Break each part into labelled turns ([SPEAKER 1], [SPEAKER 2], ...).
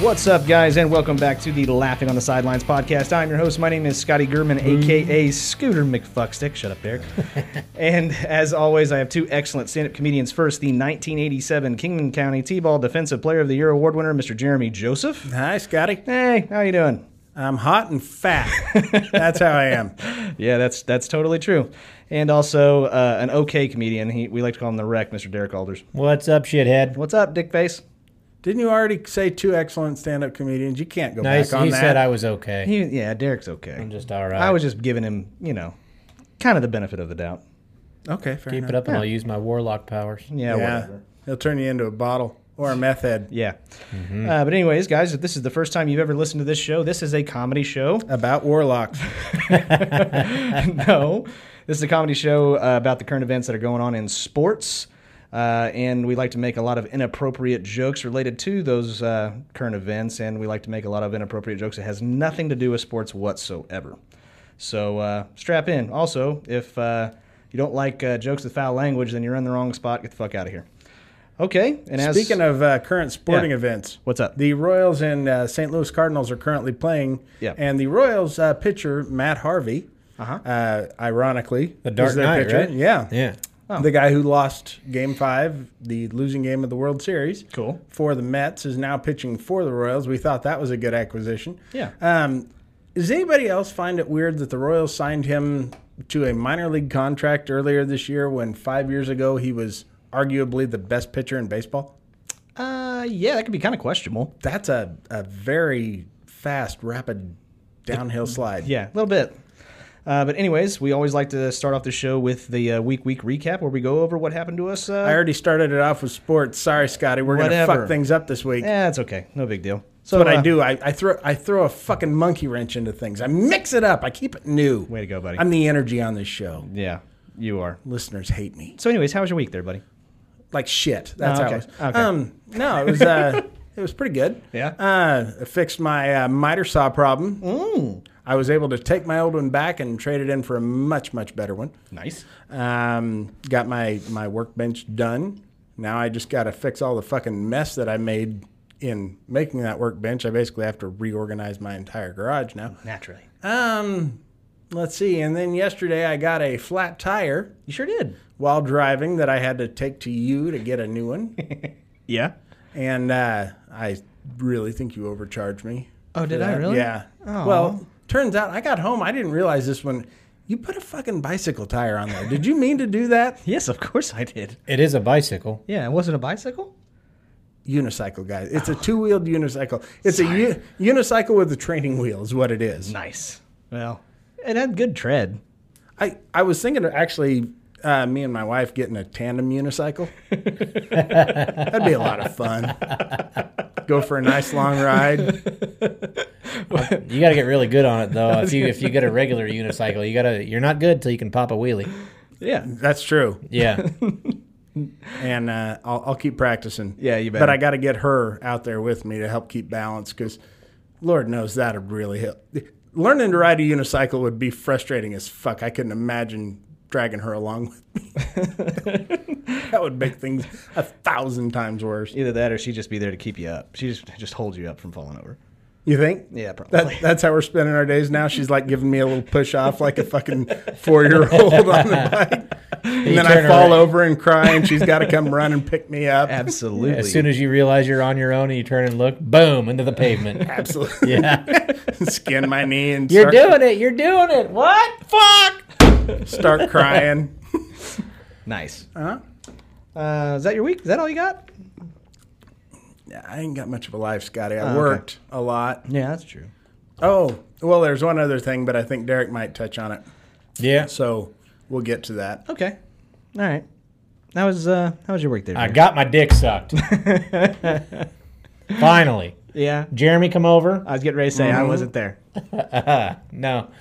[SPEAKER 1] What's up, guys, and welcome back to the Laughing on the Sidelines podcast. I'm your host. My name is Scotty Gurman,
[SPEAKER 2] Mm-hmm.
[SPEAKER 1] aka Scooter McFuckstick. Shut up, Derek. and as always, I have two excellent stand-up comedians. First, the 1987 Kingman County T-ball Defensive Player of the Year award winner, Mr. Jeremy Joseph.
[SPEAKER 3] Hi, Scotty.
[SPEAKER 1] Hey, how you doing?
[SPEAKER 3] I'm hot and fat. That's how I am.
[SPEAKER 1] Yeah, that's that's totally true. And also uh, an okay comedian. He, we like to call him the Wreck, Mr. Derek Alders.
[SPEAKER 2] What's up, shithead?
[SPEAKER 1] What's up, Dickface?
[SPEAKER 3] Didn't you already say two excellent stand-up comedians? You can't go
[SPEAKER 2] Nice.
[SPEAKER 3] back on
[SPEAKER 2] He
[SPEAKER 3] that.
[SPEAKER 2] said I was okay.
[SPEAKER 1] He, yeah, Derek's okay.
[SPEAKER 2] I'm just all right.
[SPEAKER 1] I was just giving him, you know, kind of the benefit of the doubt.
[SPEAKER 3] okay, fair
[SPEAKER 2] keep
[SPEAKER 3] enough.
[SPEAKER 2] it up, and I'll use my warlock powers.
[SPEAKER 1] Yeah,
[SPEAKER 3] Yeah,
[SPEAKER 1] whatever.
[SPEAKER 3] he'll turn you into a bottle or a meth head
[SPEAKER 1] Yeah.
[SPEAKER 3] Mm-hmm.
[SPEAKER 1] Uh, but anyways, guys, if this is the first time you've ever listened to this show, this is a comedy show.
[SPEAKER 3] about warlocks.
[SPEAKER 1] no, this is a comedy show uh, about the current events that are going on in sports. Uh, and we like to make a lot of inappropriate jokes related to those uh, current events, and we like to make a lot of inappropriate jokes that has nothing to do with sports whatsoever. So uh, strap in. Also, if uh, you don't like uh, jokes with foul language, then you're in the wrong spot. Get the fuck out of here. Okay. And as
[SPEAKER 3] Speaking of uh, current sporting
[SPEAKER 1] Yeah.
[SPEAKER 3] events,
[SPEAKER 1] What's up?
[SPEAKER 3] The Royals and uh, St. Louis Cardinals are currently playing.
[SPEAKER 1] Yeah.
[SPEAKER 3] And the Royals uh, pitcher Matt Harvey, uh-huh. ironically,
[SPEAKER 2] The Dark
[SPEAKER 3] is their
[SPEAKER 2] Knight,
[SPEAKER 3] pitcher.
[SPEAKER 2] right?
[SPEAKER 3] Yeah.
[SPEAKER 2] Yeah.
[SPEAKER 1] Oh.
[SPEAKER 3] The guy who lost Game Five, the losing game of the World Series,
[SPEAKER 1] Cool.
[SPEAKER 3] for the Mets, is now pitching for the Royals. We thought that was a good acquisition.
[SPEAKER 1] Yeah.
[SPEAKER 3] Um, does anybody else find it weird that the Royals signed him to a minor league contract earlier this year when five years ago he was arguably the best pitcher in baseball?
[SPEAKER 1] uh, yeah, that could be kind of questionable.
[SPEAKER 3] That's a, a very fast, rapid downhill slide.
[SPEAKER 1] Yeah, a little bit. Uh, but anyways, we always like to start off the show with the uh, week week recap where we go over what happened to us. Uh,
[SPEAKER 3] I already started it off with sports. Sorry, Scotty. We're going to
[SPEAKER 1] Whatever.
[SPEAKER 3] fuck things up this week.
[SPEAKER 1] yeah, it's okay, no big deal. So
[SPEAKER 3] So what I
[SPEAKER 1] uh,
[SPEAKER 3] do, I, I throw I throw a fucking monkey wrench into things. I mix it up. I keep it new.
[SPEAKER 1] Way to go, buddy.
[SPEAKER 3] I'm the energy on this show.
[SPEAKER 1] Yeah, you are.
[SPEAKER 3] Listeners hate me
[SPEAKER 1] So anyways, how was your week there, buddy?
[SPEAKER 3] like shit. That's
[SPEAKER 1] Oh,
[SPEAKER 3] how
[SPEAKER 1] okay.
[SPEAKER 3] it was.
[SPEAKER 1] Okay.
[SPEAKER 3] Um, no, it was uh, it was pretty good.
[SPEAKER 1] Yeah?
[SPEAKER 3] Uh, I fixed my uh, miter saw problem.
[SPEAKER 1] Mm.
[SPEAKER 3] I was able to take my old one back and trade it in for a much much better one.
[SPEAKER 1] Nice.
[SPEAKER 3] Um, got my my workbench done. Now I just got to fix all the fucking mess that I made in making that workbench. I basically have to reorganize my entire garage now.
[SPEAKER 1] Naturally,
[SPEAKER 3] Um, let's see. And then yesterday I got a flat tire
[SPEAKER 1] you sure did.
[SPEAKER 3] while driving that I had to take to you to get a new one.
[SPEAKER 1] Yeah.
[SPEAKER 3] and uh, I really think you overcharged me.
[SPEAKER 1] Oh,
[SPEAKER 3] for
[SPEAKER 1] did I
[SPEAKER 3] that.
[SPEAKER 1] really?
[SPEAKER 3] Yeah.
[SPEAKER 1] Aw.
[SPEAKER 3] Well, turns out I got home. I didn't realize this one. You put a fucking bicycle tire on there. Did you mean to do that?
[SPEAKER 1] Yes, of course I did.
[SPEAKER 2] It is a bicycle.
[SPEAKER 1] Yeah, was it a bicycle?
[SPEAKER 3] Unicycle, guys. It's a two wheeled unicycle. It's a u- unicycle with a training wheel, is what it is.
[SPEAKER 1] Nice. Well, it had good tread.
[SPEAKER 3] I, I was thinking of actually uh, me and my wife getting a tandem unicycle. That'd be a lot of fun. Go for a nice long ride.
[SPEAKER 2] You got to get really good on it though. if you if you get a regular unicycle, you gotta you're not good till you can pop a wheelie.
[SPEAKER 1] Yeah.
[SPEAKER 3] That's true.
[SPEAKER 2] Yeah.
[SPEAKER 3] And uh, I'll, I'll keep practicing.
[SPEAKER 1] Yeah, you better.
[SPEAKER 3] But I got to get her out there with me to help keep balance because Lord knows that would really help. Learning to ride a unicycle would be frustrating as fuck. I couldn't imagine dragging her along with me. that would make things a thousand times worse.
[SPEAKER 1] Either that, or she'd just be there to keep you up. She just just holds you up from falling over.
[SPEAKER 3] You think?
[SPEAKER 1] Yeah, probably.
[SPEAKER 3] That, that's how we're spending our days now. She's like giving me a little push off, like a fucking four year old on the bike. And then I
[SPEAKER 2] turn
[SPEAKER 3] fall
[SPEAKER 2] around.
[SPEAKER 3] over and cry, and she's got to come run and pick me up.
[SPEAKER 1] Absolutely.
[SPEAKER 2] As soon as you realize you're on your own and you turn and look, boom, into the pavement.
[SPEAKER 3] Absolutely.
[SPEAKER 2] Yeah.
[SPEAKER 3] Skin my knee and
[SPEAKER 2] You're
[SPEAKER 3] start-
[SPEAKER 2] doing it. You're doing it. What? Fuck.
[SPEAKER 3] start crying.
[SPEAKER 1] Nice. Uh-huh. is that your week? Is that all you got?
[SPEAKER 3] Yeah, I ain't got much of a life, Scotty.
[SPEAKER 2] Oh,
[SPEAKER 3] I worked a lot.
[SPEAKER 1] Yeah, that's true.
[SPEAKER 3] Oh, well, there's one other thing, but I think Derek might touch on it.
[SPEAKER 2] Yeah.
[SPEAKER 3] So we'll get to that.
[SPEAKER 1] Okay. All right. That was uh, how was your week there?
[SPEAKER 2] I
[SPEAKER 1] Jerry?
[SPEAKER 2] got my dick sucked. Finally.
[SPEAKER 1] yeah.
[SPEAKER 2] Jeremy come over?
[SPEAKER 1] I was getting ready to say
[SPEAKER 3] Mm-hmm.
[SPEAKER 1] I wasn't there.
[SPEAKER 2] No.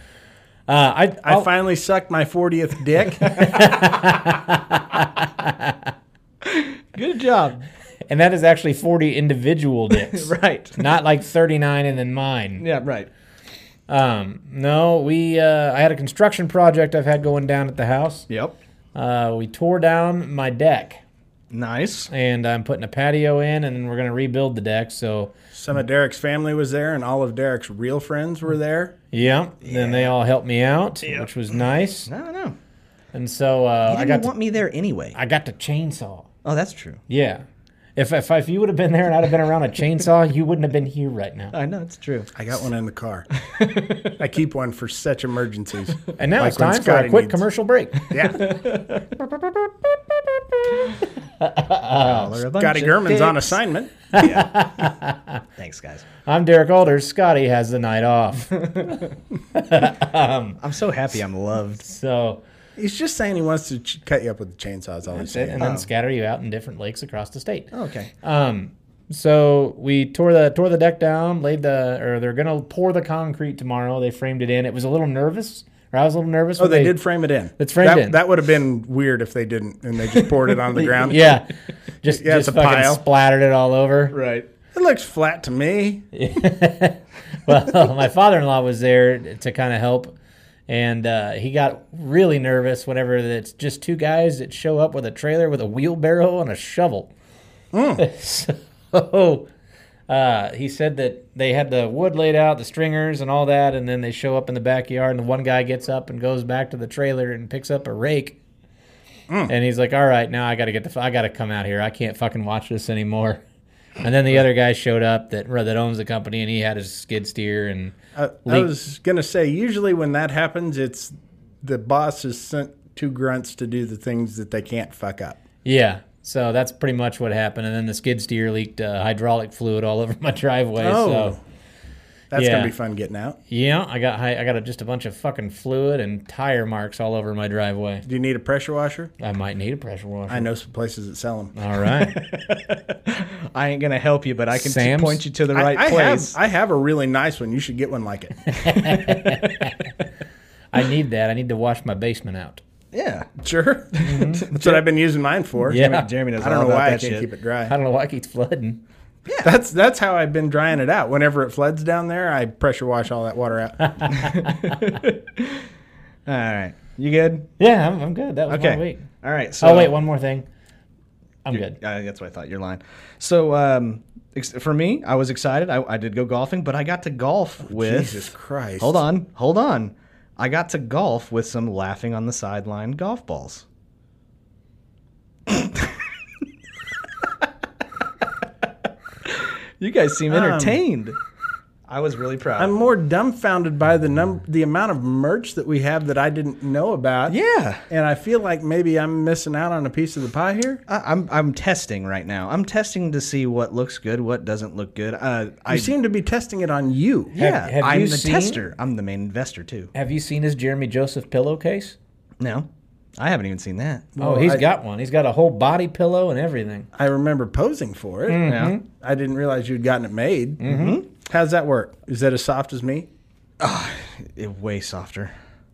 [SPEAKER 2] Uh, I,
[SPEAKER 3] I
[SPEAKER 2] I'll-
[SPEAKER 3] finally sucked my 40th dick.
[SPEAKER 1] Good job.
[SPEAKER 2] and that is actually 40 individual dicks.
[SPEAKER 1] right.
[SPEAKER 2] Not like 39 and then mine.
[SPEAKER 1] Yeah. Right.
[SPEAKER 2] Um, no, we uh, I had a construction project I've had going down at the house.
[SPEAKER 1] Yep.
[SPEAKER 2] Uh, we tore down my deck
[SPEAKER 1] Nice.
[SPEAKER 2] and I'm putting a patio in and then we're going to rebuild the deck. So,
[SPEAKER 3] Some of Derek's family was there, and all of Derek's real friends were there.
[SPEAKER 2] yeah, then they all helped me out, which was nice.
[SPEAKER 1] I don't know.
[SPEAKER 2] And so uh,
[SPEAKER 1] You
[SPEAKER 2] I
[SPEAKER 1] didn't
[SPEAKER 2] got to,
[SPEAKER 1] want me there anyway.
[SPEAKER 2] I got to chainsaw.
[SPEAKER 1] oh, that's true.
[SPEAKER 2] Yeah. If, if, if you would have been there and I'd have been around a chainsaw, you wouldn't have been here right now.
[SPEAKER 1] I know it's true.
[SPEAKER 3] I got one in the car. I keep one for such emergencies.
[SPEAKER 2] And now
[SPEAKER 3] Like
[SPEAKER 2] it's
[SPEAKER 3] when
[SPEAKER 2] time for a
[SPEAKER 3] Scotty
[SPEAKER 2] quick
[SPEAKER 3] needs-
[SPEAKER 2] commercial break.
[SPEAKER 3] Yeah.
[SPEAKER 1] Dollar a bunch
[SPEAKER 3] Oh, Scotty
[SPEAKER 1] of
[SPEAKER 3] Gurman's on
[SPEAKER 1] dicks.
[SPEAKER 3] assignment.
[SPEAKER 1] Thanks, guys.
[SPEAKER 2] I'm Derek Alders. Scotty has the night off.
[SPEAKER 1] I'm so happy I'm loved.
[SPEAKER 2] So,
[SPEAKER 3] He's just saying he wants to ch- cut you up with the chainsaws. All he's saying.
[SPEAKER 2] and then scatter you out in different lakes across the state.
[SPEAKER 1] Okay.
[SPEAKER 3] Uh,
[SPEAKER 2] Um, so we tore the tore the deck down, laid the or they're gonna pour the concrete tomorrow. They framed it in. It was a little nervous, or I was a little nervous.
[SPEAKER 3] Oh, they, did frame it in.
[SPEAKER 2] It's framed
[SPEAKER 3] that,
[SPEAKER 2] in.
[SPEAKER 3] That would have been weird if they didn't and they just poured it on the ground.
[SPEAKER 2] Yeah, just
[SPEAKER 3] Yeah, it's
[SPEAKER 2] just
[SPEAKER 3] a
[SPEAKER 2] fucking
[SPEAKER 3] pile.
[SPEAKER 2] splattered it all over.
[SPEAKER 1] Right.
[SPEAKER 3] It looks flat to me.
[SPEAKER 2] Well, my father in law was there to kind of help, and uh, he got really nervous whenever it's just two guys that show up with a trailer with a wheelbarrow and a shovel. so. Uh, he said that they had the wood laid out, the stringers, and all that, and then they show up in the backyard, and the one guy gets up and goes back to the trailer and picks up a rake, and he's like, "All right, now I got to get the, f- I got to come out here. I can't fucking watch this anymore." And then the other guy showed up that that owns the company, and he had his skid steer, and
[SPEAKER 3] I, Uh, I
[SPEAKER 2] Leak.
[SPEAKER 3] was gonna say usually when that happens, it's the boss is sent two grunts to do the things that they can't fuck up.
[SPEAKER 2] yeah, so that's pretty much what happened. And then the skid steer leaked uh, hydraulic fluid all over my driveway.
[SPEAKER 3] Oh.
[SPEAKER 2] So
[SPEAKER 3] That's
[SPEAKER 2] Yeah.
[SPEAKER 3] gonna be fun getting out.
[SPEAKER 2] yeah, I got hy- I got a, just a bunch of fucking fluid and tire marks all over my driveway.
[SPEAKER 3] Do you need a pressure washer?
[SPEAKER 2] I might need a pressure washer.
[SPEAKER 3] I know some places that sell them.
[SPEAKER 2] All right.
[SPEAKER 1] I ain't gonna help you, but I can t-
[SPEAKER 2] Sam's?
[SPEAKER 1] point you to the right
[SPEAKER 3] I, I
[SPEAKER 1] place.
[SPEAKER 3] have I have a really nice one. You should get one like it.
[SPEAKER 2] I need that. I need to wash my basement out.
[SPEAKER 1] yeah.
[SPEAKER 3] Sure, that's what I've been using mine for.
[SPEAKER 2] Yeah.
[SPEAKER 1] Jeremy, Jeremy knows
[SPEAKER 3] I don't
[SPEAKER 1] all
[SPEAKER 3] know
[SPEAKER 1] about
[SPEAKER 3] why I
[SPEAKER 1] that
[SPEAKER 3] can't
[SPEAKER 1] shit.
[SPEAKER 3] keep it
[SPEAKER 2] I
[SPEAKER 3] dry.
[SPEAKER 2] don't know why it keeps flooding.
[SPEAKER 3] That's that's how I've been drying it out. Whenever it floods down there, I pressure wash all that water out.
[SPEAKER 1] All right. You good?
[SPEAKER 2] Yeah, I'm, I'm good. That was
[SPEAKER 1] Okay.
[SPEAKER 2] my week.
[SPEAKER 1] All right. So
[SPEAKER 2] Oh wait, one more thing. I'm good.
[SPEAKER 1] Uh, that's what I thought. You're lying. So um, ex- for me, I was excited. I, I did go golfing, but I got to golf
[SPEAKER 2] Oh,
[SPEAKER 1] with.
[SPEAKER 3] Jesus Christ!
[SPEAKER 1] Hold on, hold on. I got to golf with some laughing on the sideline golf balls. you guys seem
[SPEAKER 2] Um,
[SPEAKER 1] entertained. I was really proud.
[SPEAKER 3] I'm more dumbfounded by the num the amount of merch that we have that I didn't know about.
[SPEAKER 1] yeah.
[SPEAKER 3] And I feel like maybe I'm missing out on a piece of the pie here.
[SPEAKER 1] I, I'm I'm testing right now. I'm testing to see what looks good, what doesn't look good. Uh, I
[SPEAKER 3] You seem to be testing it on you.
[SPEAKER 1] yeah.
[SPEAKER 2] have
[SPEAKER 1] I'm
[SPEAKER 2] you
[SPEAKER 1] the
[SPEAKER 2] seen-
[SPEAKER 1] tester. I'm the main investor too.
[SPEAKER 2] Have you seen his Jeremy Joseph pillowcase?
[SPEAKER 1] No, I haven't even seen that.
[SPEAKER 2] Oh, he's got one. He's got a whole body pillow and everything.
[SPEAKER 3] I remember posing for it.
[SPEAKER 1] Yeah.
[SPEAKER 3] I didn't realize you'd gotten it made. Mm-hmm. How's that work? Is that as soft as me?
[SPEAKER 1] It, way softer.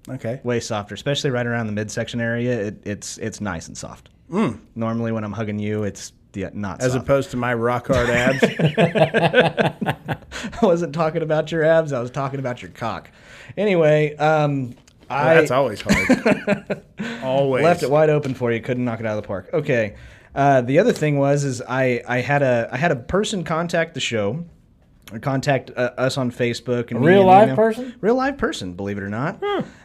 [SPEAKER 3] Okay.
[SPEAKER 1] way softer, especially right around the midsection area. It, it's it's nice and soft. Normally, when I'm hugging you, it's yeah, not
[SPEAKER 3] Mm. As
[SPEAKER 1] soft.
[SPEAKER 3] opposed to my rock hard abs.
[SPEAKER 1] I wasn't talking about your abs. I was talking about your cock. Anyway, um, I
[SPEAKER 3] That's always hard. always.
[SPEAKER 1] left it wide open for you. Couldn't knock it out of the park. Okay. Uh, the other thing was is I, I had a I had a person contact the show, or contact uh, us on Facebook and
[SPEAKER 2] A real
[SPEAKER 1] me an
[SPEAKER 2] live person? Hmm.
[SPEAKER 1] real live person, believe it or not.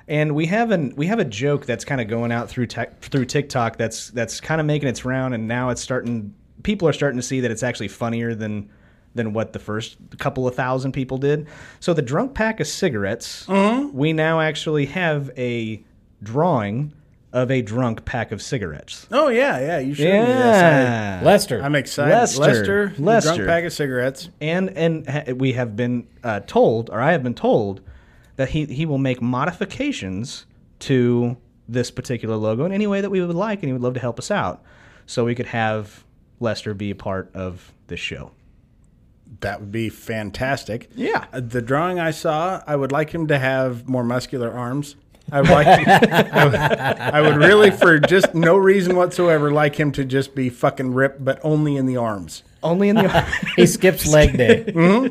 [SPEAKER 1] And we have an we have a joke that's kind of going out through tech through TikTok that's that's kind of making its round, and now it's starting. People are starting to see that it's actually funnier than than what the first couple of thousand
[SPEAKER 2] Mm-hmm.
[SPEAKER 1] people did. So the drunk pack of cigarettes, we now actually have a drawing of a drunk pack of cigarettes.
[SPEAKER 3] Oh yeah, yeah. You showed me this.
[SPEAKER 1] Yeah.
[SPEAKER 2] Lester.
[SPEAKER 3] I, am excited.
[SPEAKER 1] Lester.
[SPEAKER 3] Lester, the
[SPEAKER 1] Lester.
[SPEAKER 3] drunk pack of cigarettes.
[SPEAKER 1] and and ha- we have been uh, told, or I have been told, that he he will make modifications to this particular logo in any way that we would like, and he would love to help us out, so we could have Lester be a part of this show.
[SPEAKER 3] That would be fantastic.
[SPEAKER 1] Yeah.
[SPEAKER 3] Uh, The drawing I saw, I would like him to have more muscular arms. I would like. I, would, I would really, for just no reason whatsoever, like him to just be fucking ripped, but only in the arms.
[SPEAKER 1] Only in the.
[SPEAKER 2] he skips leg day.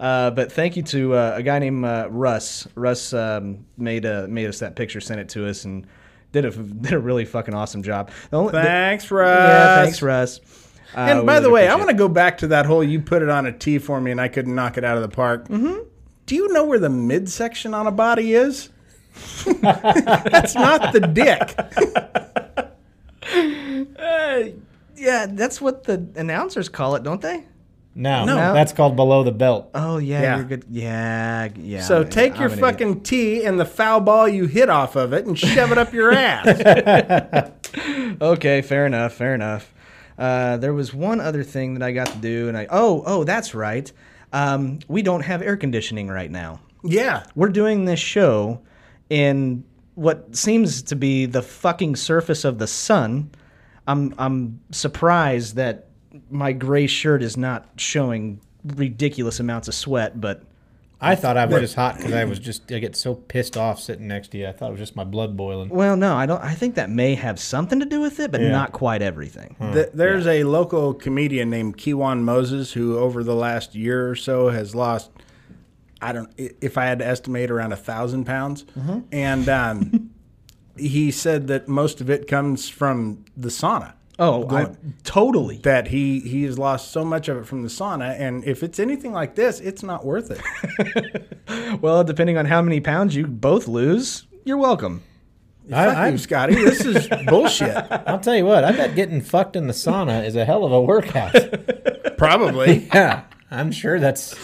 [SPEAKER 1] Uh, but thank you to uh, a guy named uh, Russ. Russ um, made uh, made us that picture, sent it to us, and did a did a really fucking awesome job. The only- the-
[SPEAKER 3] Thanks,
[SPEAKER 1] yeah,
[SPEAKER 3] Russ.
[SPEAKER 1] thanks, Russ. Uh,
[SPEAKER 3] And
[SPEAKER 1] we
[SPEAKER 3] by the
[SPEAKER 1] really
[SPEAKER 3] way, I
[SPEAKER 1] appreciate
[SPEAKER 3] want to go back to that whole you put it on a tee for me and I couldn't knock it out of the park. Mm-hmm. Do you know where the midsection on a body is? That's not the dick.
[SPEAKER 1] it. Yeah, that's what the announcers call it, don't they?
[SPEAKER 2] No,
[SPEAKER 1] No.
[SPEAKER 2] that's called below the belt.
[SPEAKER 3] Uh-huh.
[SPEAKER 1] Oh yeah,
[SPEAKER 3] Yeah.
[SPEAKER 1] you're good. Yeah, yeah.
[SPEAKER 3] So
[SPEAKER 1] I'm-
[SPEAKER 3] take
[SPEAKER 1] I'm
[SPEAKER 3] your
[SPEAKER 1] an idiot.
[SPEAKER 3] fucking tee and the foul ball you hit off of it and shove it up your ass.
[SPEAKER 1] Okay, fair enough. Fair enough. Uh, there was one other thing that I got to do, and I oh oh that's right. Um, we don't have air conditioning right now.
[SPEAKER 3] yeah.
[SPEAKER 1] we're doing this show in what seems to be the fucking surface of the sun. I'm I'm surprised that my gray shirt is not showing ridiculous amounts of sweat, but
[SPEAKER 2] I thought I was just hot because I was just I get so pissed off sitting next to you. I thought it was just my blood boiling.
[SPEAKER 1] well, no, I don't. I think that may have something to do with it, but not quite everything.
[SPEAKER 3] Th- there's a local comedian named Kiwan Moses who, over the last year or so, has lost. I don't. i- If I had to estimate, around a thousand pounds,
[SPEAKER 2] Mm-hmm.
[SPEAKER 3] and um, he said that most of it comes from the sauna.
[SPEAKER 1] Oh, I, totally.
[SPEAKER 3] That he he has lost so much of it from the sauna, and if it's anything like this, it's not worth it.
[SPEAKER 1] Well, depending on how many pounds you both lose, you're welcome.
[SPEAKER 3] Fuck
[SPEAKER 2] I,
[SPEAKER 3] you,
[SPEAKER 2] I,
[SPEAKER 3] Scotty. This is bullshit.
[SPEAKER 2] I'll tell you what. I bet getting fucked in the sauna is a hell of a workout.
[SPEAKER 3] Probably.
[SPEAKER 2] yeah, I'm sure that's.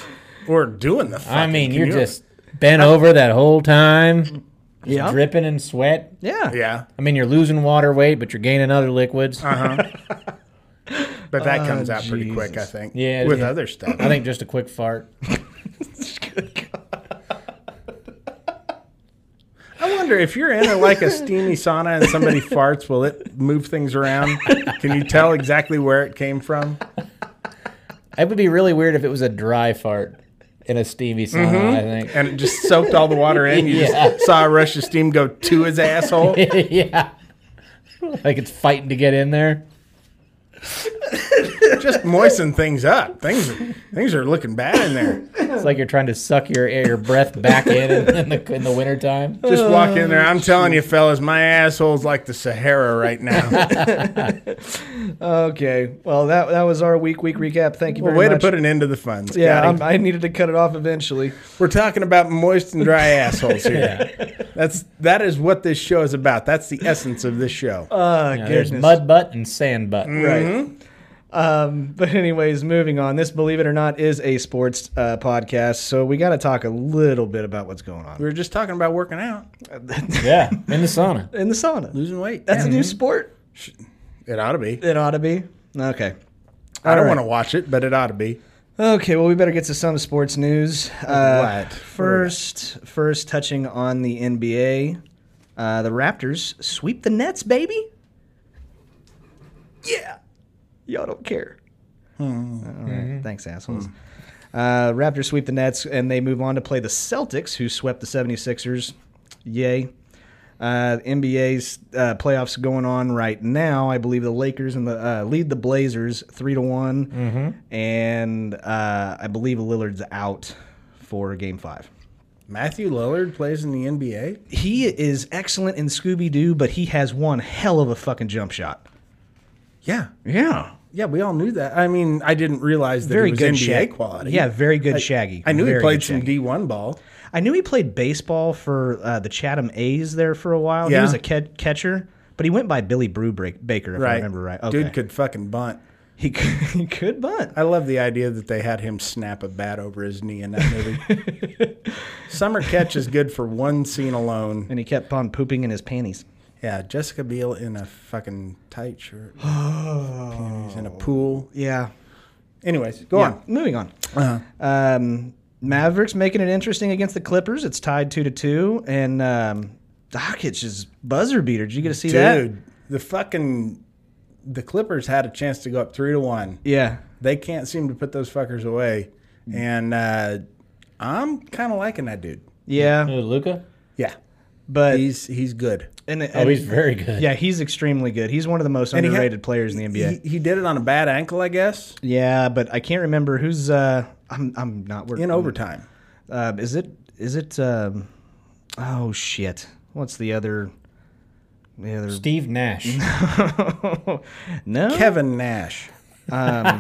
[SPEAKER 3] We're doing the. Fucking,
[SPEAKER 2] I mean,
[SPEAKER 3] can
[SPEAKER 2] you're
[SPEAKER 3] you-
[SPEAKER 2] just bent over that whole time,
[SPEAKER 1] Yeah.
[SPEAKER 2] dripping in sweat.
[SPEAKER 1] Yeah.
[SPEAKER 3] Yeah,
[SPEAKER 2] I mean, you're losing water weight, but you're gaining other liquids.
[SPEAKER 3] Uh-huh. but that comes out pretty quick. I
[SPEAKER 1] Jesus.
[SPEAKER 3] think.
[SPEAKER 2] Oh, Yeah, it-
[SPEAKER 3] with
[SPEAKER 2] yeah.
[SPEAKER 3] other stuff.
[SPEAKER 2] I think just a quick fart.
[SPEAKER 3] I wonder if you're in a, like a steamy sauna and somebody farts, will it move things around? Can you tell exactly where it came from?
[SPEAKER 2] It would be really weird if it was a dry fart in a steamy sauna.
[SPEAKER 3] Mm-hmm.
[SPEAKER 2] I think.
[SPEAKER 3] And it just soaked all the water in. You just saw a rush of steam go to his asshole.
[SPEAKER 2] yeah, like it's fighting to get in there.
[SPEAKER 3] Just moisten things up. Things are, things are looking bad in there.
[SPEAKER 2] It's like you're trying to suck your air, your breath back in in, in the in the wintertime.
[SPEAKER 3] Just walk in there. I'm telling you, fellas, my asshole's like the Sahara right now.
[SPEAKER 1] Okay. Well, that that was our week week recap. Thank you
[SPEAKER 3] Well,
[SPEAKER 1] very
[SPEAKER 3] way to
[SPEAKER 1] much.
[SPEAKER 3] put an end to the fun.
[SPEAKER 1] yeah, I'm,
[SPEAKER 3] Scotty.
[SPEAKER 1] I needed to cut it off eventually.
[SPEAKER 3] We're talking about moist and dry assholes here. That's that is what this show is about. That's the essence of this show.
[SPEAKER 1] Uh,
[SPEAKER 2] Yeah,
[SPEAKER 1] goodness. Mm-hmm.
[SPEAKER 2] there's mud butt and sand butt.
[SPEAKER 1] Right. Um, but anyways, moving on. This, believe it or not, is a sports uh, podcast, so we got to talk a little bit about what's going on
[SPEAKER 3] we were just talking about working out,
[SPEAKER 2] Yeah, in the sauna.
[SPEAKER 1] in the sauna.
[SPEAKER 3] losing weight.
[SPEAKER 1] That's a new sport.
[SPEAKER 3] It ought to be.
[SPEAKER 1] It ought to be. Okay.
[SPEAKER 3] I don't
[SPEAKER 1] right.
[SPEAKER 3] want to watch it, but it ought to be.
[SPEAKER 1] Okay. Well, we better get to some sports news. Uh,
[SPEAKER 3] What?
[SPEAKER 1] First, first touching on the NBA, uh, the Raptors sweep the Nets, baby. Yeah. Y'all don't care. All right. Thanks, assholes. Uh, Raptors sweep the Nets, and they move on to play the Celtics, who swept the 76ers. Yay. Uh, NBA's uh, playoffs going on right now. I believe the Lakers and the uh, lead the Blazers three to one, Mm-hmm. and uh, I believe Lillard's out for Game Five.
[SPEAKER 3] Matthew Lillard plays in the NBA.
[SPEAKER 1] He is excellent in Scooby Doo, but he has one hell of a fucking jump shot.
[SPEAKER 3] Yeah,
[SPEAKER 1] Yeah,
[SPEAKER 3] yeah, we all knew that. I mean, I didn't realize that
[SPEAKER 1] very
[SPEAKER 3] he was
[SPEAKER 1] good
[SPEAKER 3] NBA
[SPEAKER 1] Shag-
[SPEAKER 3] quality.
[SPEAKER 1] Yeah, very good Shaggy.
[SPEAKER 3] I knew
[SPEAKER 1] Very
[SPEAKER 3] he played
[SPEAKER 1] good
[SPEAKER 3] some
[SPEAKER 1] Shaggy.
[SPEAKER 3] D one ball.
[SPEAKER 1] I knew he played baseball for uh, the Chatham A's there for a while. He
[SPEAKER 3] Yeah.
[SPEAKER 1] was a ca- catcher, but he went by Billy Brew Baker, if I
[SPEAKER 3] Right,
[SPEAKER 1] remember right.
[SPEAKER 3] dude could fucking bunt.
[SPEAKER 1] He could, he could bunt.
[SPEAKER 3] I love the idea that they had him snap a bat over his knee in that movie. Summer Catch is good for one scene alone.
[SPEAKER 1] And he kept on pooping in his panties.
[SPEAKER 3] Yeah, Jessica Biel in a fucking tight shirt. He's in a pool.
[SPEAKER 1] Yeah.
[SPEAKER 3] Anyways, go
[SPEAKER 1] Yeah.
[SPEAKER 3] on.
[SPEAKER 1] Moving on. Um, Mavericks making it interesting against the Clippers. It's tied two to two, and um, Dockich's buzzer beater. Did you get to see that?
[SPEAKER 3] Dude, the fucking the Clippers had a chance to go up three to one.
[SPEAKER 1] Yeah.
[SPEAKER 3] They can't seem to put those fuckers away. And uh, I'm kinda liking that dude.
[SPEAKER 1] Yeah.
[SPEAKER 2] Who, Uh, Luca?
[SPEAKER 3] Yeah.
[SPEAKER 1] But
[SPEAKER 3] He's he's good.
[SPEAKER 1] and,
[SPEAKER 2] Oh,
[SPEAKER 1] and-
[SPEAKER 2] he's very good.
[SPEAKER 1] yeah, he's extremely good. He's one of the most
[SPEAKER 3] he had-
[SPEAKER 1] underrated players in the NBA.
[SPEAKER 3] He, he did it on a bad ankle, I guess,
[SPEAKER 1] yeah, but I can't remember who's. Uh, I'm I'm not working.
[SPEAKER 3] in overtime.
[SPEAKER 1] Uh, is it is it? Um, oh shit! What's the other? The other.
[SPEAKER 2] Steve Nash.
[SPEAKER 1] Mm-hmm. no,
[SPEAKER 3] Kevin Nash.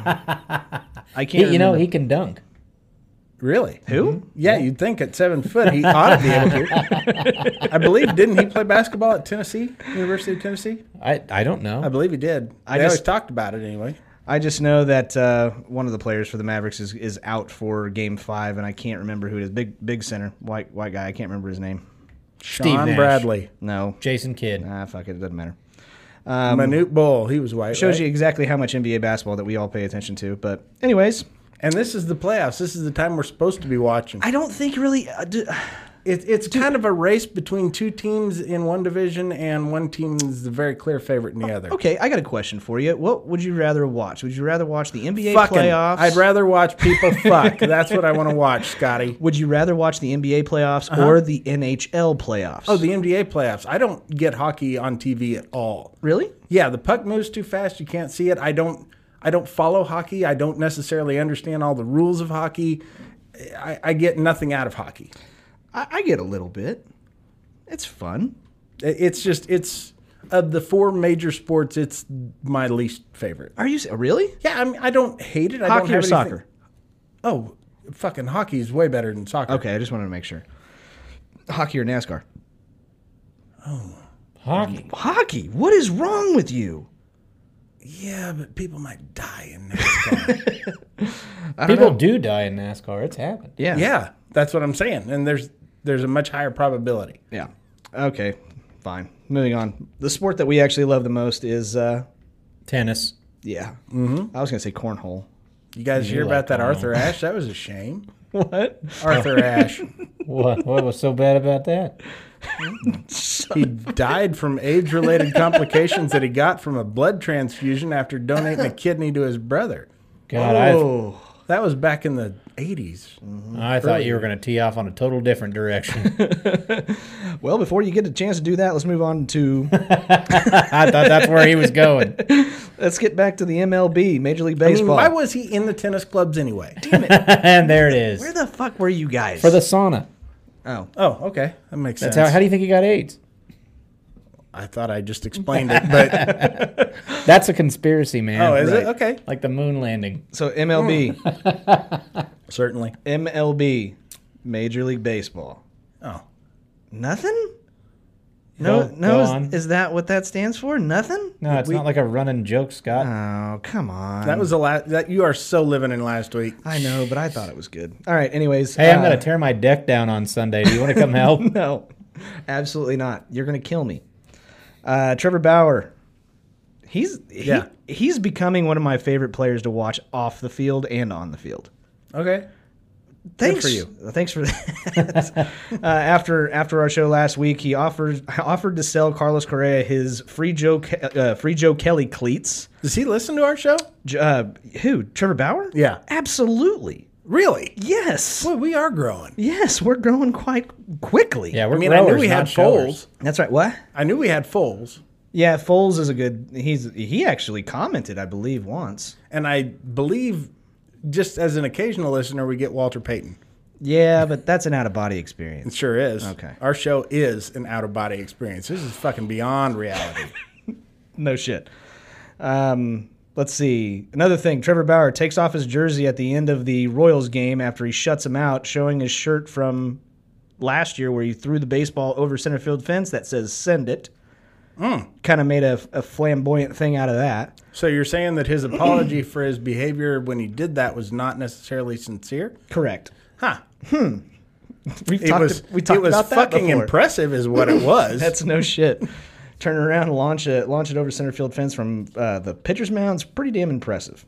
[SPEAKER 1] I can't.
[SPEAKER 2] He- you know,
[SPEAKER 1] remember.
[SPEAKER 2] he can dunk.
[SPEAKER 3] Really? Mm-hmm.
[SPEAKER 1] who?
[SPEAKER 3] Yeah, you'd think at seven foot he ought to be able to. I believe didn't he play basketball at Tennessee University of Tennessee?
[SPEAKER 2] I, I don't
[SPEAKER 3] I
[SPEAKER 2] know.
[SPEAKER 3] believe he did. I
[SPEAKER 1] I
[SPEAKER 3] they
[SPEAKER 1] just-
[SPEAKER 3] always talked about it anyway.
[SPEAKER 1] I just know that uh, one of the players for the Mavericks is, is out for Game Five, and I can't remember who it is. Big big center, white white guy. I can't remember his name.
[SPEAKER 2] Steve
[SPEAKER 3] Sean
[SPEAKER 2] Nash.
[SPEAKER 3] Bradley,
[SPEAKER 1] No,
[SPEAKER 2] Jason Kidd.
[SPEAKER 1] ah fuck it, it doesn't matter.
[SPEAKER 3] Manute Bull, he was white.
[SPEAKER 1] Shows
[SPEAKER 3] right?
[SPEAKER 1] you exactly how much NBA basketball that we all pay attention to. But anyways,
[SPEAKER 3] And this is the playoffs. This is the time we're supposed to be watching.
[SPEAKER 1] I don't think really. Uh, d-
[SPEAKER 3] It, it's kind of a race between two teams in one division, and one team is the very clear favorite in the other.
[SPEAKER 1] okay, I got a question for you. What would you rather watch? Would you rather watch the NBA
[SPEAKER 3] Fucking,
[SPEAKER 1] playoffs?
[SPEAKER 3] I'd rather watch people fuck. That's what I want to watch, Scotty.
[SPEAKER 1] Would you rather watch the NBA playoffs or the NHL playoffs?
[SPEAKER 3] Oh, the NBA playoffs. I don't get hockey on TV at all.
[SPEAKER 1] really?
[SPEAKER 3] Yeah, the puck moves too fast. You can't see it. I don't. I don't follow hockey. I don't necessarily understand all the rules of hockey. I, I get nothing out of hockey.
[SPEAKER 1] I, I get a little bit. It's fun.
[SPEAKER 3] It- It's just it's of the four major sports, it's my least favorite.
[SPEAKER 1] Are you s- really?
[SPEAKER 3] Yeah, I mean, I don't hate it. I
[SPEAKER 1] Hockey
[SPEAKER 3] don't
[SPEAKER 1] or
[SPEAKER 3] have anything-
[SPEAKER 1] soccer?
[SPEAKER 3] Oh, fucking hockey is way better than soccer.
[SPEAKER 1] Okay, I just wanted to make sure. Hockey or NASCAR?
[SPEAKER 2] Hockey.
[SPEAKER 1] Hockey. What is wrong with you?
[SPEAKER 3] Yeah, but people might die in NASCAR.
[SPEAKER 2] People do die in NASCAR. It's happened.
[SPEAKER 1] Yeah.
[SPEAKER 3] yeah, that's what I'm saying. And there's there's a much higher probability.
[SPEAKER 1] Yeah. Okay. Fine. Moving on. The sport that we actually love the most is, uh,
[SPEAKER 2] Tennis.
[SPEAKER 1] yeah. Mm-hmm. I was gonna say cornhole.
[SPEAKER 3] You guys hear
[SPEAKER 2] like
[SPEAKER 3] about that
[SPEAKER 2] Tom.
[SPEAKER 3] Arthur Ashe? That was a shame.
[SPEAKER 1] "Oh." What?
[SPEAKER 3] Arthur Ashe.
[SPEAKER 2] What, what was so bad about that?
[SPEAKER 3] He died from age related complications that he got from a blood transfusion after donating a kidney to his brother.
[SPEAKER 2] God, I,
[SPEAKER 1] Oh.
[SPEAKER 3] That was back in the 80s.
[SPEAKER 2] I thought you were going to tee off on a total different direction.
[SPEAKER 1] Well, before you get a chance to do that, let's move on to
[SPEAKER 2] I thought that's where he was going.
[SPEAKER 1] let's get back to the MLB, Major League
[SPEAKER 3] I mean,
[SPEAKER 1] Baseball.
[SPEAKER 3] why was he in the tennis clubs anyway?
[SPEAKER 2] And there it is.
[SPEAKER 1] Where the fuck were you guys?
[SPEAKER 2] For the sauna.
[SPEAKER 1] oh,
[SPEAKER 3] Oh, okay. That makes
[SPEAKER 2] That's how,
[SPEAKER 3] sense.
[SPEAKER 2] how do you think he got AIDS?
[SPEAKER 3] I thought I just explained it, but
[SPEAKER 2] That's a conspiracy, man.
[SPEAKER 3] oh, is it?
[SPEAKER 1] Right.
[SPEAKER 3] Okay.
[SPEAKER 2] Like the moon landing.
[SPEAKER 1] so MLB,
[SPEAKER 3] Certainly.
[SPEAKER 1] MLB, Major League Baseball.
[SPEAKER 3] Oh.
[SPEAKER 1] Nothing. No,
[SPEAKER 2] Go-
[SPEAKER 1] no.
[SPEAKER 2] go
[SPEAKER 1] is-
[SPEAKER 2] on.
[SPEAKER 1] Is, that what that stands for? Nothing.
[SPEAKER 2] No, it's not like a running joke, Scott.
[SPEAKER 3] Uh,
[SPEAKER 1] Oh, come on.
[SPEAKER 3] That was the last that you are so living in last week.
[SPEAKER 1] I know, but I thought it was good. All right. Anyways.
[SPEAKER 2] hey, I'm
[SPEAKER 1] uh,
[SPEAKER 2] going to tear my deck down on Sunday. Do you want to come help?
[SPEAKER 1] No, absolutely not. You're gonna kill me. Uh, Trevor Bauer. He's he,
[SPEAKER 3] Yeah.
[SPEAKER 1] he's becoming one of my favorite players to watch off the field and on the field.
[SPEAKER 3] Okay.
[SPEAKER 1] Thanks
[SPEAKER 3] for you.
[SPEAKER 1] Thanks for that. uh, after after our show last week, he offered offered to sell Carlos Correa his free Joe Ke- uh, free Joe Kelly cleats.
[SPEAKER 3] Does he listen to our show?
[SPEAKER 1] J- Uh, who? Trevor Bauer?
[SPEAKER 3] Yeah.
[SPEAKER 1] absolutely.
[SPEAKER 3] Really?
[SPEAKER 1] Yes,
[SPEAKER 3] Well, we are growing.
[SPEAKER 1] yes. We're growing quite quickly.
[SPEAKER 2] Yeah, we're
[SPEAKER 3] I mean, I
[SPEAKER 2] growers,
[SPEAKER 3] knew we
[SPEAKER 2] not
[SPEAKER 3] had
[SPEAKER 2] showers.
[SPEAKER 3] foals.
[SPEAKER 1] that's right. What?
[SPEAKER 3] I knew we had foals,
[SPEAKER 1] Yeah, Foles is a good. He's he actually commented, I believe, once.
[SPEAKER 3] and I believe just as an occasional listener, we get Walter Payton.
[SPEAKER 1] Yeah, but that's an out of body
[SPEAKER 3] It
[SPEAKER 1] experience.
[SPEAKER 3] sure is.
[SPEAKER 1] Okay.
[SPEAKER 3] Our show is an out of body experience. This is fucking beyond reality.
[SPEAKER 1] No shit. Um, let's see. Another thing. Trevor Bauer takes off his jersey at the end of the Royals game after he shuts him out, showing his shirt from last year where he threw the baseball over center field fence that says "Send it." Kind of made a, a flamboyant thing out of that.
[SPEAKER 3] So you're saying that his apology for his behavior when he did that was not necessarily sincere?
[SPEAKER 1] Correct.
[SPEAKER 3] Huh.
[SPEAKER 1] We've
[SPEAKER 3] It
[SPEAKER 1] talked,
[SPEAKER 3] was.
[SPEAKER 1] we talked
[SPEAKER 3] it was
[SPEAKER 1] about that
[SPEAKER 3] fucking
[SPEAKER 1] before.
[SPEAKER 3] impressive, is what it was.
[SPEAKER 1] That's no shit. Turn around, launch it, launch it over center field fence from uh, the pitcher's mound's pretty damn impressive.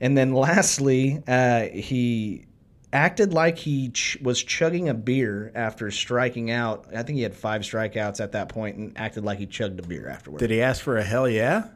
[SPEAKER 1] And then lastly, uh, he acted like he ch- was chugging a beer after striking out. I think he had five strikeouts at that point, and acted like he chugged a beer afterward.
[SPEAKER 3] Did he ask for a hell yeah?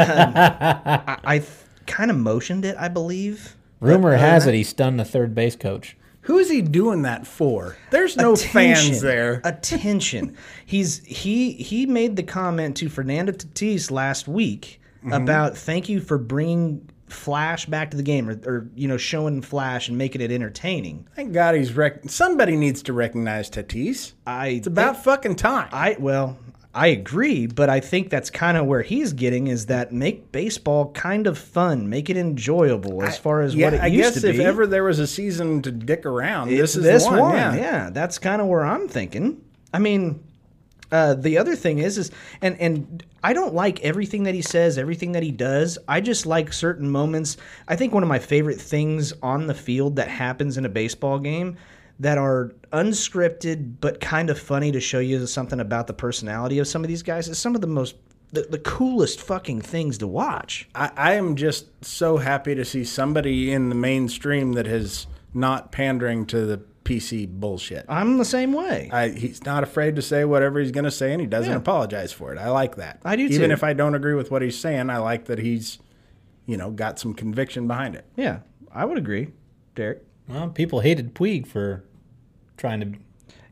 [SPEAKER 1] I, I th- kind of motioned it, I believe.
[SPEAKER 2] Rumor has it he stunned the third base coach.
[SPEAKER 3] Who is he doing that for? There's no fans
[SPEAKER 1] Attention.
[SPEAKER 3] there.
[SPEAKER 1] Attention. He's he he made the comment to Fernando Tatis last week
[SPEAKER 3] Mm-hmm.
[SPEAKER 1] about thank you for bringing Flash back to the game, or, or you know showing Flash and making it entertaining.
[SPEAKER 3] Thank God he's rec- somebody needs to recognize Tatis.
[SPEAKER 1] I
[SPEAKER 3] It's about fucking time.
[SPEAKER 1] I well I agree, but I think that's kind of where he's getting is that make baseball kind of fun, make it enjoyable as far as what it
[SPEAKER 3] I
[SPEAKER 1] used
[SPEAKER 3] guess
[SPEAKER 1] to
[SPEAKER 3] if
[SPEAKER 1] be.
[SPEAKER 3] ever there was a season to dick around,
[SPEAKER 1] It's
[SPEAKER 3] this is
[SPEAKER 1] this
[SPEAKER 3] the
[SPEAKER 1] one.
[SPEAKER 3] one.
[SPEAKER 1] Yeah. that's kind of where I'm thinking. I mean, uh, the other thing is, is and and I don't like everything that he says, everything that he does. I just like certain moments. I think one of my favorite things on the field that happens in a baseball game that are unscripted but kind of funny to show you something about the personality of some of these guys is some of the most the, the coolest fucking things to watch.
[SPEAKER 3] I, I am just so happy to see somebody in the mainstream that is not pandering to the PC bullshit.
[SPEAKER 1] I'm the same way.
[SPEAKER 3] I, he's not afraid to say whatever he's going to say, and he doesn't apologize for it. I like that.
[SPEAKER 1] I do,
[SPEAKER 3] Even
[SPEAKER 1] too.
[SPEAKER 3] if I don't agree with what he's saying, I like that he's, you know, got some conviction behind it.
[SPEAKER 1] yeah, I would agree, Derek.
[SPEAKER 2] Well, people hated Puig for trying to.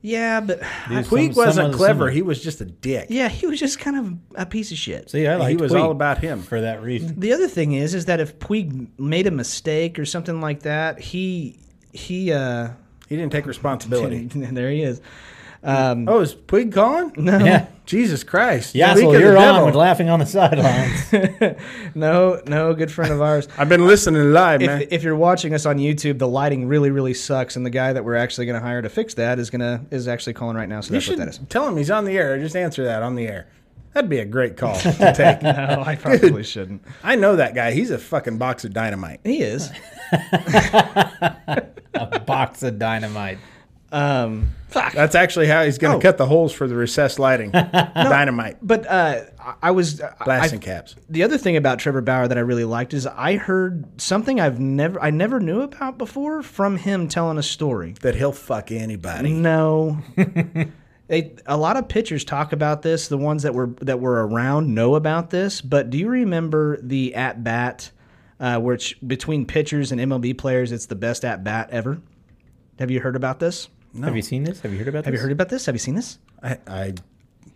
[SPEAKER 1] Yeah, but
[SPEAKER 3] Puig
[SPEAKER 2] some- some
[SPEAKER 3] wasn't
[SPEAKER 2] other
[SPEAKER 3] clever;
[SPEAKER 2] singer.
[SPEAKER 3] he was just a dick.
[SPEAKER 1] Yeah, he was just kind of a piece of shit.
[SPEAKER 2] See, I
[SPEAKER 3] he
[SPEAKER 2] liked
[SPEAKER 3] was
[SPEAKER 2] Puig
[SPEAKER 3] all about him.
[SPEAKER 2] for that reason.
[SPEAKER 1] The other thing is, is that if Puig made a mistake or something like that, he he uh
[SPEAKER 3] He didn't take responsibility.
[SPEAKER 1] there he is. Um,
[SPEAKER 3] oh, is Puig calling? No.
[SPEAKER 2] Yeah,
[SPEAKER 3] Jesus Christ!
[SPEAKER 2] yeah.
[SPEAKER 3] Speak
[SPEAKER 2] So
[SPEAKER 3] of the
[SPEAKER 2] you're on
[SPEAKER 3] devil.
[SPEAKER 2] with laughing on the sidelines.
[SPEAKER 1] No, no, good friend of ours.
[SPEAKER 3] I've been listening live, man.
[SPEAKER 1] if, if you're watching us on YouTube, the lighting really, really sucks, and the guy that we're actually going to hire to fix that is gonna is actually calling right now. So
[SPEAKER 3] you
[SPEAKER 1] that's what
[SPEAKER 3] should
[SPEAKER 1] that is.
[SPEAKER 3] tell him he's on the air. Just answer that on the air. That'd be a great call to take.
[SPEAKER 1] Oh, I probably shouldn't.
[SPEAKER 3] I know that guy. He's a fucking box of dynamite.
[SPEAKER 1] He is.
[SPEAKER 2] a box of dynamite.
[SPEAKER 1] Um,
[SPEAKER 3] That's actually how he's going to cut the holes for the recessed lighting. Dynamite.
[SPEAKER 1] but uh, I- I was I- I,
[SPEAKER 3] Blasting caps.
[SPEAKER 1] the other thing about Trevor Bauer that I really liked is I heard something I've never I never knew about before from him telling a story.
[SPEAKER 3] That he'll fuck anybody.
[SPEAKER 1] No. they, a lot of pitchers talk about this. The ones that were that were around know about this. But do you remember the at bat, uh, which between pitchers and MLB players, it's the best at bat ever? Have you heard about this?
[SPEAKER 2] Have you seen this? Have you heard about
[SPEAKER 1] Have you
[SPEAKER 2] this?
[SPEAKER 1] heard about this? Have you seen this?
[SPEAKER 3] I, I,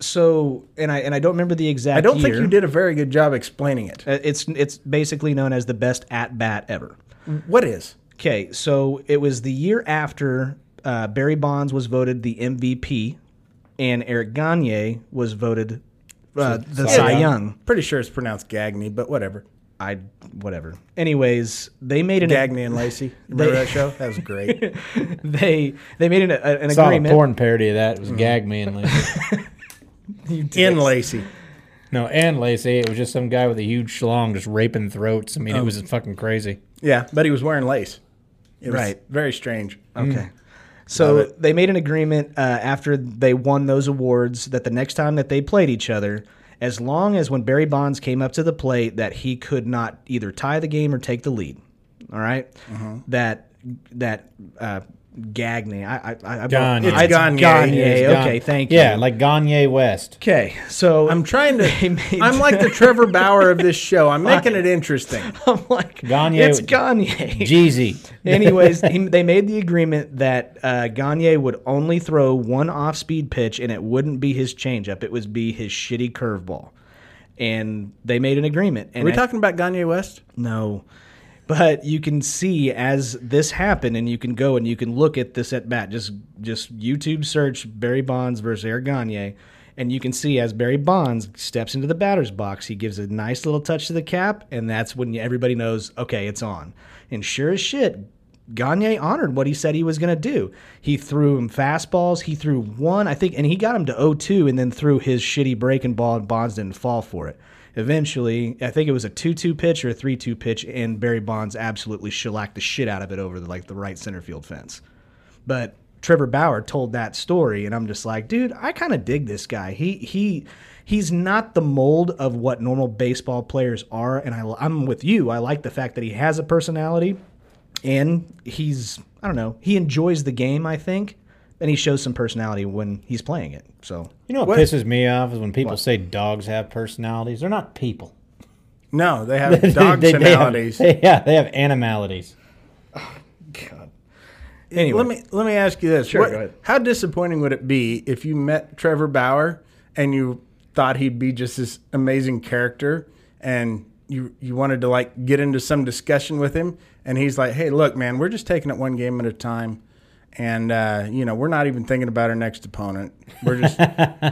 [SPEAKER 1] So, and I and I don't remember the exact.
[SPEAKER 3] I don't think
[SPEAKER 1] year.
[SPEAKER 3] you did a very good job explaining it.
[SPEAKER 1] Uh, It's it's basically known as the best at bat ever.
[SPEAKER 3] What is?
[SPEAKER 1] Okay, so it was the year after uh, Barry Bonds was voted the MVP, and Eric Gagne was voted uh, the Cy
[SPEAKER 3] Young.
[SPEAKER 1] Young.
[SPEAKER 3] Pretty sure it's pronounced Gagney, but whatever.
[SPEAKER 1] I whatever. Anyways, they made an
[SPEAKER 3] Gagney and Lacey. Remember
[SPEAKER 1] They-
[SPEAKER 3] that show? That was great.
[SPEAKER 1] they they made an, a, an
[SPEAKER 2] Saw a
[SPEAKER 1] agreement.
[SPEAKER 2] porn parody of that. It was gag me and Lacey.
[SPEAKER 3] in Lacey.
[SPEAKER 2] no, and Lacey. It was just some guy with a huge schlong just raping throats. I mean,
[SPEAKER 1] Oh.
[SPEAKER 2] it was crazy. crazy.
[SPEAKER 3] Yeah, but he was wearing lace. It was
[SPEAKER 1] Right.
[SPEAKER 3] Very strange.
[SPEAKER 1] Okay. So they made an agreement uh, after they won those awards that the next time that they played each other, as long as when Barry Bonds came up to the plate, that he could not either tie the game or take the lead. All right?
[SPEAKER 3] Uh-huh.
[SPEAKER 1] That that uh, Gagne, I, I, I, I
[SPEAKER 2] Gagne.
[SPEAKER 1] I-
[SPEAKER 3] It's Gagne.
[SPEAKER 1] Gagne.
[SPEAKER 3] It
[SPEAKER 2] It's
[SPEAKER 1] Okay,
[SPEAKER 2] Gagne.
[SPEAKER 1] thank you.
[SPEAKER 2] Yeah, like Gagne West.
[SPEAKER 1] okay. So
[SPEAKER 3] I'm trying to.
[SPEAKER 1] They made-
[SPEAKER 3] I'm like the Trevor Bauer of this show. I'm making it interesting.
[SPEAKER 1] I'm like
[SPEAKER 2] Gagne-
[SPEAKER 1] It's Gagne.
[SPEAKER 2] Jeezy.
[SPEAKER 1] Anyways, he, they made the agreement that uh, Gagne would only throw one off speed pitch and it wouldn't be his changeup. It would be his shitty curveball. And they made an agreement. And
[SPEAKER 3] Are we
[SPEAKER 1] I-
[SPEAKER 3] talking about Gagne West?
[SPEAKER 1] No. But you can see as this happened, and you can go and you can look at this at bat. Just just YouTube search Barry Bonds versus Eric Gagne, and you can see as Barry Bonds steps into the batter's box, he gives a nice little touch to the cap, and that's when everybody knows, okay, it's on. And sure as shit, Gagne honored what he said he was going to do. He threw him fastballs. He threw one, I think, and he got him to 0 2 and then threw his shitty breaking ball, and Bonds didn't fall for it. Eventually, I think it was a 2 2 pitch or a 3 2 pitch, and Barry Bonds absolutely shellacked the shit out of it over the, like the right center field fence. But Trevor Bauer told that story, and I'm just like, dude, I kind of dig this guy. He he he's not the mold of what normal baseball players are, and I, I'm with you. I like the fact that he has a personality, and he's I don't know, he enjoys the game, I think, and he shows some personality when he's playing it. So
[SPEAKER 2] You know what, pisses me off is when people say dogs have personalities. They're not people.
[SPEAKER 3] No, they have
[SPEAKER 2] They-
[SPEAKER 3] dog
[SPEAKER 2] they- they have-
[SPEAKER 3] personalities.
[SPEAKER 2] yeah, they have animalities.
[SPEAKER 1] God. Anyway,
[SPEAKER 3] Let me let me ask you this.
[SPEAKER 1] Sure,
[SPEAKER 3] What-
[SPEAKER 1] go ahead.
[SPEAKER 3] How disappointing would it be if you met Trevor Bauer and you thought he'd be just this amazing character and you you wanted to like get into some discussion with him and he's like, "Hey, look, man, we're just taking it one game at a time." And uh, you know we're not even thinking about our next opponent. We're just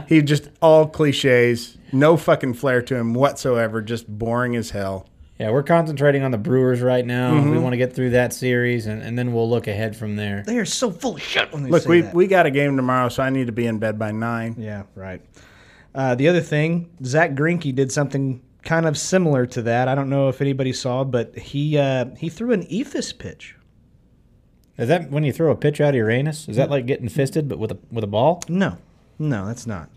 [SPEAKER 3] he just all cliches, no fucking flair to him whatsoever. Just boring as hell.
[SPEAKER 2] Yeah, we're concentrating on the Brewers right now. We
[SPEAKER 1] Mm-hmm.
[SPEAKER 2] want to get through that series, and, and then we'll look ahead from there.
[SPEAKER 1] they are so full of shit when they
[SPEAKER 3] Look,
[SPEAKER 1] say
[SPEAKER 3] we
[SPEAKER 1] that.
[SPEAKER 3] we got a game tomorrow, so I need to be in bed by nine.
[SPEAKER 1] Yeah, right. Uh, the other thing, Zach Greinke did something kind of similar to that. I don't know if anybody saw, but he uh, he threw an ephus pitch.
[SPEAKER 2] Is that when you throw a pitch out of your anus? Is that like getting fisted, but with a with a ball?
[SPEAKER 1] No, no, that's not.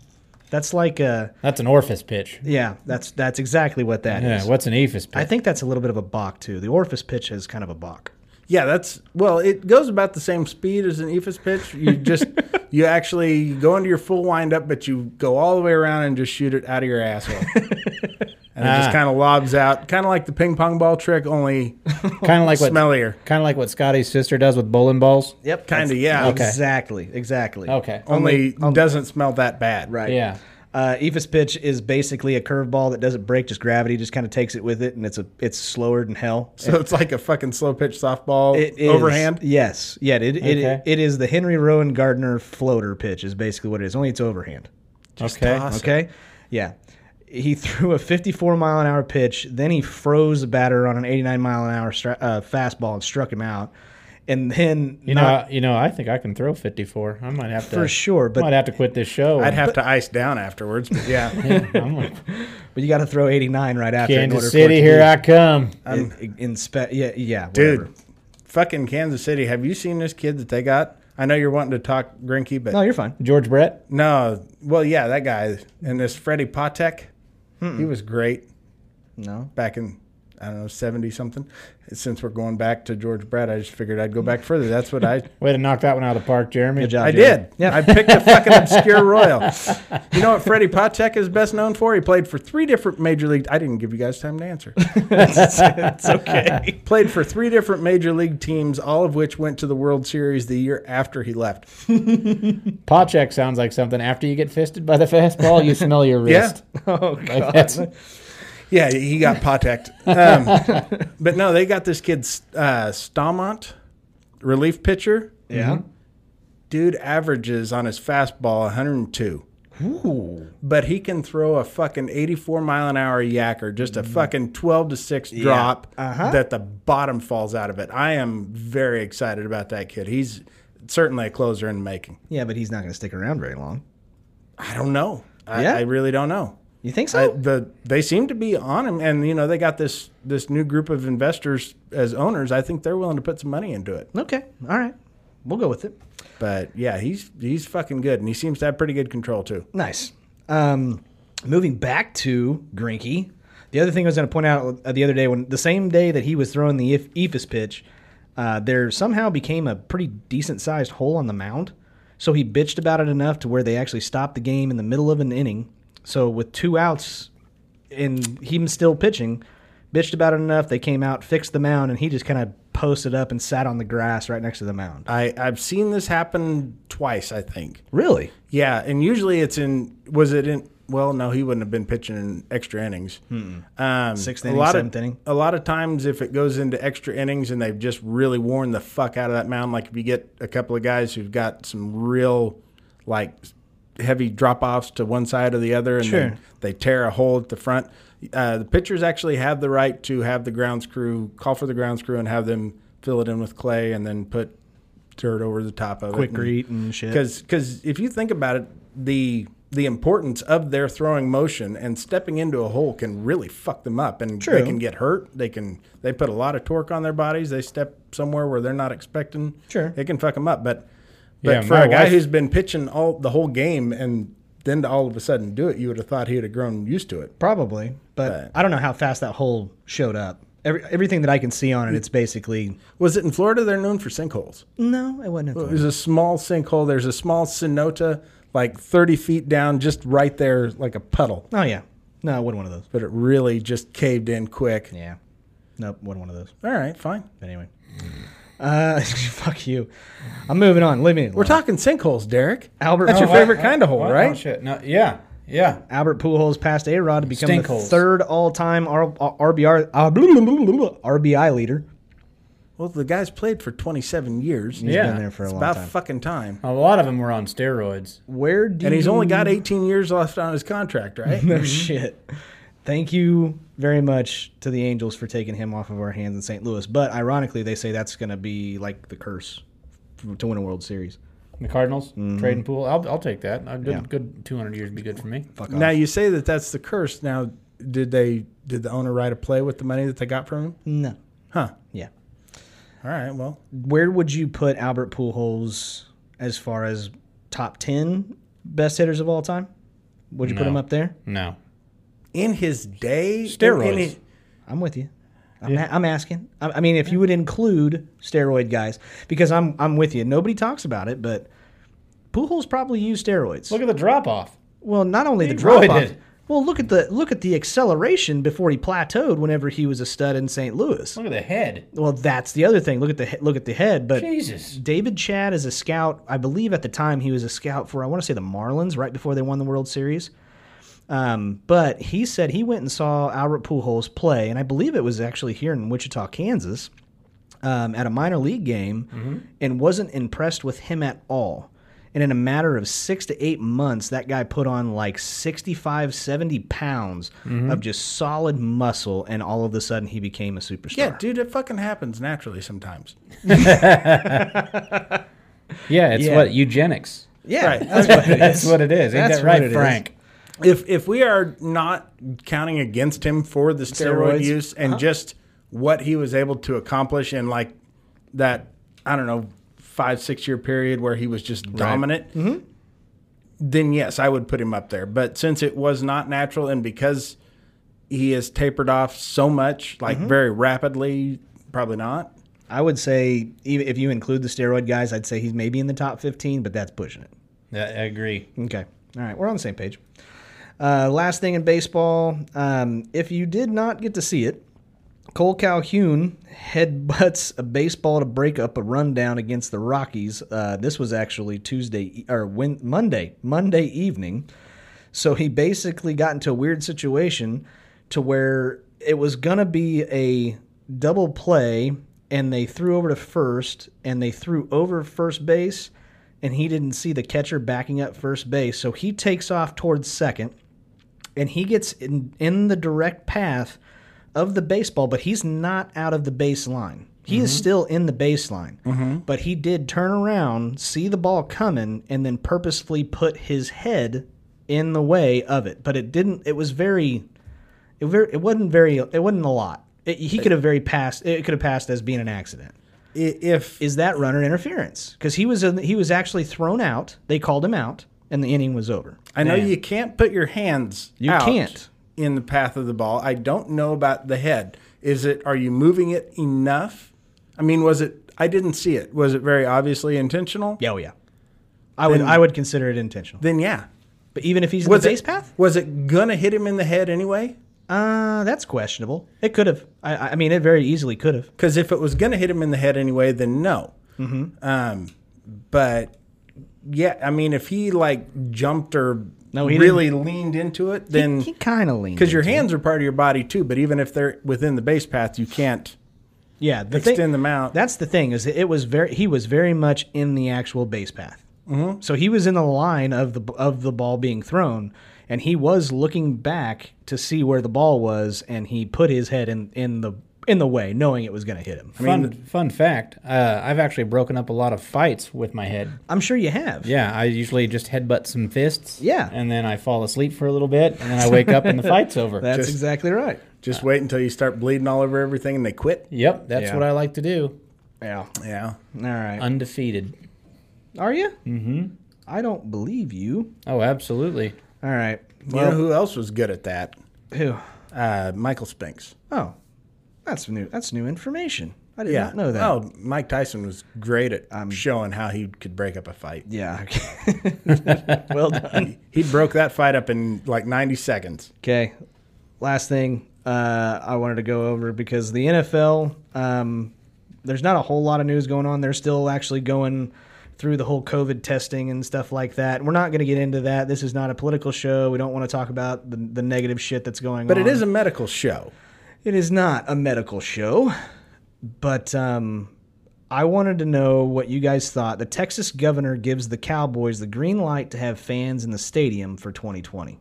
[SPEAKER 1] That's like uh
[SPEAKER 2] That's an orifice pitch.
[SPEAKER 1] yeah, that's that's exactly what that is.
[SPEAKER 2] Yeah, what's an ephus pitch?
[SPEAKER 1] I think that's a little bit of a balk too. The orifice pitch is kind of a balk.
[SPEAKER 3] Yeah, that's well. It goes about the same speed as an Ephus pitch. You just you actually go into your full windup, but you go all the way around and just shoot it out of your asshole, and it
[SPEAKER 2] Ah.
[SPEAKER 3] just kind of lobs out, kind of like the ping pong ball trick, only
[SPEAKER 2] kind of like what
[SPEAKER 3] smellier.
[SPEAKER 2] kind of like what Scotty's sister does with bowling balls.
[SPEAKER 1] Yep,
[SPEAKER 3] Kinda,
[SPEAKER 1] that's-
[SPEAKER 3] yeah.
[SPEAKER 2] Okay.
[SPEAKER 1] exactly, exactly.
[SPEAKER 2] Okay.
[SPEAKER 3] Only, doesn't smell that bad.
[SPEAKER 1] Right.
[SPEAKER 2] Yeah.
[SPEAKER 1] Uh, Ephus pitch is basically a curveball that doesn't break, just gravity just kind of takes it with it, and it's a it's slower than hell.
[SPEAKER 3] So it's like a fucking slow pitch softball
[SPEAKER 1] It is-
[SPEAKER 3] overhand.
[SPEAKER 1] Yes. Yeah. It, it,
[SPEAKER 2] Okay.
[SPEAKER 1] it is the Henry Rowan Gardner floater pitch is basically what it is. Only it's overhand.
[SPEAKER 2] okay.
[SPEAKER 3] toss.
[SPEAKER 1] Okay. Yeah. He threw a 54 mile an hour pitch. Then he froze the batter on an 89 mile an hour stra- uh, fastball and struck him out. And then
[SPEAKER 2] You know,
[SPEAKER 1] not
[SPEAKER 2] I, you know, I think I can throw 54. I might have to
[SPEAKER 1] for sure,
[SPEAKER 2] might
[SPEAKER 1] but
[SPEAKER 2] have to quit this show.
[SPEAKER 3] I'd have to ice down afterwards, but yeah,
[SPEAKER 2] I'm like,
[SPEAKER 1] but you got to throw 89 right after. in order
[SPEAKER 2] Kansas
[SPEAKER 1] for it
[SPEAKER 2] City,
[SPEAKER 1] to
[SPEAKER 2] here
[SPEAKER 1] be-
[SPEAKER 2] I come.
[SPEAKER 1] in, in spe- yeah, yeah,
[SPEAKER 3] dude,
[SPEAKER 1] whatever.
[SPEAKER 3] fucking Kansas City. Have you seen this kid that they got? I know you're wanting to talk Grinky, but
[SPEAKER 1] No, you're fine.
[SPEAKER 2] George Brett.
[SPEAKER 3] No, well, yeah, that guy and this Freddie Patek, he was great
[SPEAKER 1] No,
[SPEAKER 3] back in I don't know seventy something. Since we're going back to George Brett, I just figured I'd go back further. That's what I
[SPEAKER 2] Way to knock that one out of the park, Jeremy.
[SPEAKER 1] Good job.
[SPEAKER 3] I
[SPEAKER 1] Jerry.
[SPEAKER 3] did.
[SPEAKER 1] Yeah.
[SPEAKER 3] I picked a fucking obscure royal. You know what Freddie Patek is best known for? He played for three different major league. I didn't give you guys time to answer.
[SPEAKER 1] it's okay.
[SPEAKER 3] played for three different major league teams, all of which went to the World Series the year after he left.
[SPEAKER 2] Pawcheck sounds like something. After you get fisted by the fastball, you smell your
[SPEAKER 3] Yeah.
[SPEAKER 2] wrist.
[SPEAKER 1] oh
[SPEAKER 2] Like,
[SPEAKER 1] god.
[SPEAKER 2] that's-
[SPEAKER 3] Yeah, he got poteked. Um, but no, they got this kid uh, Stamont, relief pitcher.
[SPEAKER 1] Yeah.
[SPEAKER 3] Dude averages on his fastball 102,
[SPEAKER 1] Ooh.
[SPEAKER 3] but he can throw a fucking 84 mile an hour yacker, just a fucking 12 to 6 drop
[SPEAKER 1] Mm-hmm. Uh-huh.
[SPEAKER 3] that the bottom falls out of it. I am very excited about that kid. He's certainly a closer in the making.
[SPEAKER 1] Yeah, but he's not going to stick around very long.
[SPEAKER 3] I don't know. I,
[SPEAKER 1] Yeah.
[SPEAKER 3] I really don't know.
[SPEAKER 1] You think so?
[SPEAKER 3] I, the they seem to be on him, and you know they got this this new group of investors as owners. I think they're willing to put some money into it.
[SPEAKER 1] Okay. All right. We'll go with it.
[SPEAKER 3] But yeah, he's he's fucking good, and he seems to have pretty good control too.
[SPEAKER 1] Nice. Um, moving back to Grinky, the other thing I was going to point out uh, the other day, when the same day that he was throwing the if- Ephus pitch, uh, there somehow became a pretty decent sized hole on the mound. So he bitched about it enough to where they actually stopped the game in the middle of an inning. So with two outs and him still pitching, bitched about it enough, they came out, fixed the mound, and he just kind of posted up and sat on the grass right next to the mound.
[SPEAKER 3] I I've seen this happen twice. I think.
[SPEAKER 1] Really?
[SPEAKER 3] Yeah, and usually it's in was it in well no he wouldn't have been pitching in extra innings. Um,
[SPEAKER 1] Hmm. Sixth
[SPEAKER 3] a
[SPEAKER 1] inning,
[SPEAKER 3] lot of-
[SPEAKER 1] seventh inning.
[SPEAKER 3] A lot of times if it goes into extra innings and they've just really worn the fuck out of that mound, like if you get a couple of guys who've got some real like heavy drop offs to one side or the other, and
[SPEAKER 1] Sure.
[SPEAKER 3] then they tear a hole at the front. Uh, the pitchers actually have the right to have the grounds crew call for the grounds crew and have them fill it in with clay, and then put dirt over the top of
[SPEAKER 1] Quick
[SPEAKER 3] it.
[SPEAKER 1] greet and shit.
[SPEAKER 3] Because if you think about it, the the importance of their throwing motion and stepping into a hole can really fuck them up, and
[SPEAKER 1] True.
[SPEAKER 3] they can get hurt. They can they put a lot of torque on their bodies. They step somewhere where they're not expecting.
[SPEAKER 1] Sure.
[SPEAKER 3] it can fuck them up. But but
[SPEAKER 2] Yeah,
[SPEAKER 3] for
[SPEAKER 2] my
[SPEAKER 3] a guy
[SPEAKER 2] wife-
[SPEAKER 3] who's been pitching all the whole game and then to all of a sudden do it, you would have thought he would have grown used to it.
[SPEAKER 1] Probably, but
[SPEAKER 3] But-
[SPEAKER 1] I don't know how fast that hole showed up. Every, everything that I can see on it, it's basically
[SPEAKER 3] Was it in Florida? They're known for sinkholes.
[SPEAKER 1] no. It wasn't. a thing.
[SPEAKER 3] There's a small sinkhole. There's a small cenote, like 30 feet down, just right there, like a puddle.
[SPEAKER 1] Oh yeah, no, it wasn't one of those.
[SPEAKER 3] But it really just caved in quick.
[SPEAKER 1] Yeah, nope, wasn't one of those.
[SPEAKER 3] All right, fine.
[SPEAKER 1] But anyway, uh, fuck you. I'm moving on. Leave me.
[SPEAKER 3] We're talking sinkholes, Derek.
[SPEAKER 1] Albert.
[SPEAKER 3] That's your
[SPEAKER 1] Pujols-
[SPEAKER 3] favorite kind of hole,
[SPEAKER 2] What?
[SPEAKER 3] right?
[SPEAKER 2] Oh, shit. No, yeah. Yeah.
[SPEAKER 1] Albert Pujols passed A Rod to become the
[SPEAKER 2] Stinkholes.
[SPEAKER 1] third all-time R- R- RBR uh, blah, blah, blah, blah, blah, RBI leader.
[SPEAKER 3] Well, the guy's played for 27 years.
[SPEAKER 1] He's
[SPEAKER 2] Yeah,
[SPEAKER 1] been there for a
[SPEAKER 3] It's
[SPEAKER 1] long
[SPEAKER 3] about
[SPEAKER 1] time.
[SPEAKER 3] fucking time.
[SPEAKER 2] A lot of them were on steroids.
[SPEAKER 1] Where do
[SPEAKER 3] And he's
[SPEAKER 1] you-
[SPEAKER 3] only got 18 years left on his contract, right?
[SPEAKER 1] No shit. Thank you very much to the Angels for taking him off of our hands in St. Louis. But ironically, they say that's going to be like the curse f- to win a World Series.
[SPEAKER 2] The Cardinals trading pool. I'll, I'll take that. A good,
[SPEAKER 1] Mm-hmm. Yeah.
[SPEAKER 2] good 200 years would be good for me.
[SPEAKER 1] Fuck off.
[SPEAKER 3] now you say that that's the curse. Now, did they did the owner write a play with the money that they got from him?
[SPEAKER 1] no.
[SPEAKER 3] Huh.
[SPEAKER 1] Yeah.
[SPEAKER 3] All right. Well,
[SPEAKER 1] Where would you put Albert Pujols as far as top 10 best hitters of all time? Would you put
[SPEAKER 2] No.
[SPEAKER 1] him up there?
[SPEAKER 2] No.
[SPEAKER 3] in his day, in- in
[SPEAKER 2] Steroids.
[SPEAKER 3] his-
[SPEAKER 1] I'm with you. I'm, a- I'm asking. I, I mean, if you would include steroid guys, because I'm I'm with you. Nobody talks about it, but Pujols probably used steroids.
[SPEAKER 2] Look at the drop off.
[SPEAKER 1] Well, not only the
[SPEAKER 2] He
[SPEAKER 1] drop
[SPEAKER 2] really
[SPEAKER 1] off.
[SPEAKER 2] did.
[SPEAKER 1] Well, look at the look at the acceleration before he plateaued. Whenever he was a stud in St. Louis.
[SPEAKER 2] Look at the head.
[SPEAKER 1] Well, that's the other thing. Look at the he- look at the head. But
[SPEAKER 2] Jesus.
[SPEAKER 1] David Chad is a scout. I believe at the time he was a scout for I want to say the Marlins right before they won the World Series. Um, but he said he went and saw Albert Pujols play, and I believe it was actually here in Wichita, Kansas, um, at a minor league game,
[SPEAKER 2] Mm-hmm.
[SPEAKER 1] and wasn't impressed with him at all. And in a matter of six to eight months, that guy put on like 65, 70 pounds
[SPEAKER 2] Mm-hmm.
[SPEAKER 1] of just solid muscle, and all of a sudden he became a superstar.
[SPEAKER 3] yeah, dude, it fucking happens naturally sometimes.
[SPEAKER 2] Yeah, it's
[SPEAKER 1] Yeah.
[SPEAKER 2] what? Eugenics.
[SPEAKER 1] yeah.
[SPEAKER 3] Right.
[SPEAKER 1] that's
[SPEAKER 3] Okay.
[SPEAKER 1] what it
[SPEAKER 2] That's
[SPEAKER 1] is.
[SPEAKER 2] what it is. Ain't
[SPEAKER 1] That's
[SPEAKER 2] that
[SPEAKER 1] what
[SPEAKER 2] right,
[SPEAKER 1] it is.
[SPEAKER 2] Frank?
[SPEAKER 3] If if we are not counting against him for the steroid
[SPEAKER 1] Steroids.
[SPEAKER 3] use and just what he was able to accomplish in like that, I don't know, five six year period where he was just dominant. Then yes, I would put him up there. But since it was not natural and because he has tapered off so much, like very rapidly, probably not.
[SPEAKER 1] I would say, even if you include the steroid guys, I'd say he's maybe in the top 15, but that's pushing it.
[SPEAKER 2] Yeah, I agree.
[SPEAKER 1] Okay. All right. We're on the same page. Uh, last thing in baseball um, if you did not get to see it, Cole Calhoun headbutts a baseball to break up a rundown against the Rockies. Uh, this was actually Tuesday e, or when, Monday, Monday evening. So he basically got into a weird situation to where it was going to be a double play and they threw over to first and they threw over first base and he didn't see the catcher backing up first base. So he takes off towards second and he gets in, in the direct path of the baseball, but he's not out of the baseline. He is still in the baseline, but he did turn around, see the ball coming, and then purposefully put his head in the way of it. But it didn't. It was very. It, very, it wasn't very. It wasn't a lot. It, he could have very passed. It could have passed as being an accident
[SPEAKER 3] I- If
[SPEAKER 1] is that runner interference because he was in, he was actually thrown out. They called him out, and the inning was over.
[SPEAKER 3] I know you can't put your hands
[SPEAKER 1] You
[SPEAKER 3] out
[SPEAKER 1] can't.
[SPEAKER 3] in the path of the ball. I don't know about the head. Is it are you moving it enough? I mean, was it I didn't see it. Was it very obviously intentional?
[SPEAKER 1] Yeah, oh yeah. I would I would consider it intentional.
[SPEAKER 3] Then yeah.
[SPEAKER 1] but even if he's in the
[SPEAKER 3] Was
[SPEAKER 1] base
[SPEAKER 3] it,
[SPEAKER 1] path,
[SPEAKER 3] Was it gonna hit him in the head anyway?
[SPEAKER 1] uh, that's questionable. It could have. I, I mean, it very easily could have.
[SPEAKER 3] Because if it was gonna hit him in the head anyway, then no. Mm-hmm. Um, but yeah, I mean, if he like jumped or
[SPEAKER 1] No, he
[SPEAKER 3] really leaned into it, then
[SPEAKER 1] He kind of leaned
[SPEAKER 3] because your
[SPEAKER 1] into it.
[SPEAKER 3] hands are part of your body too. But even if they're within the base path, you can't.
[SPEAKER 1] yeah the
[SPEAKER 3] extend them out.
[SPEAKER 1] That's the thing is it was very he was very much in the actual base path. Mm-hmm. So he was in the line of the of the ball being thrown, and he was looking back to see where the ball was, and he put his head in in the in the way, knowing it was going to hit him.
[SPEAKER 2] fun, fun fact: uh, I've actually broken up a lot of fights with my head.
[SPEAKER 1] I'm sure you have.
[SPEAKER 2] Yeah, I usually just headbutt some fists.
[SPEAKER 1] Yeah.
[SPEAKER 2] and then I fall asleep for a little bit, and then I wake up and the fight's over.
[SPEAKER 1] That's
[SPEAKER 3] Just-
[SPEAKER 1] exactly right.
[SPEAKER 3] Just wait until you start bleeding all over everything and they quit.
[SPEAKER 2] yep, that's
[SPEAKER 1] Yeah.
[SPEAKER 2] what I like to do.
[SPEAKER 1] Yeah.
[SPEAKER 3] Yeah.
[SPEAKER 1] All right.
[SPEAKER 2] Undefeated.
[SPEAKER 1] Are you? Mm-hmm. I don't believe you.
[SPEAKER 2] Oh, absolutely.
[SPEAKER 1] All right.
[SPEAKER 3] you
[SPEAKER 1] Well,
[SPEAKER 3] know who else was good at that?
[SPEAKER 1] who?
[SPEAKER 3] Uh, Michael Spinks.
[SPEAKER 1] Oh, that's new. That's new information. I did
[SPEAKER 3] Yeah.
[SPEAKER 1] not know that.
[SPEAKER 3] Oh, Mike Tyson was great at showing how he could break up a fight.
[SPEAKER 1] Yeah. well done.
[SPEAKER 3] He broke that fight up in like 90 seconds.
[SPEAKER 1] Okay. Last thing uh, I wanted to go over because the NFL, um, there's not a whole lot of news going on. They're still actually going through the whole COVID testing and stuff like that. We're not going to get into that. This is not a political show. We don't want to talk about the, the negative shit that's going
[SPEAKER 3] But
[SPEAKER 1] on.
[SPEAKER 3] it is a medical show.
[SPEAKER 1] It is not a medical show, but um, I wanted to know what you guys thought. The Texas governor gives the Cowboys the green light to have fans in the stadium for 2020.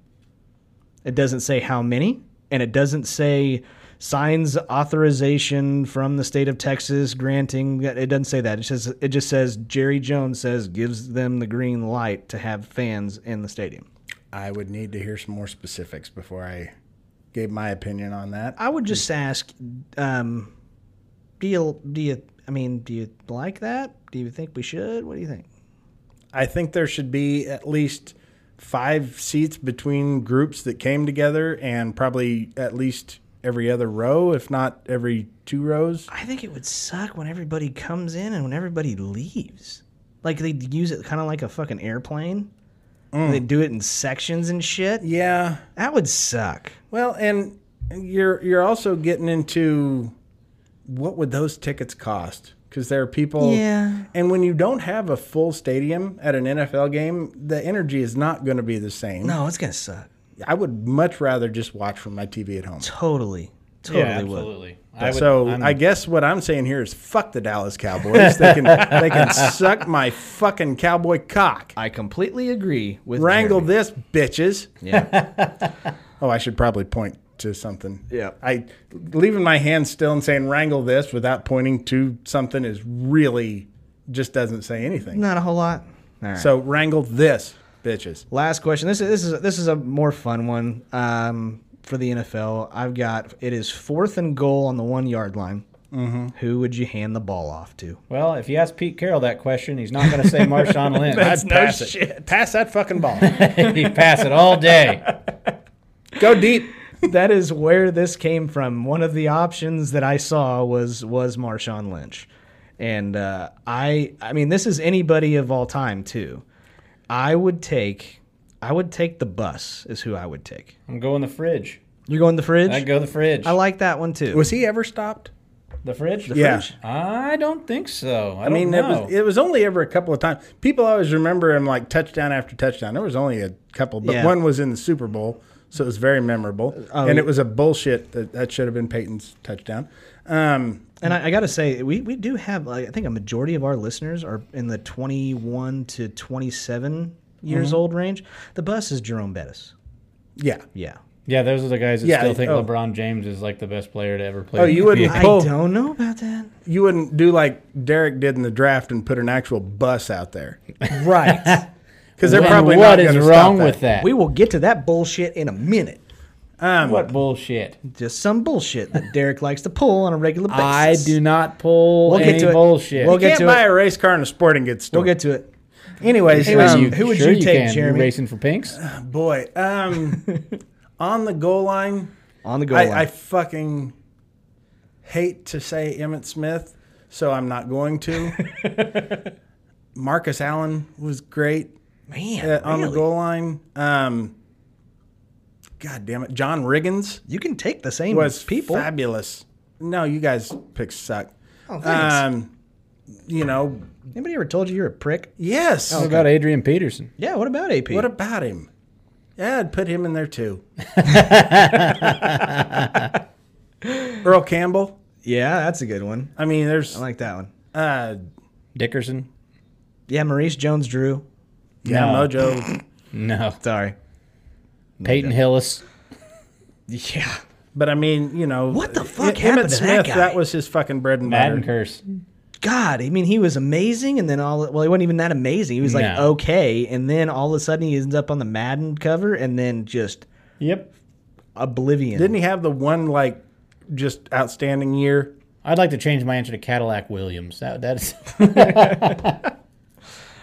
[SPEAKER 1] It doesn't say how many, and it doesn't say signs authorization from the state of Texas granting. It doesn't say that. It says it just says Jerry Jones says gives them the green light to have fans in the stadium.
[SPEAKER 3] I would need to hear some more specifics before I gave my opinion on that.
[SPEAKER 1] I would just ask, um, do you do you? I mean, do you like that? Do you think we should? What do you think?
[SPEAKER 3] I think there should be at least five seats between groups that came together and probably at least every other row, if not every two rows.
[SPEAKER 1] I think it would suck when everybody comes in and when everybody leaves. Like they use it kind of like a fucking airplane. They do it in sections and shit.
[SPEAKER 3] Yeah.
[SPEAKER 1] That would suck.
[SPEAKER 3] Well, and you're you're also getting into what would those tickets cost? Because there are people,
[SPEAKER 1] Yeah.
[SPEAKER 3] And when you don't have a full stadium at an NFL game, the energy is not going to be the same.
[SPEAKER 1] No, it's gonna suck.
[SPEAKER 3] I would much rather just watch from my TV at home.
[SPEAKER 1] Totally, totally
[SPEAKER 2] yeah,
[SPEAKER 1] would.
[SPEAKER 2] Oh, absolutely. I would,
[SPEAKER 3] so
[SPEAKER 2] I'm-
[SPEAKER 3] i guess what I'm saying here is fuck the Dallas Cowboys. they can they can suck my fucking cowboy cock.
[SPEAKER 1] I completely agree with
[SPEAKER 3] Wrangle
[SPEAKER 1] Jeremy.
[SPEAKER 3] this, bitches.
[SPEAKER 1] Yeah,
[SPEAKER 3] Oh, I should probably point to something.
[SPEAKER 1] Yeah.
[SPEAKER 3] I leaving my hand still and saying wrangle this without pointing to something is really just doesn't say anything.
[SPEAKER 1] not a whole lot. All right.
[SPEAKER 3] So wrangle this, bitches.
[SPEAKER 1] Last question. This is this is this is a more fun one um, for the NFL. I've got it is fourth and goal on the one yard line. Mm-hmm. Who would you hand the ball off to?
[SPEAKER 2] well, if you ask Pete Carroll that question, he's not going to say Marshawn Lynch.
[SPEAKER 3] I'd pass it. Pass that fucking ball.
[SPEAKER 2] He'd pass it all day.
[SPEAKER 3] Go deep.
[SPEAKER 1] that is where this came from. One of the options that I saw was was Marshawn Lynch, and uh, I I mean this is anybody of all time too. I would take I would take the bus is who I would take.
[SPEAKER 2] I'm going the fridge.
[SPEAKER 1] You're going the fridge.
[SPEAKER 2] I'd go the fridge.
[SPEAKER 1] I like that one too.
[SPEAKER 3] Was he ever stopped?
[SPEAKER 2] the fridge. The
[SPEAKER 3] Yeah.
[SPEAKER 1] fridge?
[SPEAKER 2] I don't think so. I,
[SPEAKER 3] I mean, it
[SPEAKER 2] don't
[SPEAKER 1] Oh,
[SPEAKER 2] know.
[SPEAKER 3] was it was only ever a couple of times. People always remember him like touchdown after touchdown. There was only a couple, but
[SPEAKER 1] Yeah. Oh,
[SPEAKER 3] one was in the Super Bowl, so it was very memorable. and it was a bullshit that, that should have been Peyton's touchdown. Um,
[SPEAKER 1] And I, I got to say, we, we do have, like, I think a majority of our listeners are in the 21 to 27 years
[SPEAKER 3] Mm-hmm.
[SPEAKER 1] old range. The bus is Jerome Bettis.
[SPEAKER 3] yeah.
[SPEAKER 1] Yeah.
[SPEAKER 2] yeah, those are the guys that
[SPEAKER 3] Yeah,
[SPEAKER 2] still think
[SPEAKER 3] oh.
[SPEAKER 2] LeBron James is like the best player to ever play.
[SPEAKER 3] Oh,
[SPEAKER 2] in the
[SPEAKER 3] you wouldn't
[SPEAKER 2] NBA.
[SPEAKER 3] pull.
[SPEAKER 1] I don't know about that.
[SPEAKER 3] You wouldn't do like Derek did in the draft and put an actual bus out there
[SPEAKER 1] Right.
[SPEAKER 3] because they're
[SPEAKER 2] And
[SPEAKER 3] probably
[SPEAKER 2] what
[SPEAKER 3] not
[SPEAKER 2] is
[SPEAKER 3] gonna stop
[SPEAKER 2] wrong with that?
[SPEAKER 1] we will get to that bullshit in a minute.
[SPEAKER 2] what bullshit?
[SPEAKER 1] Just some bullshit that Derek likes to pull on a regular basis.
[SPEAKER 2] I do not pull
[SPEAKER 1] We'll get
[SPEAKER 2] any
[SPEAKER 1] to it.
[SPEAKER 2] bullshit.
[SPEAKER 1] We'll
[SPEAKER 3] You
[SPEAKER 1] get
[SPEAKER 3] can't
[SPEAKER 1] to
[SPEAKER 3] buy
[SPEAKER 1] it.
[SPEAKER 3] a race car in a sporting goods store.
[SPEAKER 1] We'll get to it.
[SPEAKER 3] Anyways,
[SPEAKER 1] Anyways,
[SPEAKER 3] um,
[SPEAKER 1] you- who would
[SPEAKER 2] Sure
[SPEAKER 1] you take,
[SPEAKER 2] can. You
[SPEAKER 1] Jeremy?
[SPEAKER 2] Racing for pinks?
[SPEAKER 3] boy, um, on the goal line.
[SPEAKER 1] On the go.
[SPEAKER 3] I,
[SPEAKER 1] line.
[SPEAKER 3] I fucking hate to say Emmett Smith, so I'm not going to. Marcus Allen was great
[SPEAKER 1] Man,
[SPEAKER 3] at, on the
[SPEAKER 1] really?
[SPEAKER 3] goal line. Um, God damn it, John Riggins
[SPEAKER 1] You can take the same
[SPEAKER 3] was
[SPEAKER 1] people.
[SPEAKER 3] fabulous. No, you guys picks suck.
[SPEAKER 1] Oh, thanks.
[SPEAKER 3] Um, you know,
[SPEAKER 1] Anybody ever told you you're a prick?
[SPEAKER 3] yes.
[SPEAKER 1] Oh,
[SPEAKER 2] What about Adrian Peterson?
[SPEAKER 1] Yeah, what about AP?
[SPEAKER 3] What about him? Yeah, I'd put him in there too. Earl Campbell.
[SPEAKER 1] yeah, that's a good one.
[SPEAKER 3] I mean, there's
[SPEAKER 1] I like that one.
[SPEAKER 3] uh,
[SPEAKER 2] Dickerson?
[SPEAKER 1] Yeah, Maurice Jones Drew.
[SPEAKER 3] yeah,
[SPEAKER 2] No.
[SPEAKER 3] Mojo.
[SPEAKER 2] No.
[SPEAKER 1] Sorry.
[SPEAKER 2] Peyton Hillis?
[SPEAKER 1] Yeah.
[SPEAKER 3] But I mean, you know,
[SPEAKER 1] What the fuck
[SPEAKER 3] Emmett
[SPEAKER 1] happened to that
[SPEAKER 3] Smith,
[SPEAKER 1] guy?
[SPEAKER 3] that was his fucking bread and butter.
[SPEAKER 2] Madden curse.
[SPEAKER 1] God, I mean, he was amazing, and then all well, he wasn't even that amazing. He was like
[SPEAKER 2] No.
[SPEAKER 1] okay, and then all of a sudden he ends up on the Madden cover, and then just
[SPEAKER 2] Yep.
[SPEAKER 1] oblivion.
[SPEAKER 3] Didn't he have the one like just outstanding year?
[SPEAKER 2] I'd like to change my answer to Cadillac Williams. That that's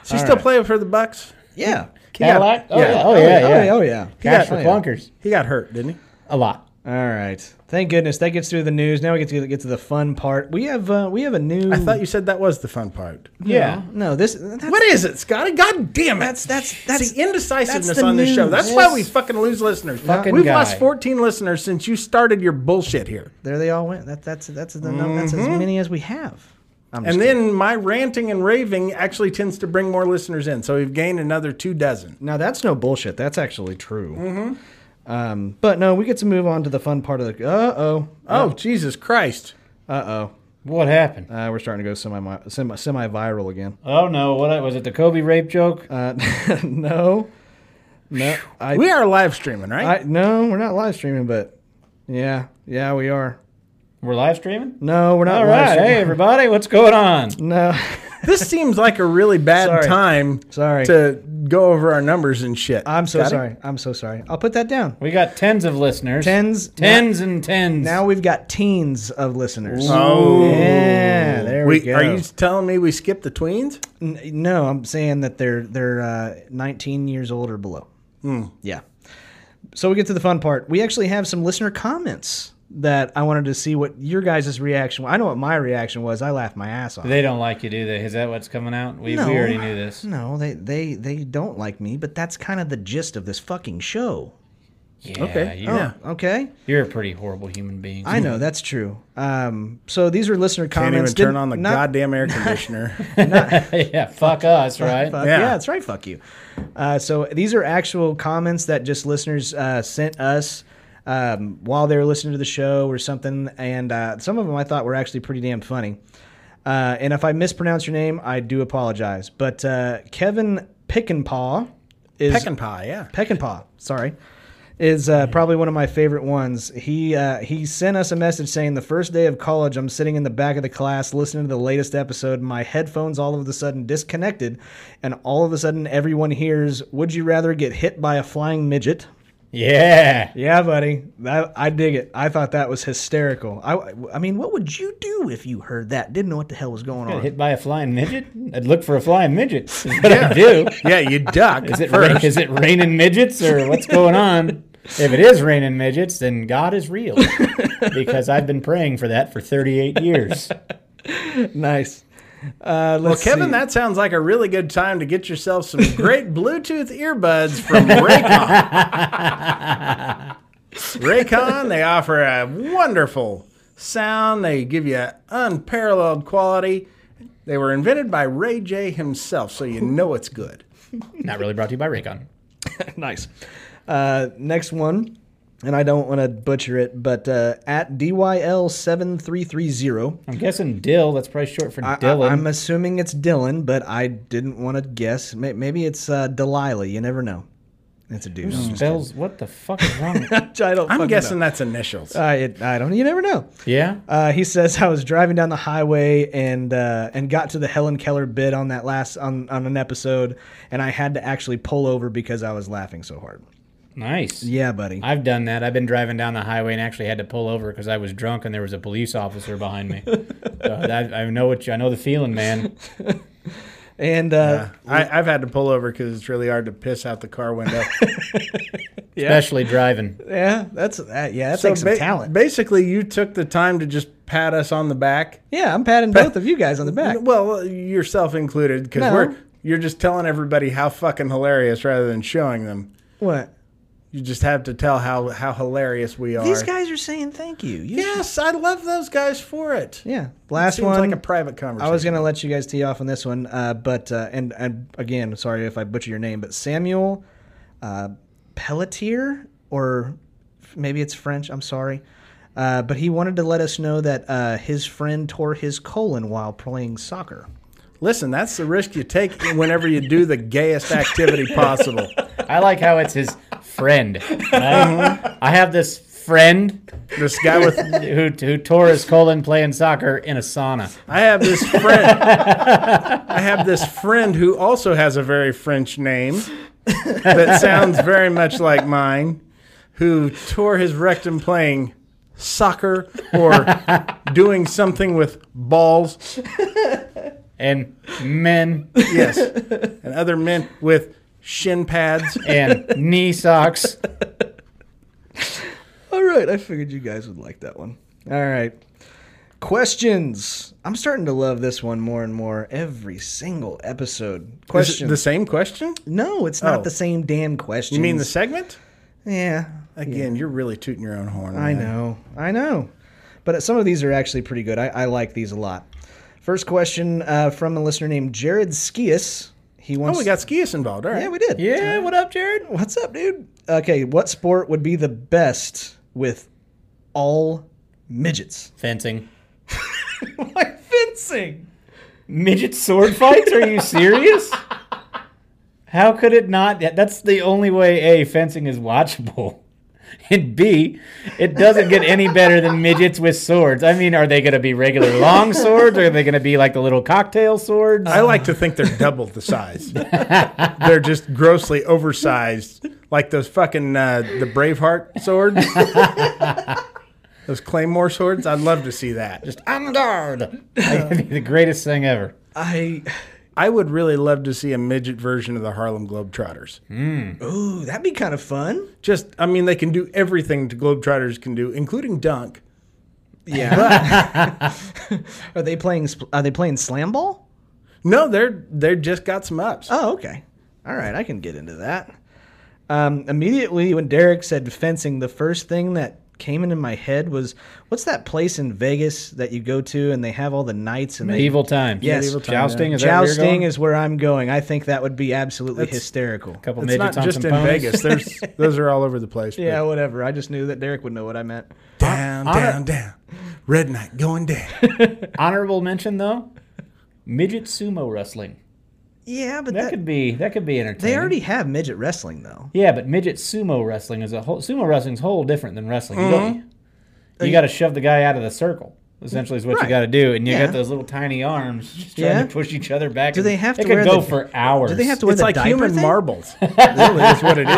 [SPEAKER 3] Is he still playing for the Bucks?
[SPEAKER 1] Yeah.
[SPEAKER 2] Cadillac.
[SPEAKER 3] yeah.
[SPEAKER 2] Oh yeah. Oh yeah.
[SPEAKER 1] Oh, yeah.
[SPEAKER 2] Cash
[SPEAKER 1] Oh,
[SPEAKER 2] for
[SPEAKER 1] yeah.
[SPEAKER 2] clunkers.
[SPEAKER 3] He got hurt, didn't he?
[SPEAKER 2] A lot.
[SPEAKER 1] All right. Thank goodness that gets through the news. Now we get to get to the fun part. We have uh, we have a new.
[SPEAKER 3] I thought you said that was the fun part.
[SPEAKER 2] Yeah.
[SPEAKER 1] No, this. That's,
[SPEAKER 3] What is it, Scotty? God damn it!
[SPEAKER 1] That's- that's-
[SPEAKER 3] It's
[SPEAKER 1] that's-
[SPEAKER 3] the indecisiveness
[SPEAKER 1] that's the
[SPEAKER 3] on this show.
[SPEAKER 1] news.
[SPEAKER 3] That's why we fucking lose listeners.
[SPEAKER 2] Fucking
[SPEAKER 3] We've
[SPEAKER 2] guy.
[SPEAKER 3] lost 14 listeners since you started your bullshit here,
[SPEAKER 1] There they all went. That that's that's the, num that's as many as we have. I'm just
[SPEAKER 3] Mm-hmm. and then my ranting and raving actually tends to bring more listeners in. So we've gained another two dozen.
[SPEAKER 1] Now that's no bullshit. That's actually true. Mm-hmm. Um, but no, we get to move on to the fun part of the. Uh oh.
[SPEAKER 3] Oh Jesus Christ!
[SPEAKER 1] Uh
[SPEAKER 2] What happened?
[SPEAKER 1] oh. Uh, we're starting to go semi semi semi viral again.
[SPEAKER 2] oh no. What was it? The Kobe rape joke?
[SPEAKER 1] Uh, no, no, I,
[SPEAKER 3] We are live streaming, right?
[SPEAKER 1] I no, we're not live streaming, but yeah, yeah, we are.
[SPEAKER 2] We're live streaming.
[SPEAKER 1] No, we're not.
[SPEAKER 2] All
[SPEAKER 1] live
[SPEAKER 2] right.
[SPEAKER 1] streaming.
[SPEAKER 2] Hey everybody. What's going on?
[SPEAKER 1] No.
[SPEAKER 3] this seems like a really bad
[SPEAKER 1] Sorry.
[SPEAKER 3] time.
[SPEAKER 1] Sorry.
[SPEAKER 3] to go over our numbers and shit.
[SPEAKER 1] I'm so
[SPEAKER 3] Scotty?
[SPEAKER 1] sorry. I'm so sorry. I'll put that down.
[SPEAKER 2] We got tens of listeners.
[SPEAKER 1] Tens.
[SPEAKER 2] Tens and tens.
[SPEAKER 1] Now, now we've got teens of listeners.
[SPEAKER 3] Oh.
[SPEAKER 1] Yeah, there we,
[SPEAKER 3] Wait,
[SPEAKER 1] go.
[SPEAKER 3] are you telling me we skipped the tweens?
[SPEAKER 1] N- no, I'm saying that they're they're uh, 19 years old or below. Yeah. So we get to the fun part. We actually have some listener comments that I wanted to see what your guys' reaction. I know what my reaction was. I laughed my ass off.
[SPEAKER 2] they don't like you, do they? Is that what's coming out? We, we already knew this.
[SPEAKER 1] No, they they they don't like me, but that's kind of the gist of this fucking show.
[SPEAKER 2] Yeah.
[SPEAKER 3] Okay. Oh.
[SPEAKER 2] You,
[SPEAKER 3] Yeah.
[SPEAKER 1] Okay,
[SPEAKER 2] You're a pretty horrible human being.
[SPEAKER 1] I know that's true. Um, so these are listener
[SPEAKER 3] Can't
[SPEAKER 1] comments.
[SPEAKER 3] even turn
[SPEAKER 1] Didn't-
[SPEAKER 3] on the
[SPEAKER 1] not-
[SPEAKER 3] goddamn air conditioner.
[SPEAKER 2] yeah. Fuck us, right?
[SPEAKER 1] Fuck, yeah.
[SPEAKER 3] Yeah.
[SPEAKER 1] that's right. Fuck you. Uh, so these are actual comments that just listeners uh, sent us um, while they were listening to the show or something, and uh, some of them I thought were actually pretty damn funny. Uh, and if I mispronounce your name, I do apologize. But uh, Kevin Pickenpaw is
[SPEAKER 3] Pecan pie, yeah.
[SPEAKER 1] Peckinpah, sorry, is uh, probably one of my favorite ones. He uh, he sent us a message saying the first day of college, I'm sitting in the back of the class listening to the latest episode. My headphones all of a sudden disconnected, and all of a sudden everyone hears, "Would you rather get hit by a flying midget?"
[SPEAKER 2] Yeah.
[SPEAKER 1] Yeah, buddy, that, I dig it. I thought that was hysterical. I I mean, what would you do if you heard that? Didn't know what the hell was going
[SPEAKER 2] Got
[SPEAKER 1] on.
[SPEAKER 2] hit by a flying midget? I'd look for a flying midget. Is what I do.
[SPEAKER 3] Yeah, you duck.
[SPEAKER 2] Is it, rain, is it raining midgets or what's going on? If it is raining midgets, then God is real because I've been praying for that for 38 years.
[SPEAKER 1] Nice. Uh,
[SPEAKER 3] well,
[SPEAKER 1] let's
[SPEAKER 3] Kevin,
[SPEAKER 1] see.
[SPEAKER 3] that sounds like a really good time to get yourself some great Bluetooth earbuds from Raycon. Raycon, they offer a wonderful sound. They give you unparalleled quality. They were invented by Ray J himself, so you know it's good.
[SPEAKER 2] Not really brought to you by Raycon.
[SPEAKER 1] nice. Uh, next one, and I don't want to butcher it, but uh, at DYL7330.
[SPEAKER 2] I'm guessing Dill, that's probably short for Dylan.
[SPEAKER 1] I, am assuming it's Dylan, but I didn't want to guess. May- Maybe it's uh, Delilah. You never know. It's a dude. I'm just-
[SPEAKER 2] Spells, what the fuck is wrong? with-
[SPEAKER 1] I don't
[SPEAKER 3] I'm
[SPEAKER 1] fucking
[SPEAKER 3] guessing
[SPEAKER 1] know.
[SPEAKER 3] that's initials.
[SPEAKER 1] I, it, I don't. You never know.
[SPEAKER 2] yeah?
[SPEAKER 1] Uh, he says I was driving down the highway and uh, and got to the Helen Keller bit on that last on, on an episode, and I had to actually pull over because I was laughing so hard.
[SPEAKER 2] Nice.
[SPEAKER 1] Yeah, buddy.
[SPEAKER 2] I've done that. I've been driving down the highway and actually had to pull over because I was drunk and there was a police officer behind me. so I, I know what you, I know the feeling, man.
[SPEAKER 1] And uh,
[SPEAKER 3] I, I've had to pull over because it's really hard to piss out the car window.
[SPEAKER 2] Especially driving.
[SPEAKER 1] yeah. that's uh, yeah, that takes some
[SPEAKER 3] ba-
[SPEAKER 1] talent.
[SPEAKER 3] Basically, you took the time to just pat us on the back.
[SPEAKER 1] Yeah, I'm patting both of you guys on the back.
[SPEAKER 3] Well, yourself included, because
[SPEAKER 1] No.
[SPEAKER 3] we're you're just telling everybody how fucking hilarious rather than showing them.
[SPEAKER 1] What?
[SPEAKER 3] You just have to tell how how hilarious we are.
[SPEAKER 1] These guys are saying thank you. You-
[SPEAKER 3] Yes, I love those guys for it.
[SPEAKER 1] Yeah. Last
[SPEAKER 3] Seems
[SPEAKER 1] one.
[SPEAKER 3] like a private conversation.
[SPEAKER 1] I was gonna let you guys tee off on this one, uh, but uh, and and again, sorry if I butcher your name, but Samuel uh, Pelletier, or f- maybe it's French. I'm sorry, uh, but he wanted to let us know that uh, his friend tore his colon while playing soccer.
[SPEAKER 3] Listen, that's the risk you take whenever you do the gayest activity possible.
[SPEAKER 2] I like how it's his friend. right? I have this friend
[SPEAKER 3] This guy with
[SPEAKER 2] who who tore his colon playing soccer in a sauna.
[SPEAKER 3] I have this friend. I have this friend who also has a very French name that sounds very much like mine, who tore his rectum playing soccer or doing something with balls.
[SPEAKER 2] And men
[SPEAKER 3] Yes, and other men with shin pads.
[SPEAKER 2] and knee socks.
[SPEAKER 1] All right, I figured you guys would like that one. All right. Questions. I'm starting to love this one more and more every single episode.
[SPEAKER 3] Is it
[SPEAKER 1] Questions.
[SPEAKER 3] the same question?
[SPEAKER 1] no, it's not
[SPEAKER 3] Oh.
[SPEAKER 1] the same damn question.
[SPEAKER 3] You mean the segment?
[SPEAKER 1] Yeah.
[SPEAKER 3] Again, you're really tooting your own horn.
[SPEAKER 1] I
[SPEAKER 3] man.
[SPEAKER 1] know. I know. But some of these are actually pretty good. I, I like these a lot. First question uh, from a listener named Jared Skias. He
[SPEAKER 3] Oh,
[SPEAKER 1] wants.
[SPEAKER 3] we got skius involved. All right.
[SPEAKER 1] Yeah, we did.
[SPEAKER 2] Yeah, what up, Jared?
[SPEAKER 1] What's up, dude? Okay, what sport would be the best with all midgets?
[SPEAKER 2] Fencing.
[SPEAKER 1] Like fencing.
[SPEAKER 2] Midget sword fights? Are you serious? How could it not? that- That's the only way A, fencing is watchable. And B, it doesn't get any better than midgets with swords. I mean, are they going to be regular long swords or are they going to be like the little cocktail swords?
[SPEAKER 3] I like to think they're double the size. they're just grossly oversized, like those fucking uh, the Braveheart swords, those Claymore swords. I'd love to see that.
[SPEAKER 2] Just on the guard. That'd be the greatest thing ever.
[SPEAKER 1] I.
[SPEAKER 3] I would really love to see a midget version of the Harlem Globetrotters.
[SPEAKER 1] Ooh, that'd be kind of fun.
[SPEAKER 3] Just, I mean, they can do everything the Globetrotters can do, including dunk.
[SPEAKER 1] Yeah. are they playing? spl- Are they playing slam ball?
[SPEAKER 3] No, they're they just got some ups.
[SPEAKER 1] Oh, okay. All right, I can get into that. Um, immediately when Derek said fencing, the first thing that came into my head was, "What's that place in Vegas that you go to and they have all the knights and they
[SPEAKER 2] Evil time.
[SPEAKER 1] Yes.
[SPEAKER 2] Medieval time, Jousting is that where
[SPEAKER 1] jousting
[SPEAKER 2] you're
[SPEAKER 1] is where I'm going. I think that would be absolutely
[SPEAKER 3] That's-
[SPEAKER 1] hysterical.
[SPEAKER 2] a couple
[SPEAKER 3] it's
[SPEAKER 2] midgets
[SPEAKER 3] not
[SPEAKER 2] on
[SPEAKER 3] just
[SPEAKER 2] some
[SPEAKER 3] in Vegas.
[SPEAKER 2] ponies.
[SPEAKER 3] There's those are all over the place. but
[SPEAKER 1] Yeah, whatever. I just knew that Derek would know what I meant.
[SPEAKER 3] down, down, down. Red Knight going down.
[SPEAKER 2] Honorable mention though, midget sumo wrestling.
[SPEAKER 1] Yeah, but
[SPEAKER 2] That,
[SPEAKER 1] that,
[SPEAKER 2] could be that could be entertaining.
[SPEAKER 1] they already have midget wrestling though.
[SPEAKER 2] Yeah, but midget sumo wrestling is a whole sumo wrestling's whole different than wrestling. You
[SPEAKER 1] Uh-huh.
[SPEAKER 2] don't- You, got to shove the guy out of the circle. Essentially, is what you
[SPEAKER 1] Right.
[SPEAKER 2] got to do, and you
[SPEAKER 1] Yeah.
[SPEAKER 2] got those little tiny arms just trying
[SPEAKER 1] Yeah.
[SPEAKER 2] to push each other back.
[SPEAKER 1] Do they have to
[SPEAKER 2] It could
[SPEAKER 1] wear
[SPEAKER 2] go
[SPEAKER 1] the-
[SPEAKER 2] for hours.
[SPEAKER 1] Do they have to wear
[SPEAKER 3] it's
[SPEAKER 1] the
[SPEAKER 3] like
[SPEAKER 1] diaper
[SPEAKER 3] human
[SPEAKER 1] thing?
[SPEAKER 3] marbles. really, is what it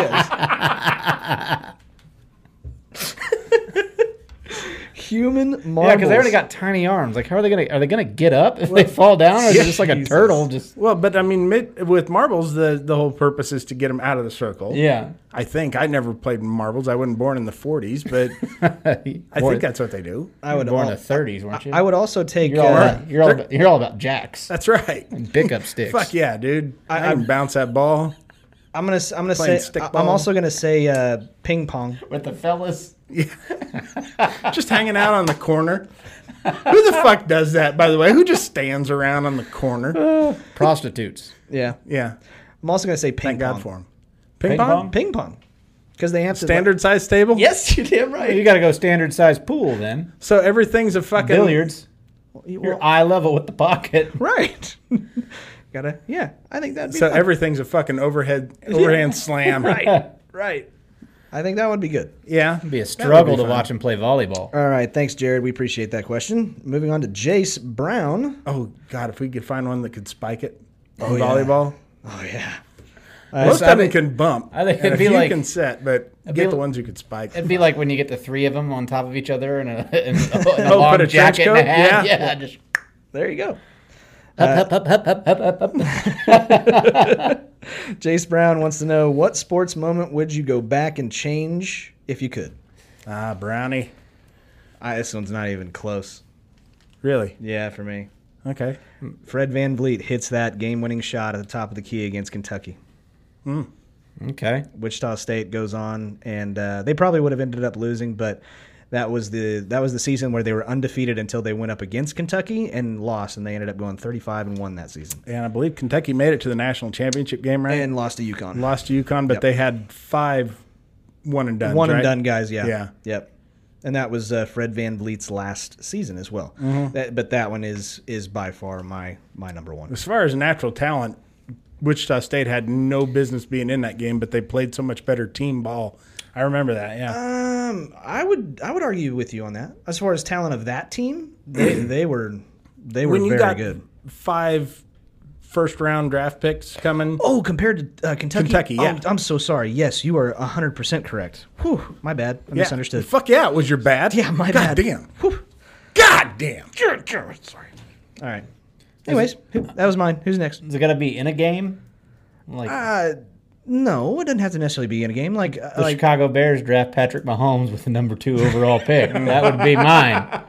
[SPEAKER 3] is.
[SPEAKER 1] Human marbles.
[SPEAKER 2] Yeah, because they already got tiny arms. Like, how are they gonna? Are they gonna get up if they fall down, or is it just like a
[SPEAKER 1] Jesus.
[SPEAKER 2] turtle? Just
[SPEAKER 3] Well, but I mean, mid, with marbles, the the whole purpose is to get them out of the circle.
[SPEAKER 2] yeah.
[SPEAKER 3] I think I never played marbles. I wasn't born in the '40s, but I think that's what they do.
[SPEAKER 1] I would.
[SPEAKER 2] born
[SPEAKER 1] al-
[SPEAKER 2] in the 30s, weren't you?
[SPEAKER 1] I would also take.
[SPEAKER 2] You're all,
[SPEAKER 1] uh,
[SPEAKER 2] about, you're, all about, you're all about jacks,
[SPEAKER 3] That's right.
[SPEAKER 2] pickup sticks.
[SPEAKER 3] Fuck yeah, dude! I,
[SPEAKER 1] I-
[SPEAKER 3] can bounce that ball.
[SPEAKER 1] I'm gonna. s- I'm gonna say.
[SPEAKER 3] Playing
[SPEAKER 1] I-
[SPEAKER 3] stickball.
[SPEAKER 1] I'm also gonna say uh, ping pong.
[SPEAKER 2] with the fellas.
[SPEAKER 3] Just hanging out on the corner. Who the fuck does that, by the way? Who just stands around on the corner?
[SPEAKER 2] prostitutes.
[SPEAKER 1] Yeah.
[SPEAKER 3] Yeah,
[SPEAKER 1] I'm also gonna say ping
[SPEAKER 3] thank God
[SPEAKER 1] pong.
[SPEAKER 3] for him. Ping,
[SPEAKER 2] Ping
[SPEAKER 3] pong,
[SPEAKER 2] pong?
[SPEAKER 1] Ping pong. Because they have to.
[SPEAKER 3] standard size table.
[SPEAKER 1] yes, you're damn
[SPEAKER 2] You
[SPEAKER 1] right.
[SPEAKER 2] got to go standard size pool then.
[SPEAKER 3] So everything's a fucking
[SPEAKER 2] Billiards. You're eye level with the pocket.
[SPEAKER 1] Right. Gotta. Yeah. I think that'd be.
[SPEAKER 3] So
[SPEAKER 1] fun.
[SPEAKER 3] everything's a fucking overhead overhand slam.
[SPEAKER 1] Right. Right. I think that would be good.
[SPEAKER 3] Yeah.
[SPEAKER 2] It'd be a struggle to watch him play volleyball.
[SPEAKER 1] All right. Thanks, Jared. We appreciate that question. Moving on to Jace Brown.
[SPEAKER 3] Oh God, if we could find one that could spike it on
[SPEAKER 1] yeah. Uh,
[SPEAKER 3] volleyball.
[SPEAKER 1] Oh yeah.
[SPEAKER 3] Most
[SPEAKER 2] I
[SPEAKER 3] of them
[SPEAKER 2] think-
[SPEAKER 3] can bump.
[SPEAKER 2] I think
[SPEAKER 3] and
[SPEAKER 2] it'd
[SPEAKER 3] a
[SPEAKER 2] be
[SPEAKER 3] few
[SPEAKER 2] like-
[SPEAKER 3] can set, but
[SPEAKER 2] be
[SPEAKER 3] get the
[SPEAKER 2] li-
[SPEAKER 3] ones who could spike.
[SPEAKER 2] It'd be like when you get the three of them on top of each other in a, in a, in a
[SPEAKER 3] Oh,
[SPEAKER 2] long
[SPEAKER 3] put a trench
[SPEAKER 2] jacket and a
[SPEAKER 3] coat?
[SPEAKER 2] hat.
[SPEAKER 3] Yeah.
[SPEAKER 2] Yeah, just
[SPEAKER 1] There you go. Uh,
[SPEAKER 2] up, up, up, up, up, up, up, up.
[SPEAKER 1] Jace Brown wants to know what sports moment would you go back and change if you could.
[SPEAKER 3] ah, brownie.
[SPEAKER 1] I, this one's not even close.
[SPEAKER 3] Really?
[SPEAKER 1] Yeah, for me.
[SPEAKER 3] Okay.
[SPEAKER 1] Fred Van Vliet hits that game winning shot at the top of the key against Kentucky.
[SPEAKER 2] Okay.
[SPEAKER 1] Wichita State goes on, and uh, they probably would have ended up losing, but that was the that was the season where they were undefeated until they went up against Kentucky and lost, and they ended up going 35 and one that season
[SPEAKER 3] And I believe Kentucky made it to the national championship game, right?
[SPEAKER 1] and lost to UConn.
[SPEAKER 3] lost to UConn, but they had five one and done.
[SPEAKER 1] one and done guys, yeah,
[SPEAKER 3] Yeah.
[SPEAKER 1] yep. And that was uh, Fred Van Vliet's last season as well. That, but that one is is by far my my number one.
[SPEAKER 3] As far as natural talent, Wichita State had no business being in that game, but they played so much better team ball I remember that. Yeah.
[SPEAKER 1] Um, I would I would argue with you on that. As far as talent of that team, they they were they were
[SPEAKER 3] when you
[SPEAKER 1] very
[SPEAKER 3] got
[SPEAKER 1] good.
[SPEAKER 3] five first round draft picks coming,
[SPEAKER 1] Oh, compared to uh, Kentucky.
[SPEAKER 3] Kentucky, yeah.
[SPEAKER 1] Oh, I'm so sorry. Yes, you are 100% correct. Whew, my bad. I
[SPEAKER 3] yeah.
[SPEAKER 1] misunderstood.
[SPEAKER 3] Fuck yeah, it was your bad.
[SPEAKER 1] Yeah, my
[SPEAKER 3] God
[SPEAKER 1] bad.
[SPEAKER 3] Damn.
[SPEAKER 1] Whew.
[SPEAKER 3] God damn.
[SPEAKER 1] Sorry. All right. Anyways, who, that was mine. Who's next?
[SPEAKER 2] Is it gotta be in a game? Like
[SPEAKER 1] Uh, no, it doesn't have to necessarily be in a game. Like, uh,
[SPEAKER 2] the
[SPEAKER 1] like
[SPEAKER 2] Chicago Bears draft Patrick Mahomes with the number two overall pick. that would be mine.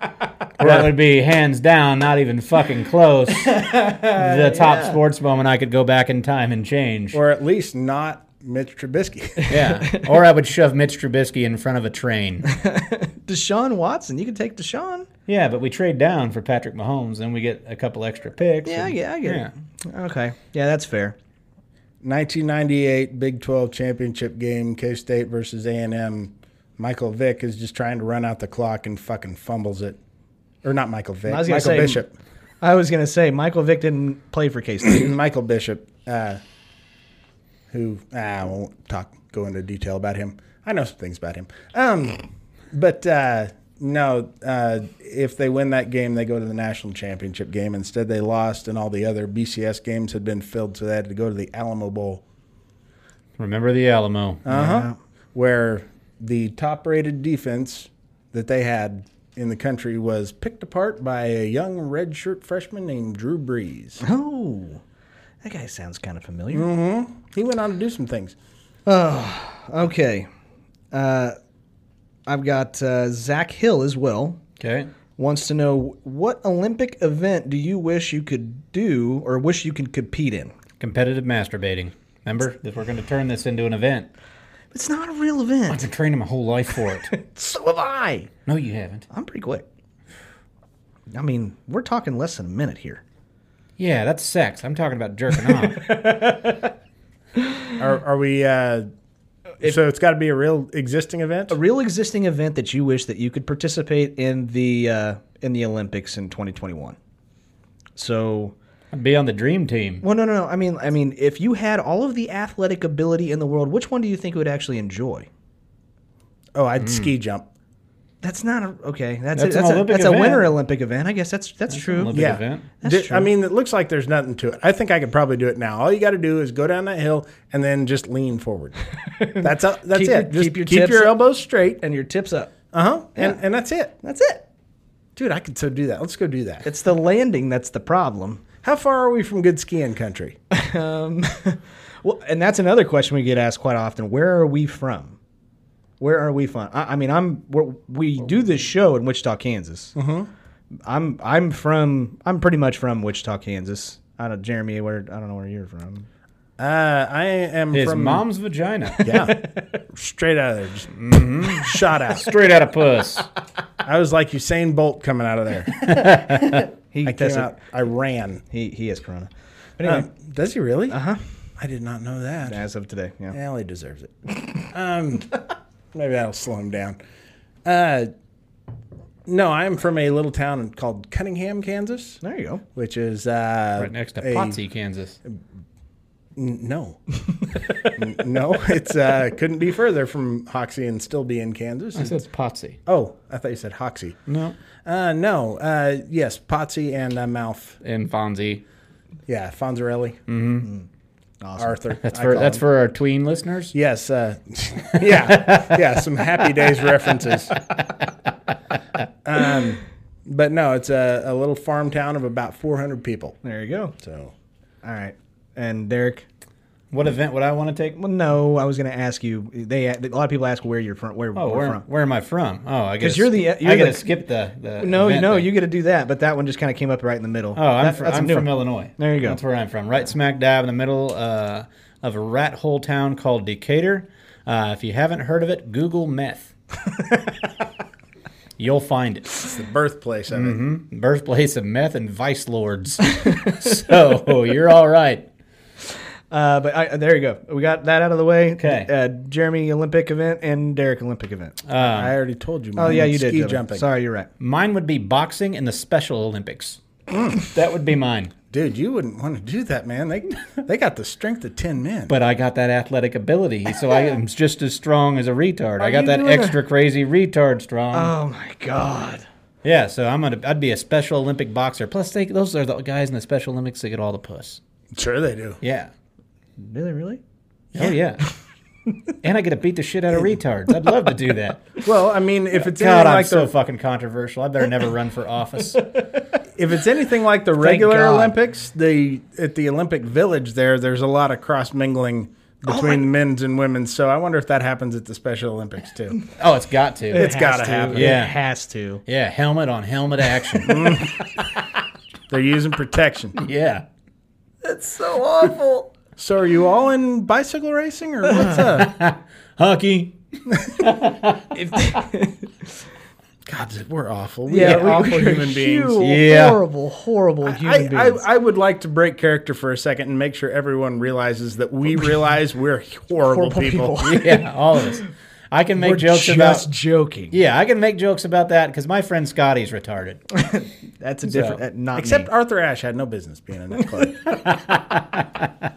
[SPEAKER 2] That would be hands down, not even fucking close. the top sports moment I could go back in time and change.
[SPEAKER 3] Or at least not Mitch Trubisky.
[SPEAKER 2] yeah. Or I would shove Mitch Trubisky in front of a train.
[SPEAKER 1] Deshaun Watson. You can take Deshaun.
[SPEAKER 2] yeah, but we trade down for Patrick Mahomes and we get a couple extra picks.
[SPEAKER 1] Yeah,
[SPEAKER 2] and-
[SPEAKER 1] yeah, I get it. Okay. Yeah, that's fair.
[SPEAKER 3] 1998 Big 12 championship game, K State versus A&M. Michael Vick is just trying to run out the clock and fucking fumbles it. Or not Michael Vick.
[SPEAKER 1] I was gonna
[SPEAKER 3] Michael
[SPEAKER 1] say-
[SPEAKER 3] Bishop.
[SPEAKER 1] I was going to say Michael Vick didn't play for K State.
[SPEAKER 3] Michael Bishop, uh, who ah, I won't talk go into detail about him. I know some things about him. Um, but uh, no, uh, if they win that game, they go to the national championship game. Instead, they lost, and all the other BCS games had been filled, so they had to go to the Alamo Bowl,
[SPEAKER 2] Remember the Alamo.
[SPEAKER 1] Uh-huh.
[SPEAKER 3] where the top-rated defense that they had in the country was picked apart by a young redshirt freshman named Drew Brees.
[SPEAKER 1] oh, that guy sounds kind of familiar.
[SPEAKER 3] He went on to do some things.
[SPEAKER 1] Okay. Uh, I've got uh, Zach Hill as well.
[SPEAKER 2] Okay.
[SPEAKER 1] Wants to know what Olympic event do you wish you could do or wish you could compete in?
[SPEAKER 2] Competitive masturbating. Remember that we're going to turn this into an event.
[SPEAKER 1] It's not a real
[SPEAKER 2] I've
[SPEAKER 1] event.
[SPEAKER 2] been training my whole life for it.
[SPEAKER 1] So have I.
[SPEAKER 2] no, you haven't.
[SPEAKER 1] I'm pretty quick. I mean, we're talking less than a minute here.
[SPEAKER 2] Yeah, that's sex. I'm talking about jerking off.
[SPEAKER 3] Are, are we? Uh, so it's got to be a real existing event.
[SPEAKER 1] A real existing event that you wish that you could participate in the uh, in the Olympics in 2021. So
[SPEAKER 2] I'd be on the dream team.
[SPEAKER 1] Well, no, no, no. I mean, I mean, if you had all of the athletic ability in the world, which one do you think you would actually enjoy?
[SPEAKER 3] Oh,
[SPEAKER 1] Mm.
[SPEAKER 3] I'd ski jump.
[SPEAKER 1] That's not a okay. That's
[SPEAKER 2] That's
[SPEAKER 1] a,
[SPEAKER 2] an
[SPEAKER 1] that's, a,
[SPEAKER 2] Olympic
[SPEAKER 1] that's a winter
[SPEAKER 2] event.
[SPEAKER 1] Olympic event. I guess that's that's, true.
[SPEAKER 2] Olympic
[SPEAKER 3] Yeah.
[SPEAKER 2] event.
[SPEAKER 1] That's
[SPEAKER 3] Di-
[SPEAKER 1] true.
[SPEAKER 3] I mean, it looks like there's nothing to it. I think I could probably do it now. All you got to do is go down that hill and then just lean forward. That's a, that's
[SPEAKER 1] Keep your-
[SPEAKER 3] it. Just
[SPEAKER 1] keep your
[SPEAKER 3] keep
[SPEAKER 1] tips
[SPEAKER 3] your
[SPEAKER 1] up. Uh-huh.
[SPEAKER 3] elbows straight.
[SPEAKER 1] and your tips up.
[SPEAKER 3] Uh huh. And and that's it.
[SPEAKER 1] That's it.
[SPEAKER 3] Dude, I could so do that. Let's go do that.
[SPEAKER 1] It's the landing that's the problem.
[SPEAKER 3] How far are we from good skiing country? Uh,
[SPEAKER 1] Um, Well, and that's another question we get asked quite often. Where are we from? Where are we from? I, I mean, I'm we're, we do this show in Wichita, Kansas.
[SPEAKER 2] Mm-hmm.
[SPEAKER 1] I'm I'm from I'm pretty much from Wichita, Kansas. I don't Jeremy, where I don't know where you're from.
[SPEAKER 3] Uh, I am
[SPEAKER 2] His
[SPEAKER 3] from
[SPEAKER 2] mom's vagina.
[SPEAKER 3] Yeah, straight out of there, just
[SPEAKER 1] Mm-hmm.
[SPEAKER 3] shot out.
[SPEAKER 2] Straight out of puss.
[SPEAKER 3] I was like Usain Bolt coming out of there.
[SPEAKER 1] He
[SPEAKER 3] I came
[SPEAKER 1] tested-
[SPEAKER 3] out. I ran.
[SPEAKER 1] He he has corona. But anyway,
[SPEAKER 3] Um, does he really? Uh
[SPEAKER 2] Uh-huh.
[SPEAKER 3] huh. I did not know that.
[SPEAKER 1] as of today, yeah.
[SPEAKER 3] Well, he deserves it. Um, maybe that'll slow him down. Uh, no, I'm from a little town called Cunningham, Kansas,
[SPEAKER 1] There you go.
[SPEAKER 3] which is uh,
[SPEAKER 2] Right next to
[SPEAKER 3] a-
[SPEAKER 2] Potsy, Kansas.
[SPEAKER 3] n- no, N- no, it's uh, couldn't be further from Hoxie and still be in Kansas.
[SPEAKER 2] I said Potsy.
[SPEAKER 3] oh, I thought you said Hoxie.
[SPEAKER 2] No.
[SPEAKER 3] Uh, no, uh, yes, Potsy and uh, Mouth.
[SPEAKER 2] And Fonzie.
[SPEAKER 3] Yeah, Fonzarelli,
[SPEAKER 1] Awesome.
[SPEAKER 3] Arthur.
[SPEAKER 2] Mm-hmm. That's for that's for our tween listeners.
[SPEAKER 3] Yes. Uh, yeah. Yeah. Some Happy Days references. Um, but no, it's a, a little farm town of about 400 people.
[SPEAKER 1] There you go.
[SPEAKER 3] So
[SPEAKER 1] All right. And Derek,
[SPEAKER 2] What event would I want to take?
[SPEAKER 1] well, no, I was going to ask you. They a lot of people ask where you're from. Where
[SPEAKER 2] Oh,
[SPEAKER 1] we're
[SPEAKER 2] where,
[SPEAKER 1] from?
[SPEAKER 2] where am I from? Oh, I guess
[SPEAKER 1] you're the- you're
[SPEAKER 2] I gotta
[SPEAKER 1] the-
[SPEAKER 2] skip the, the
[SPEAKER 1] No, you
[SPEAKER 2] event
[SPEAKER 1] know
[SPEAKER 2] thing.
[SPEAKER 1] you get to do that, but that one just kind of came up right in the middle.
[SPEAKER 2] Oh, I'm,
[SPEAKER 1] That-
[SPEAKER 2] fr-
[SPEAKER 1] that's a
[SPEAKER 2] I'm
[SPEAKER 1] new
[SPEAKER 2] from
[SPEAKER 1] one.
[SPEAKER 2] Illinois.
[SPEAKER 1] There you go.
[SPEAKER 2] That's where I'm from. Right smack dab in the middle uh, of a rat hole town called Decatur. Uh, if you haven't heard of it, Google meth. You'll find it.
[SPEAKER 3] it's the birthplace of it.
[SPEAKER 2] Birthplace of meth and vice lords. so you're all right.
[SPEAKER 1] Uh, but I, there you go. We got that out of the way.
[SPEAKER 2] Okay.
[SPEAKER 1] Uh, Jeremy Olympic event and Derek Olympic event.
[SPEAKER 3] I already told you.
[SPEAKER 1] Uh, oh yeah, you did.
[SPEAKER 3] Ski
[SPEAKER 1] Dylan.
[SPEAKER 3] jumping.
[SPEAKER 1] Sorry, you're right.
[SPEAKER 2] Mine would be boxing in the Special Olympics. that would be mine.
[SPEAKER 3] dude, you wouldn't want to do that, man. They they got the strength of ten men.
[SPEAKER 2] But I got that athletic ability, so I am just as strong as a retard. I got
[SPEAKER 1] you
[SPEAKER 2] that
[SPEAKER 1] doing a-
[SPEAKER 2] extra crazy retard strong.
[SPEAKER 3] Uh.
[SPEAKER 1] Oh my god.
[SPEAKER 2] yeah, so I'm gonna I'd be a Special Olympic boxer. Plus, they, those are the guys in the Special Olympics that get all the puss.
[SPEAKER 3] sure they do.
[SPEAKER 2] Yeah.
[SPEAKER 1] Do they really?
[SPEAKER 2] Oh yeah. and I get to beat the shit out of retards. I'd love to do that.
[SPEAKER 3] Well, I mean, if it's
[SPEAKER 2] God,
[SPEAKER 3] anything
[SPEAKER 2] I'm
[SPEAKER 3] like
[SPEAKER 2] so
[SPEAKER 3] the
[SPEAKER 2] fucking controversial. I better never run for office.
[SPEAKER 3] if it's anything like the regular
[SPEAKER 2] God.
[SPEAKER 3] Olympics, the at the Olympic Village there, there's a lot of cross mingling between men's and women's. So I wonder if that happens at the Special Olympics too.
[SPEAKER 2] Oh, it's got to.
[SPEAKER 3] It's got to happen.
[SPEAKER 2] Yeah.
[SPEAKER 1] It has to.
[SPEAKER 2] yeah, helmet on helmet action.
[SPEAKER 3] They're using protection.
[SPEAKER 2] yeah.
[SPEAKER 3] That's so awful. So are you all in bicycle racing or what's up?
[SPEAKER 2] Hockey.
[SPEAKER 1] If they,
[SPEAKER 3] God, we're awful. We
[SPEAKER 1] yeah,
[SPEAKER 3] are
[SPEAKER 1] we-
[SPEAKER 3] awful
[SPEAKER 1] we're
[SPEAKER 3] human beings.
[SPEAKER 1] Horrible,
[SPEAKER 2] Yeah.
[SPEAKER 1] horrible, horrible
[SPEAKER 3] I,
[SPEAKER 1] human
[SPEAKER 3] I,
[SPEAKER 1] beings.
[SPEAKER 3] I would like to break character for a second and make sure everyone realizes that we realize we're horrible,
[SPEAKER 1] Horrible
[SPEAKER 3] people.
[SPEAKER 1] people.
[SPEAKER 2] Yeah, all of us. I can make
[SPEAKER 1] We're
[SPEAKER 2] jokes
[SPEAKER 1] just
[SPEAKER 2] about
[SPEAKER 1] joking.
[SPEAKER 2] Yeah, I can make jokes about that because my friend Scotty's retarded.
[SPEAKER 1] That's a different. uh, not
[SPEAKER 3] Except
[SPEAKER 1] me.
[SPEAKER 3] Arthur Ashe had no business being in that club.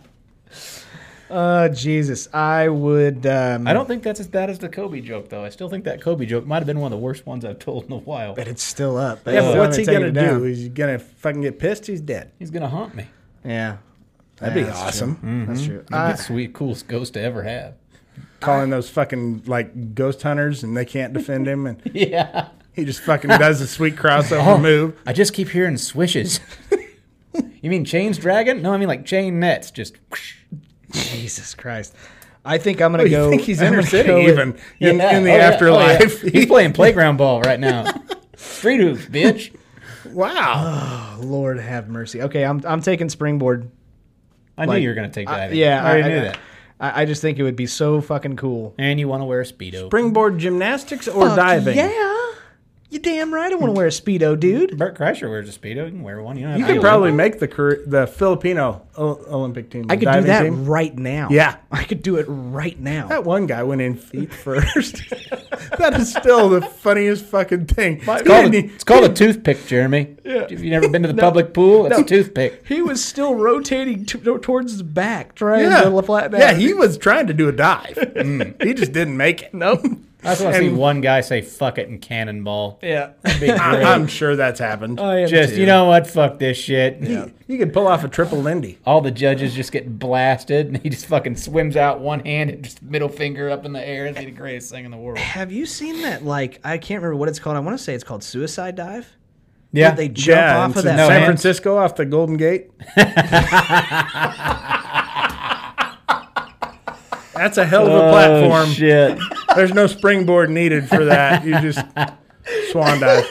[SPEAKER 1] Uh, Jesus, I would. Um,
[SPEAKER 2] I don't think that's as bad as the Kobe joke, though. I still think that Kobe joke might have been one of the worst ones I've told in a while.
[SPEAKER 1] But it's still up.
[SPEAKER 3] yeah, but
[SPEAKER 1] It's
[SPEAKER 3] what's he
[SPEAKER 1] taking
[SPEAKER 3] gonna
[SPEAKER 1] it down.
[SPEAKER 3] do? He's gonna fucking get pissed. He's dead.
[SPEAKER 2] He's gonna haunt me.
[SPEAKER 1] Yeah,
[SPEAKER 3] That'd
[SPEAKER 1] Yeah,
[SPEAKER 3] be
[SPEAKER 1] that's
[SPEAKER 3] awesome. Mm-hmm.
[SPEAKER 1] true. That's true. Ah,
[SPEAKER 2] That'd
[SPEAKER 1] I-
[SPEAKER 2] be the sweet, coolest ghost to ever have.
[SPEAKER 3] Calling those fucking like ghost hunters, and they can't defend him, and
[SPEAKER 2] Yeah.
[SPEAKER 3] he just fucking does a sweet crossover
[SPEAKER 1] Oh,
[SPEAKER 3] move.
[SPEAKER 2] I just keep hearing swishes. you mean chains dragon? No, I mean like chain nets. Just whoosh.
[SPEAKER 1] Jesus Christ. I think I'm gonna
[SPEAKER 3] Oh, You
[SPEAKER 1] go.
[SPEAKER 3] think he's
[SPEAKER 1] I'm
[SPEAKER 3] inner
[SPEAKER 1] gonna
[SPEAKER 3] city
[SPEAKER 1] go with-
[SPEAKER 3] even in,
[SPEAKER 2] Yeah.
[SPEAKER 3] in the
[SPEAKER 2] Oh, yeah.
[SPEAKER 3] afterlife?
[SPEAKER 2] Oh, yeah. He's playing playground ball right now. Street hoops, bitch.
[SPEAKER 3] wow.
[SPEAKER 1] Oh, Lord have mercy. Okay, I'm I'm taking springboard.
[SPEAKER 2] I
[SPEAKER 1] Like,
[SPEAKER 2] knew you were gonna take
[SPEAKER 1] I-
[SPEAKER 2] that.
[SPEAKER 1] yeah,
[SPEAKER 2] I already knew that.
[SPEAKER 1] I, I just think it would be so fucking cool.
[SPEAKER 2] And you want to wear a speedo?
[SPEAKER 3] Springboard gymnastics or
[SPEAKER 1] Fuck
[SPEAKER 3] diving?
[SPEAKER 1] Yeah. You damn right. I want to wear a speedo, dude.
[SPEAKER 2] Bert Kreischer wears a speedo. You can wear one. You, don't
[SPEAKER 3] You
[SPEAKER 2] have to
[SPEAKER 3] could
[SPEAKER 2] deal
[SPEAKER 3] probably
[SPEAKER 2] with
[SPEAKER 3] make the Kore- the Filipino o- Olympic team.
[SPEAKER 1] I
[SPEAKER 3] the
[SPEAKER 1] could do
[SPEAKER 3] diving
[SPEAKER 1] that
[SPEAKER 3] team.
[SPEAKER 1] right now.
[SPEAKER 3] Yeah.
[SPEAKER 1] I could do it right now.
[SPEAKER 3] That one guy went in feet first. that is still the funniest fucking thing. e-
[SPEAKER 2] it. It's called, a, it's called a toothpick, Jeremy. If you've never been to the public pool, it's a toothpick.
[SPEAKER 1] He was still rotating t- towards his back, trying
[SPEAKER 3] yeah.
[SPEAKER 1] to flatten out.
[SPEAKER 3] yeah, he was trying to do a dive. He just didn't make
[SPEAKER 1] Mm.
[SPEAKER 3] it.
[SPEAKER 1] Nope.
[SPEAKER 2] I just want to see
[SPEAKER 3] And-
[SPEAKER 2] one guy say "fuck it" and cannonball.
[SPEAKER 1] Yeah.
[SPEAKER 2] That'd be great.
[SPEAKER 3] I, I'm sure that's happened.
[SPEAKER 1] I am
[SPEAKER 2] just
[SPEAKER 1] too.
[SPEAKER 2] you know what? Fuck this shit.
[SPEAKER 3] You- You could pull off a triple Lindy.
[SPEAKER 2] All the judges just get blasted, and he just fucking swims out one hand and just middle finger up in the air. It'd be the greatest thing in the world.
[SPEAKER 1] Have you seen that? Like, I can't remember what it's called. I want to say it's called suicide dive.
[SPEAKER 2] Yeah,
[SPEAKER 1] They jump off
[SPEAKER 3] it's
[SPEAKER 1] of that.
[SPEAKER 3] in
[SPEAKER 2] no
[SPEAKER 3] San
[SPEAKER 2] hands.
[SPEAKER 3] Francisco off the Golden Gate. that's a hell of a platform.
[SPEAKER 2] shit.
[SPEAKER 3] There's no springboard needed for that. You just swan dive.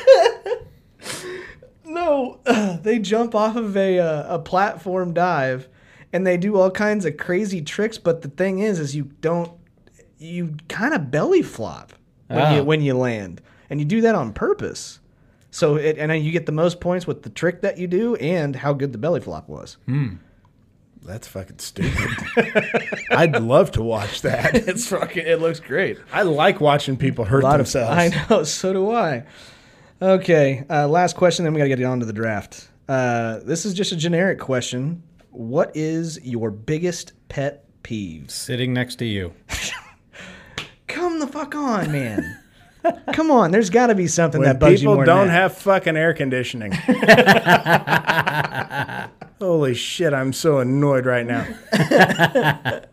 [SPEAKER 1] No, they jump off of a uh, a platform dive, and they do all kinds of crazy tricks. But the thing is, is you don't you kind of belly flop when
[SPEAKER 2] Ah.
[SPEAKER 1] you when you land, and you do that on purpose. So it and then you get the most points with the trick that you do and how good the belly flop was.
[SPEAKER 3] That's fucking stupid. I'd love to watch that.
[SPEAKER 1] It's fucking. It looks great.
[SPEAKER 3] I like watching people hurt themselves.
[SPEAKER 1] I know. So do I. Okay. Uh, last question. Then we got to get on to the draft. Uh, this is just a generic question. What is your biggest pet peeves?
[SPEAKER 2] Sitting next to you.
[SPEAKER 1] Come the fuck on, man. Come on. There's got to be something
[SPEAKER 3] when
[SPEAKER 1] that bugs you
[SPEAKER 3] people
[SPEAKER 1] more than
[SPEAKER 3] don't
[SPEAKER 1] that.
[SPEAKER 3] have fucking air conditioning. Holy shit, I'm so annoyed right now. I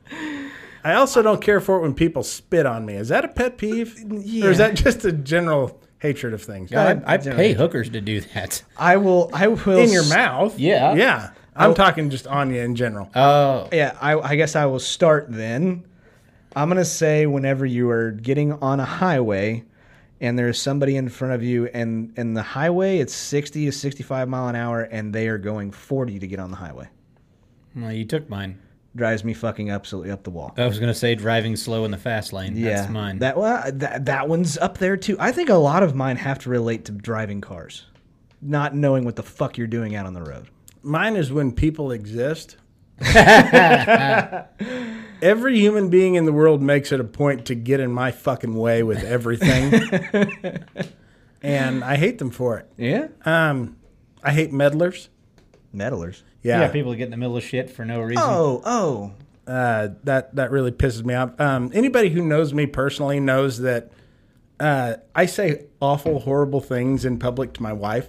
[SPEAKER 3] also don't care for it when people spit on me. Is that a pet peeve? Or is that just a general hatred of things?
[SPEAKER 2] God, I, I pay hookers to do that.
[SPEAKER 1] I will. I will.
[SPEAKER 3] In your
[SPEAKER 1] s-
[SPEAKER 3] mouth?
[SPEAKER 2] Yeah.
[SPEAKER 3] Yeah. I'm talking just on you in general.
[SPEAKER 2] Oh,
[SPEAKER 1] Yeah. I, I guess I will start then. I'm gonna say whenever you are getting on a highway. And there is somebody in front of you, and and the highway it's sixty to sixty-five mile an hour, and they are going forty to get on the highway.
[SPEAKER 2] well, you took mine.
[SPEAKER 1] drives me fucking absolutely up the wall.
[SPEAKER 2] I was gonna say driving slow in the fast lane.
[SPEAKER 1] yeah,
[SPEAKER 2] That's mine.
[SPEAKER 1] That one, that, that one's up there too. I think a lot of mine have to relate to driving cars, not knowing what the fuck you're doing out on the road.
[SPEAKER 3] Mine is when people exist. Every human being in the world makes it a point to get in my fucking way with everything. and I hate them for it.
[SPEAKER 1] Yeah,
[SPEAKER 3] Um, I hate meddlers.
[SPEAKER 1] meddlers.
[SPEAKER 2] Yeah.
[SPEAKER 3] Yeah,
[SPEAKER 2] people that get in the middle of shit for no reason.
[SPEAKER 1] Oh, oh.
[SPEAKER 3] uh, that that really pisses me off. Um, anybody who knows me personally knows that uh, I say awful, horrible things in public to my wife.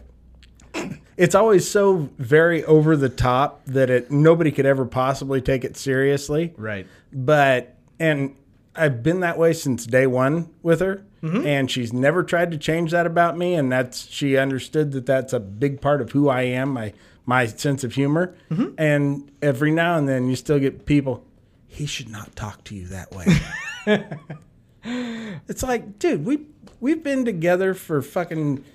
[SPEAKER 3] It's always so very over the top that it nobody could ever possibly take it seriously.
[SPEAKER 1] Right.
[SPEAKER 3] But and I've been that way since day one with her, and she's never tried to change that about me. And that's she understood that that's a big part of who I am, my my sense of humor. And every now and then, you still get people. He should not talk to you that way. it's like, dude, we we've been together for fucking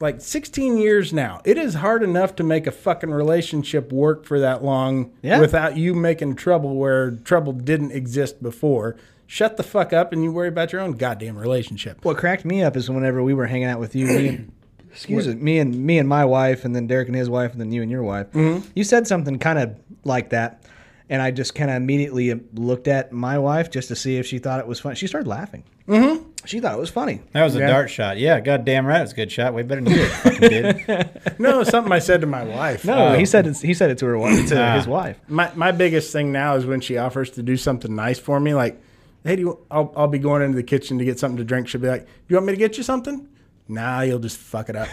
[SPEAKER 3] like 16 years now. It is hard enough to make a fucking relationship work for that long
[SPEAKER 1] Yeah.
[SPEAKER 3] without you making trouble where trouble didn't exist before. Shut the fuck up and you worry about your own goddamn relationship.
[SPEAKER 1] What cracked me up is whenever we were hanging out with you, me and, excuse me, me and me and my wife, and then Derek and his wife, and then you and your wife. You said something kind of like that, and I just kind of immediately looked at my wife just to see if she thought it was funny. She started laughing. Mm-hmm. She thought it was funny.
[SPEAKER 2] That was a dart shot. Yeah, goddamn right, it was a good shot. Way better than you did, fucking dude.
[SPEAKER 3] no, something I said to my wife.
[SPEAKER 1] No, he said it, he said it to her wi- to his wife.
[SPEAKER 3] my my biggest thing now is when she offers to do something nice for me, like, hey, do you, I'll I'll be going into the kitchen to get something to drink. She'll be like, do you want me to get you something? Nah, you'll just fuck it up.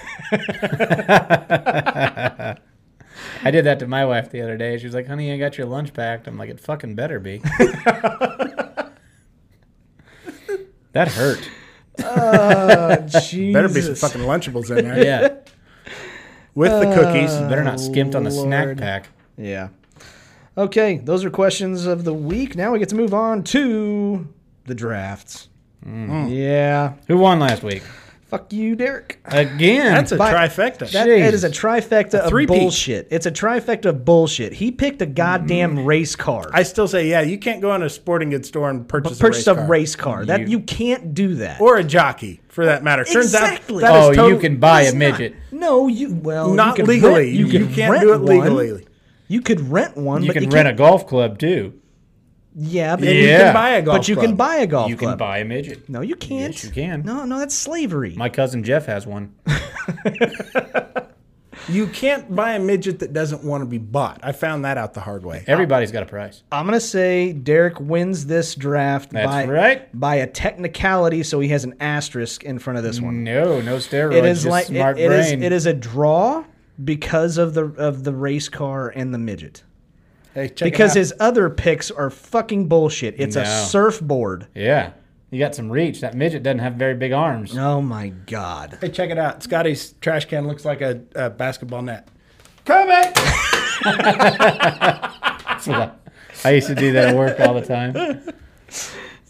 [SPEAKER 2] I did that to my wife the other day. She was like, "Honey, I got your lunch packed." I'm like, "It fucking better be." that hurt.
[SPEAKER 3] Better be some fucking Lunchables in there
[SPEAKER 2] Yeah,
[SPEAKER 3] with the cookies.
[SPEAKER 1] Uh,
[SPEAKER 2] better not skimped on the snack
[SPEAKER 1] Oh, Lord.
[SPEAKER 2] pack.
[SPEAKER 1] Yeah. Okay, those are questions of the week. Now we get to move on to the drafts. Yeah.
[SPEAKER 2] Who won last week?
[SPEAKER 1] Fuck you, Derek.
[SPEAKER 2] Again.
[SPEAKER 3] That's a
[SPEAKER 1] But-
[SPEAKER 3] trifecta.
[SPEAKER 1] That
[SPEAKER 2] Jesus.
[SPEAKER 1] it is a trifecta of
[SPEAKER 3] three-peat.
[SPEAKER 1] bullshit. It's a trifecta of bullshit. He picked a goddamn race car.
[SPEAKER 3] Mm. I still say, yeah, you can't go in a sporting goods store and purchase,
[SPEAKER 1] purchased
[SPEAKER 3] a,
[SPEAKER 1] a
[SPEAKER 3] race car.
[SPEAKER 1] race car. That you can't do that.
[SPEAKER 3] or a jockey, for that matter.
[SPEAKER 1] Exactly.
[SPEAKER 3] Turns out, that is
[SPEAKER 2] oh,
[SPEAKER 3] tot-
[SPEAKER 2] you can buy
[SPEAKER 1] It's
[SPEAKER 2] a
[SPEAKER 1] not-
[SPEAKER 2] midget.
[SPEAKER 1] No, you well you
[SPEAKER 3] Not
[SPEAKER 1] could
[SPEAKER 3] legally.
[SPEAKER 1] rent-
[SPEAKER 3] Oh, You- you
[SPEAKER 1] could
[SPEAKER 3] can't
[SPEAKER 1] rent
[SPEAKER 3] do it
[SPEAKER 1] one.
[SPEAKER 3] legally.
[SPEAKER 1] You could rent one.
[SPEAKER 2] You
[SPEAKER 1] but
[SPEAKER 2] can
[SPEAKER 1] you
[SPEAKER 2] rent a
[SPEAKER 1] can't-
[SPEAKER 2] golf club too.
[SPEAKER 1] Yeah, but
[SPEAKER 3] and
[SPEAKER 2] Yeah.
[SPEAKER 3] you can buy a golf.
[SPEAKER 1] but you
[SPEAKER 3] club.
[SPEAKER 1] can buy a golf
[SPEAKER 2] You can
[SPEAKER 1] club.
[SPEAKER 2] buy a midget.
[SPEAKER 1] No, you can't.
[SPEAKER 2] Yes, you can.
[SPEAKER 1] No, no, that's slavery.
[SPEAKER 2] My cousin Jeff has one.
[SPEAKER 3] You can't buy a midget that doesn't want to be bought. I found that out the hard way.
[SPEAKER 2] Everybody's got a price.
[SPEAKER 1] I'm gonna say Derek wins this draft
[SPEAKER 2] That's
[SPEAKER 1] by
[SPEAKER 2] right.
[SPEAKER 1] by a technicality, so he has an asterisk in front of this one.
[SPEAKER 2] No, no steroids.
[SPEAKER 1] it is
[SPEAKER 2] just
[SPEAKER 1] like it-
[SPEAKER 2] smart
[SPEAKER 1] it
[SPEAKER 2] brain.
[SPEAKER 1] is it is a draw because of the of the race car and the midget.
[SPEAKER 3] Hey, check it
[SPEAKER 1] Because
[SPEAKER 3] out.
[SPEAKER 1] his other picks are fucking bullshit. It's a
[SPEAKER 2] No.
[SPEAKER 1] surfboard.
[SPEAKER 2] Yeah. You got some reach. That midget doesn't have very big arms.
[SPEAKER 1] Oh my god.
[SPEAKER 3] Hey, check it out. Scotty's trash can looks like a, a basketball net. Coming.
[SPEAKER 2] I used to do that at work all the time.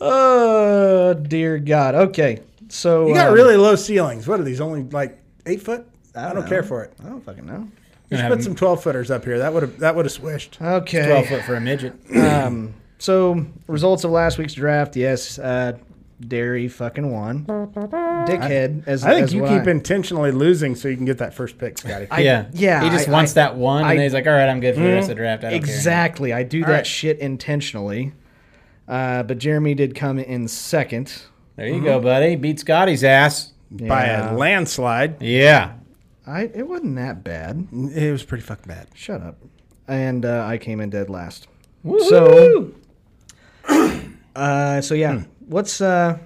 [SPEAKER 1] Oh dear god. Okay. So
[SPEAKER 3] You got
[SPEAKER 1] um,
[SPEAKER 3] really low ceilings. What are these? Only like eight foot? I don't,
[SPEAKER 1] know.
[SPEAKER 3] care for it.
[SPEAKER 1] I don't fucking know.
[SPEAKER 3] You should put some twelve footers up here. That would have that would have swished.
[SPEAKER 1] Okay.
[SPEAKER 2] 12 foot for a midget.
[SPEAKER 1] Uh, So results of last week's draft, yes, uh Derry fucking won. Dickhead as
[SPEAKER 3] I think
[SPEAKER 1] as
[SPEAKER 3] you
[SPEAKER 1] what
[SPEAKER 3] keep
[SPEAKER 1] I-
[SPEAKER 3] intentionally losing so you can get that first pick, Scotty.
[SPEAKER 2] yeah.
[SPEAKER 1] yeah,
[SPEAKER 2] He just
[SPEAKER 1] I-
[SPEAKER 2] wants
[SPEAKER 1] I-
[SPEAKER 2] that one,
[SPEAKER 1] I-
[SPEAKER 2] and then he's like, all right, I'm good for the rest of the draft. I don't care."
[SPEAKER 1] Exactly. I do that
[SPEAKER 3] right.
[SPEAKER 1] shit intentionally. Uh, but Jeremy did come in second.
[SPEAKER 2] There
[SPEAKER 1] mm-hmm.
[SPEAKER 2] you go, buddy. Beat Scotty's ass.
[SPEAKER 3] By
[SPEAKER 1] Yeah.
[SPEAKER 3] a landslide.
[SPEAKER 2] Yeah.
[SPEAKER 1] I it wasn't that bad.
[SPEAKER 3] It was pretty fucking bad.
[SPEAKER 1] Shut up. And uh, I came in dead last. So uh, so yeah. What's uh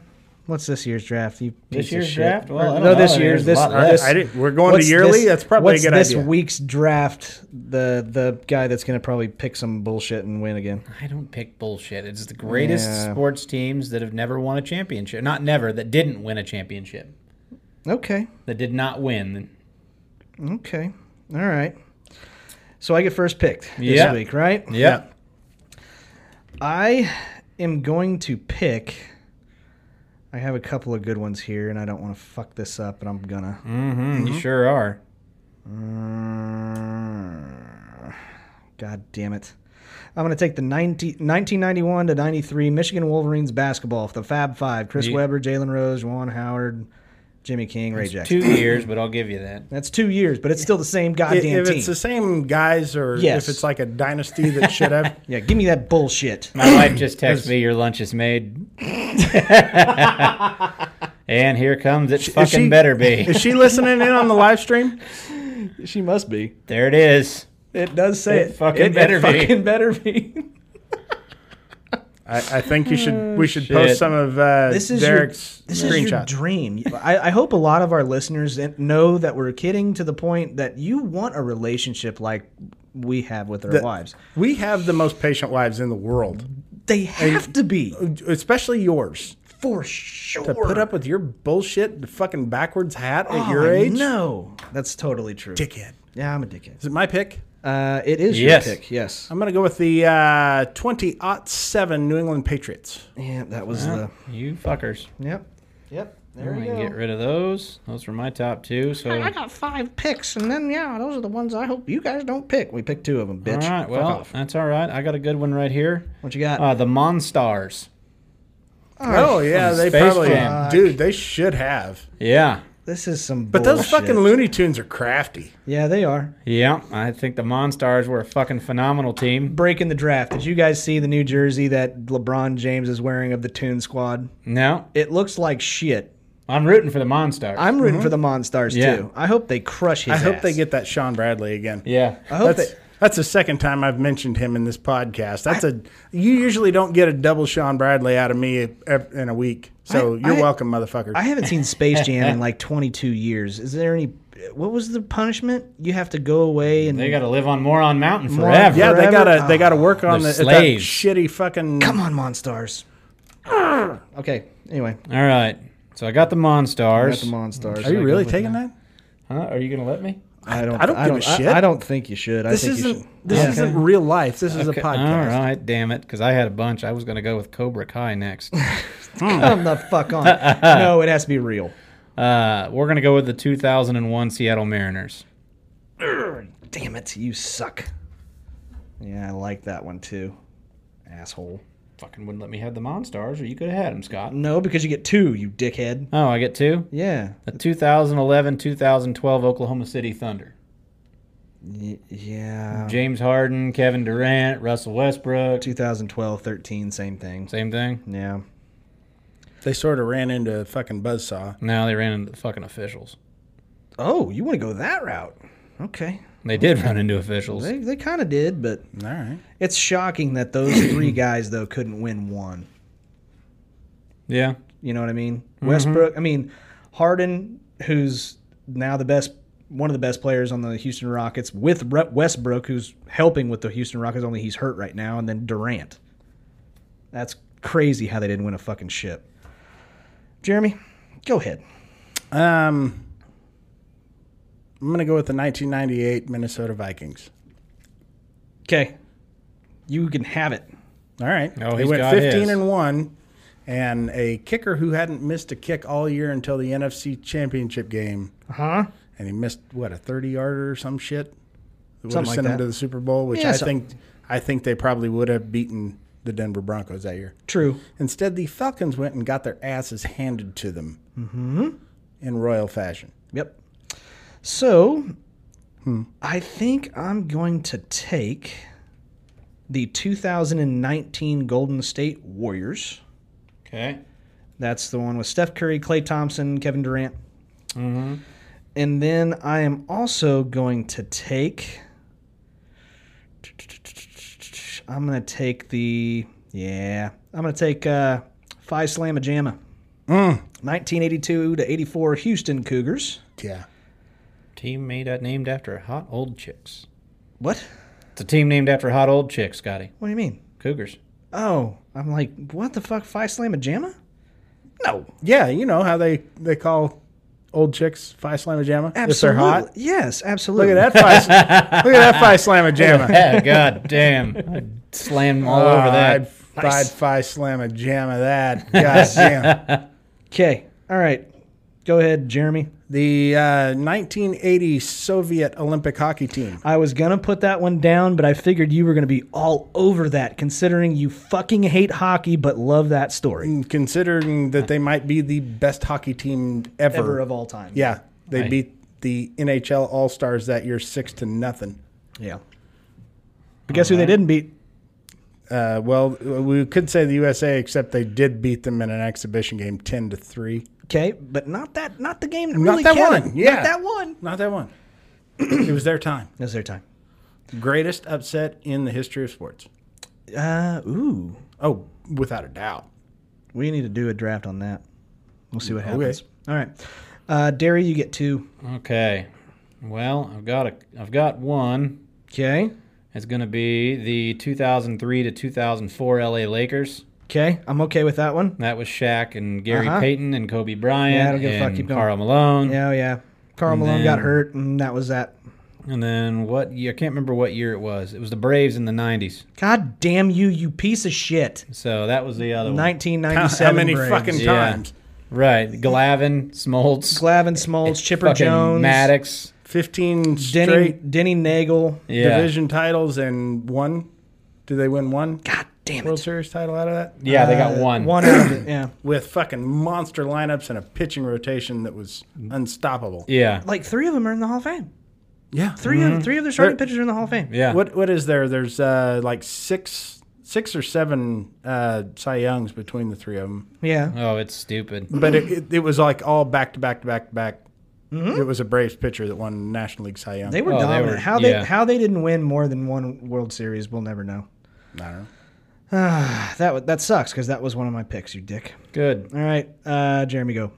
[SPEAKER 1] what's this year's draft? You piece of
[SPEAKER 2] year's
[SPEAKER 1] shit.
[SPEAKER 2] draft? Well, I don't
[SPEAKER 1] no, this
[SPEAKER 2] know.
[SPEAKER 1] year's
[SPEAKER 2] There's
[SPEAKER 1] this,
[SPEAKER 2] a lot left.
[SPEAKER 1] this
[SPEAKER 3] I didn't, we're going to yearly.
[SPEAKER 1] this-
[SPEAKER 3] That's probably
[SPEAKER 1] what's
[SPEAKER 3] a good
[SPEAKER 1] this
[SPEAKER 3] idea.
[SPEAKER 1] week's draft? The the guy that's gonna probably pick some bullshit and win again.
[SPEAKER 2] I don't pick bullshit. It's the greatest
[SPEAKER 1] Yeah.
[SPEAKER 2] sports teams that have never won a championship. Not never, that didn't win a championship.
[SPEAKER 1] Okay.
[SPEAKER 2] That did not win.
[SPEAKER 1] Okay. All right. So I get first picked this
[SPEAKER 2] Yeah.
[SPEAKER 1] week, right?
[SPEAKER 2] Yeah.
[SPEAKER 1] I am going to pick. I have a couple of good ones here, and I don't want to fuck this up, but I'm gonna. Mm-hmm.
[SPEAKER 2] You sure are.
[SPEAKER 1] Mm. God damn it. I'm going to take the 90, 1991 to 93 Michigan Wolverines basketball for the Fab Five. Chris
[SPEAKER 2] You-
[SPEAKER 1] Webber, Jalen Rose, Juan Howard, Jimmy King, Ray Jackson.
[SPEAKER 2] Two years, but I'll give you that.
[SPEAKER 1] That's two years, but it's still the same
[SPEAKER 3] If,
[SPEAKER 1] goddamn
[SPEAKER 3] if
[SPEAKER 1] team.
[SPEAKER 3] it's the same guys or
[SPEAKER 1] Yes.
[SPEAKER 3] if it's like a dynasty that should have.
[SPEAKER 1] yeah, give me that bullshit.
[SPEAKER 2] My wife just texted me, "Your lunch is made," and here comes it. Fucking
[SPEAKER 3] she-
[SPEAKER 2] better be.
[SPEAKER 3] Is she listening in on the live stream?
[SPEAKER 1] She must be.
[SPEAKER 2] There it is.
[SPEAKER 1] It does say it.
[SPEAKER 2] It fucking better be.
[SPEAKER 1] fucking better be.
[SPEAKER 3] I, I think you should. We should
[SPEAKER 2] Shit.
[SPEAKER 3] post some of uh,
[SPEAKER 1] This is
[SPEAKER 3] Derek's
[SPEAKER 1] your, this is your
[SPEAKER 3] screenshots.
[SPEAKER 1] dream. I, I hope a lot of our listeners in- know that we're kidding to the point that you want a relationship like we have with our
[SPEAKER 3] The-
[SPEAKER 1] wives.
[SPEAKER 3] we have the most patient wives in the world,
[SPEAKER 1] They have to be
[SPEAKER 3] especially yours.
[SPEAKER 1] for sure.
[SPEAKER 3] To put up with your bullshit, the fucking backwards hat at
[SPEAKER 1] Oh,
[SPEAKER 3] your age,
[SPEAKER 1] No, that's totally true.
[SPEAKER 3] dickhead.
[SPEAKER 1] Yeah, I'm a dickhead.
[SPEAKER 3] Is it my pick?
[SPEAKER 1] Uh, it is
[SPEAKER 2] Yes.
[SPEAKER 1] your pick. Yes.
[SPEAKER 3] I'm gonna go with the uh, 2007 New England Patriots.
[SPEAKER 1] Yeah, that was
[SPEAKER 2] You fuckers.
[SPEAKER 1] the. Yep. Yep. There
[SPEAKER 2] We
[SPEAKER 1] we
[SPEAKER 2] can
[SPEAKER 1] go.
[SPEAKER 2] Oh, get rid of those. Those were my top two. So all
[SPEAKER 1] got five picks, and then yeah, those are the ones I hope you guys don't pick. We picked two of them, bitch.
[SPEAKER 2] right,
[SPEAKER 1] Fuck
[SPEAKER 2] well
[SPEAKER 1] off.
[SPEAKER 2] that's all right. I got a good one right here.
[SPEAKER 1] what you got?
[SPEAKER 2] Uh, the Monstars.
[SPEAKER 3] Oh, yeah, they
[SPEAKER 2] Space
[SPEAKER 3] probably
[SPEAKER 2] Jam.
[SPEAKER 3] dude. They should have.
[SPEAKER 2] Yeah,
[SPEAKER 1] this is some.
[SPEAKER 3] But those fucking Looney Tunes are crafty.
[SPEAKER 1] Yeah, they are.
[SPEAKER 2] yeah. I think the Monstars were a fucking phenomenal team.
[SPEAKER 1] breaking the draft. Did you guys see the new jersey that LeBron James is wearing of the Toon Squad?
[SPEAKER 2] No,
[SPEAKER 1] It looks like shit.
[SPEAKER 2] I'm rooting for the Monstars.
[SPEAKER 1] I'm rooting for the Monstars
[SPEAKER 2] Yeah.
[SPEAKER 1] too. I hope they crush his
[SPEAKER 3] Mm-hmm. I hope they
[SPEAKER 1] ass.
[SPEAKER 3] get that Sean Bradley again.
[SPEAKER 2] yeah.
[SPEAKER 1] I hope
[SPEAKER 3] that's,
[SPEAKER 1] they-
[SPEAKER 3] that's the second time I've mentioned him in this podcast. That's a you usually don't get a double Sean Bradley out of me ev- in a week. So
[SPEAKER 1] I-
[SPEAKER 3] you're
[SPEAKER 1] I-
[SPEAKER 3] welcome, motherfucker.
[SPEAKER 1] I haven't seen Space Jam in like 22 years. Is there any? What was the punishment? You have to go away and
[SPEAKER 2] They got to live on Moron Mountain
[SPEAKER 1] Moron-
[SPEAKER 2] forever.
[SPEAKER 3] yeah, they
[SPEAKER 1] forever?
[SPEAKER 3] gotta they
[SPEAKER 1] Ah,
[SPEAKER 3] gotta work on the,
[SPEAKER 2] they're
[SPEAKER 3] at that
[SPEAKER 2] slaves.
[SPEAKER 3] shitty fucking.
[SPEAKER 1] come on, Monstars. okay. Anyway,
[SPEAKER 2] All right. So I got the
[SPEAKER 1] we got
[SPEAKER 2] Monstars.
[SPEAKER 1] the Monstars.
[SPEAKER 3] Are you really taking that?
[SPEAKER 2] huh? Are you gonna let me?
[SPEAKER 1] I don't.
[SPEAKER 3] I don't
[SPEAKER 1] I
[SPEAKER 3] give
[SPEAKER 1] don't,
[SPEAKER 3] a shit.
[SPEAKER 1] I, I don't think you should. I
[SPEAKER 3] This
[SPEAKER 1] think you
[SPEAKER 3] isn't
[SPEAKER 1] should.
[SPEAKER 3] this
[SPEAKER 2] Okay.
[SPEAKER 3] isn't real life. This is a
[SPEAKER 2] All
[SPEAKER 3] podcast.
[SPEAKER 2] right, damn it, because I had a bunch. I was gonna go with Cobra Kai next.
[SPEAKER 3] Hmm.
[SPEAKER 1] Come the fuck on. no, it has to be real.
[SPEAKER 2] uh, we're gonna go with the 2001 Seattle Mariners.
[SPEAKER 1] Damn it, you suck. Yeah, I like that one too. Asshole.
[SPEAKER 2] Fucking wouldn't let me have the Monstars, or you could have had them, Scott.
[SPEAKER 1] No, because you get two, you dickhead.
[SPEAKER 2] Oh, I get two.
[SPEAKER 1] Yeah.
[SPEAKER 2] The 2011 2012 Oklahoma City Thunder.
[SPEAKER 1] Y- yeah.
[SPEAKER 2] James Harden, Kevin Durant, Russell Westbrook.
[SPEAKER 1] 2012, 13, same thing.
[SPEAKER 2] Same thing.
[SPEAKER 1] Yeah.
[SPEAKER 3] They sort of ran into fucking buzzsaw.
[SPEAKER 2] No, they ran into the fucking officials.
[SPEAKER 1] Oh, you want to go that route? Okay.
[SPEAKER 2] They did run into officials.
[SPEAKER 1] They, they kind of did, but
[SPEAKER 3] All right.
[SPEAKER 1] it's shocking that those three guys, though, couldn't win one.
[SPEAKER 2] Yeah.
[SPEAKER 1] You know what I mean? Westbrook, I mean, Harden, who's now the best, one of the best players on the Houston Rockets, with Re- Westbrook, who's helping with the Houston Rockets, only he's hurt right now, and then Durant. That's crazy how they didn't win a fucking ship. Jeremy, go ahead.
[SPEAKER 3] Um, I'm going to go with the 1998 Minnesota Vikings.
[SPEAKER 1] Okay. You can have it.
[SPEAKER 3] All right.
[SPEAKER 2] Oh,
[SPEAKER 3] they
[SPEAKER 2] he's
[SPEAKER 3] went
[SPEAKER 2] got
[SPEAKER 3] 15
[SPEAKER 2] his.
[SPEAKER 3] and 1 and a kicker who hadn't missed a kick all year until the NFC Championship game
[SPEAKER 1] Huh?
[SPEAKER 3] and he missed what a 30-yarder or some shit. That would have
[SPEAKER 1] Something like
[SPEAKER 3] sent him
[SPEAKER 1] that.
[SPEAKER 3] to the Super Bowl, which
[SPEAKER 1] Yeah,
[SPEAKER 3] I
[SPEAKER 1] so-
[SPEAKER 3] think I think they probably would have beaten the Denver Broncos that year.
[SPEAKER 1] True.
[SPEAKER 3] Instead, the Falcons went and got their asses handed to them
[SPEAKER 1] Mm-hmm.
[SPEAKER 3] in royal fashion.
[SPEAKER 1] Yep. So, I think I'm going to take the 2019 Golden State Warriors.
[SPEAKER 2] Okay.
[SPEAKER 1] That's the one with Steph Curry, Clay Thompson, Kevin Durant. And then I am also going to take. I'm going to take the. Yeah. I'm going to take uh, Phi Slamma Jamma. 1982 to 84 Houston Cougars.
[SPEAKER 3] Yeah.
[SPEAKER 2] Team made uh, named after hot old chicks.
[SPEAKER 1] What?
[SPEAKER 2] It's a team named after hot old chicks, Scotty.
[SPEAKER 1] What do you mean?
[SPEAKER 2] Cougars.
[SPEAKER 1] Oh, I'm like, what the fuck? Phi Slamma Jamma? No.
[SPEAKER 3] Yeah, you know how they they call old chicks Phi Slamma Jamma if they're
[SPEAKER 1] Absolutely.
[SPEAKER 3] hot.
[SPEAKER 1] Yes,
[SPEAKER 3] Look
[SPEAKER 1] absolutely.
[SPEAKER 3] at that Phi, look at that Phi Slamma Jamma.
[SPEAKER 2] Yeah, God damn. I slammed them all over
[SPEAKER 3] Ah, I'd,
[SPEAKER 2] that.
[SPEAKER 3] I'd Phi Slamma Jamma that. God damn.
[SPEAKER 1] Okay. All right. Go ahead, Jeremy.
[SPEAKER 3] The uh, 1980 Soviet Olympic hockey team.
[SPEAKER 1] I was gonna put that one down, but I figured you were gonna be all over that, considering you fucking hate hockey but love that story.
[SPEAKER 3] Considering that they might be the best hockey team ever.
[SPEAKER 1] Ever of all time.
[SPEAKER 3] Yeah, they
[SPEAKER 2] Right.
[SPEAKER 3] beat the NHL All Stars that year six to nothing.
[SPEAKER 1] Yeah. But guess who they didn't beat?
[SPEAKER 3] Uh, well, we could say the USA, except they did beat them in an exhibition game, ten to three.
[SPEAKER 1] Okay, but not that, not the game that
[SPEAKER 3] Not
[SPEAKER 1] really
[SPEAKER 3] that
[SPEAKER 1] counted.
[SPEAKER 3] one, yeah.
[SPEAKER 1] Not that one.
[SPEAKER 3] Not that one. it was their time.
[SPEAKER 1] It was their time.
[SPEAKER 3] Greatest upset in the history of sports.
[SPEAKER 1] Uh, ooh,
[SPEAKER 3] Oh, without a doubt.
[SPEAKER 1] we need to do a draft on that. We'll see what happens. All right, uh, Derry, you get two.
[SPEAKER 2] Okay. Well, I've got a I've got one.
[SPEAKER 1] Okay,
[SPEAKER 2] It's going to be the 2003 to 2004 LA Lakers.
[SPEAKER 1] okay, I'm okay with that one.
[SPEAKER 2] That was Shaq and Gary
[SPEAKER 1] Uh-huh.
[SPEAKER 2] Payton and Kobe Bryant
[SPEAKER 1] Yeah, I don't give a fuck.
[SPEAKER 2] and
[SPEAKER 1] Keep going.
[SPEAKER 2] Carl Malone.
[SPEAKER 1] Yeah, oh, yeah. Carl Malone
[SPEAKER 2] then-
[SPEAKER 1] got hurt, and that was that.
[SPEAKER 2] And then what year? I can't remember what year it was. It was the Braves in the 90s.
[SPEAKER 1] God damn you, you piece of shit.
[SPEAKER 2] So that was the other one.
[SPEAKER 1] 1997.
[SPEAKER 3] How many
[SPEAKER 1] Braves.
[SPEAKER 3] fucking
[SPEAKER 2] Yeah.
[SPEAKER 3] times?
[SPEAKER 2] Right. Glavin, Smoltz,
[SPEAKER 1] Glavin, Smoltz, Chipper
[SPEAKER 2] fucking
[SPEAKER 1] Jones,
[SPEAKER 2] Maddox.
[SPEAKER 3] 15
[SPEAKER 1] Denny,
[SPEAKER 3] straight
[SPEAKER 1] Denny Nagel.
[SPEAKER 2] Yeah.
[SPEAKER 3] division titles and one. Do they win one
[SPEAKER 1] God damn
[SPEAKER 3] World
[SPEAKER 1] it.
[SPEAKER 3] Series title out of that?
[SPEAKER 2] Yeah, they got
[SPEAKER 1] Uh,
[SPEAKER 2] one.
[SPEAKER 1] One out of it. Yeah,
[SPEAKER 3] With fucking monster lineups and a pitching rotation that was unstoppable.
[SPEAKER 2] Yeah.
[SPEAKER 1] like three of them are in the Hall of Fame.
[SPEAKER 3] Yeah.
[SPEAKER 1] 3 of three of their starting
[SPEAKER 3] They're-
[SPEAKER 1] pitchers are in the Hall of Fame.
[SPEAKER 2] Mm-hmm. Yeah.
[SPEAKER 3] What what is there? There's uh, like six six or seven uh, Cy Youngs between the three of them.
[SPEAKER 1] Yeah.
[SPEAKER 2] Oh, it's stupid.
[SPEAKER 3] But it, it, it was like all back to back to back to back. It was a Braves pitcher that won National League Cy Young.
[SPEAKER 1] They were
[SPEAKER 2] Oh, they
[SPEAKER 1] dominant.
[SPEAKER 2] were-
[SPEAKER 1] how they
[SPEAKER 2] yeah.
[SPEAKER 1] how they didn't win more than one World Series, we'll never know.
[SPEAKER 3] I don't know.
[SPEAKER 1] That wa- that sucks because that was one of my picks, you dick.
[SPEAKER 2] Good.
[SPEAKER 1] All right, uh, Jeremy, go.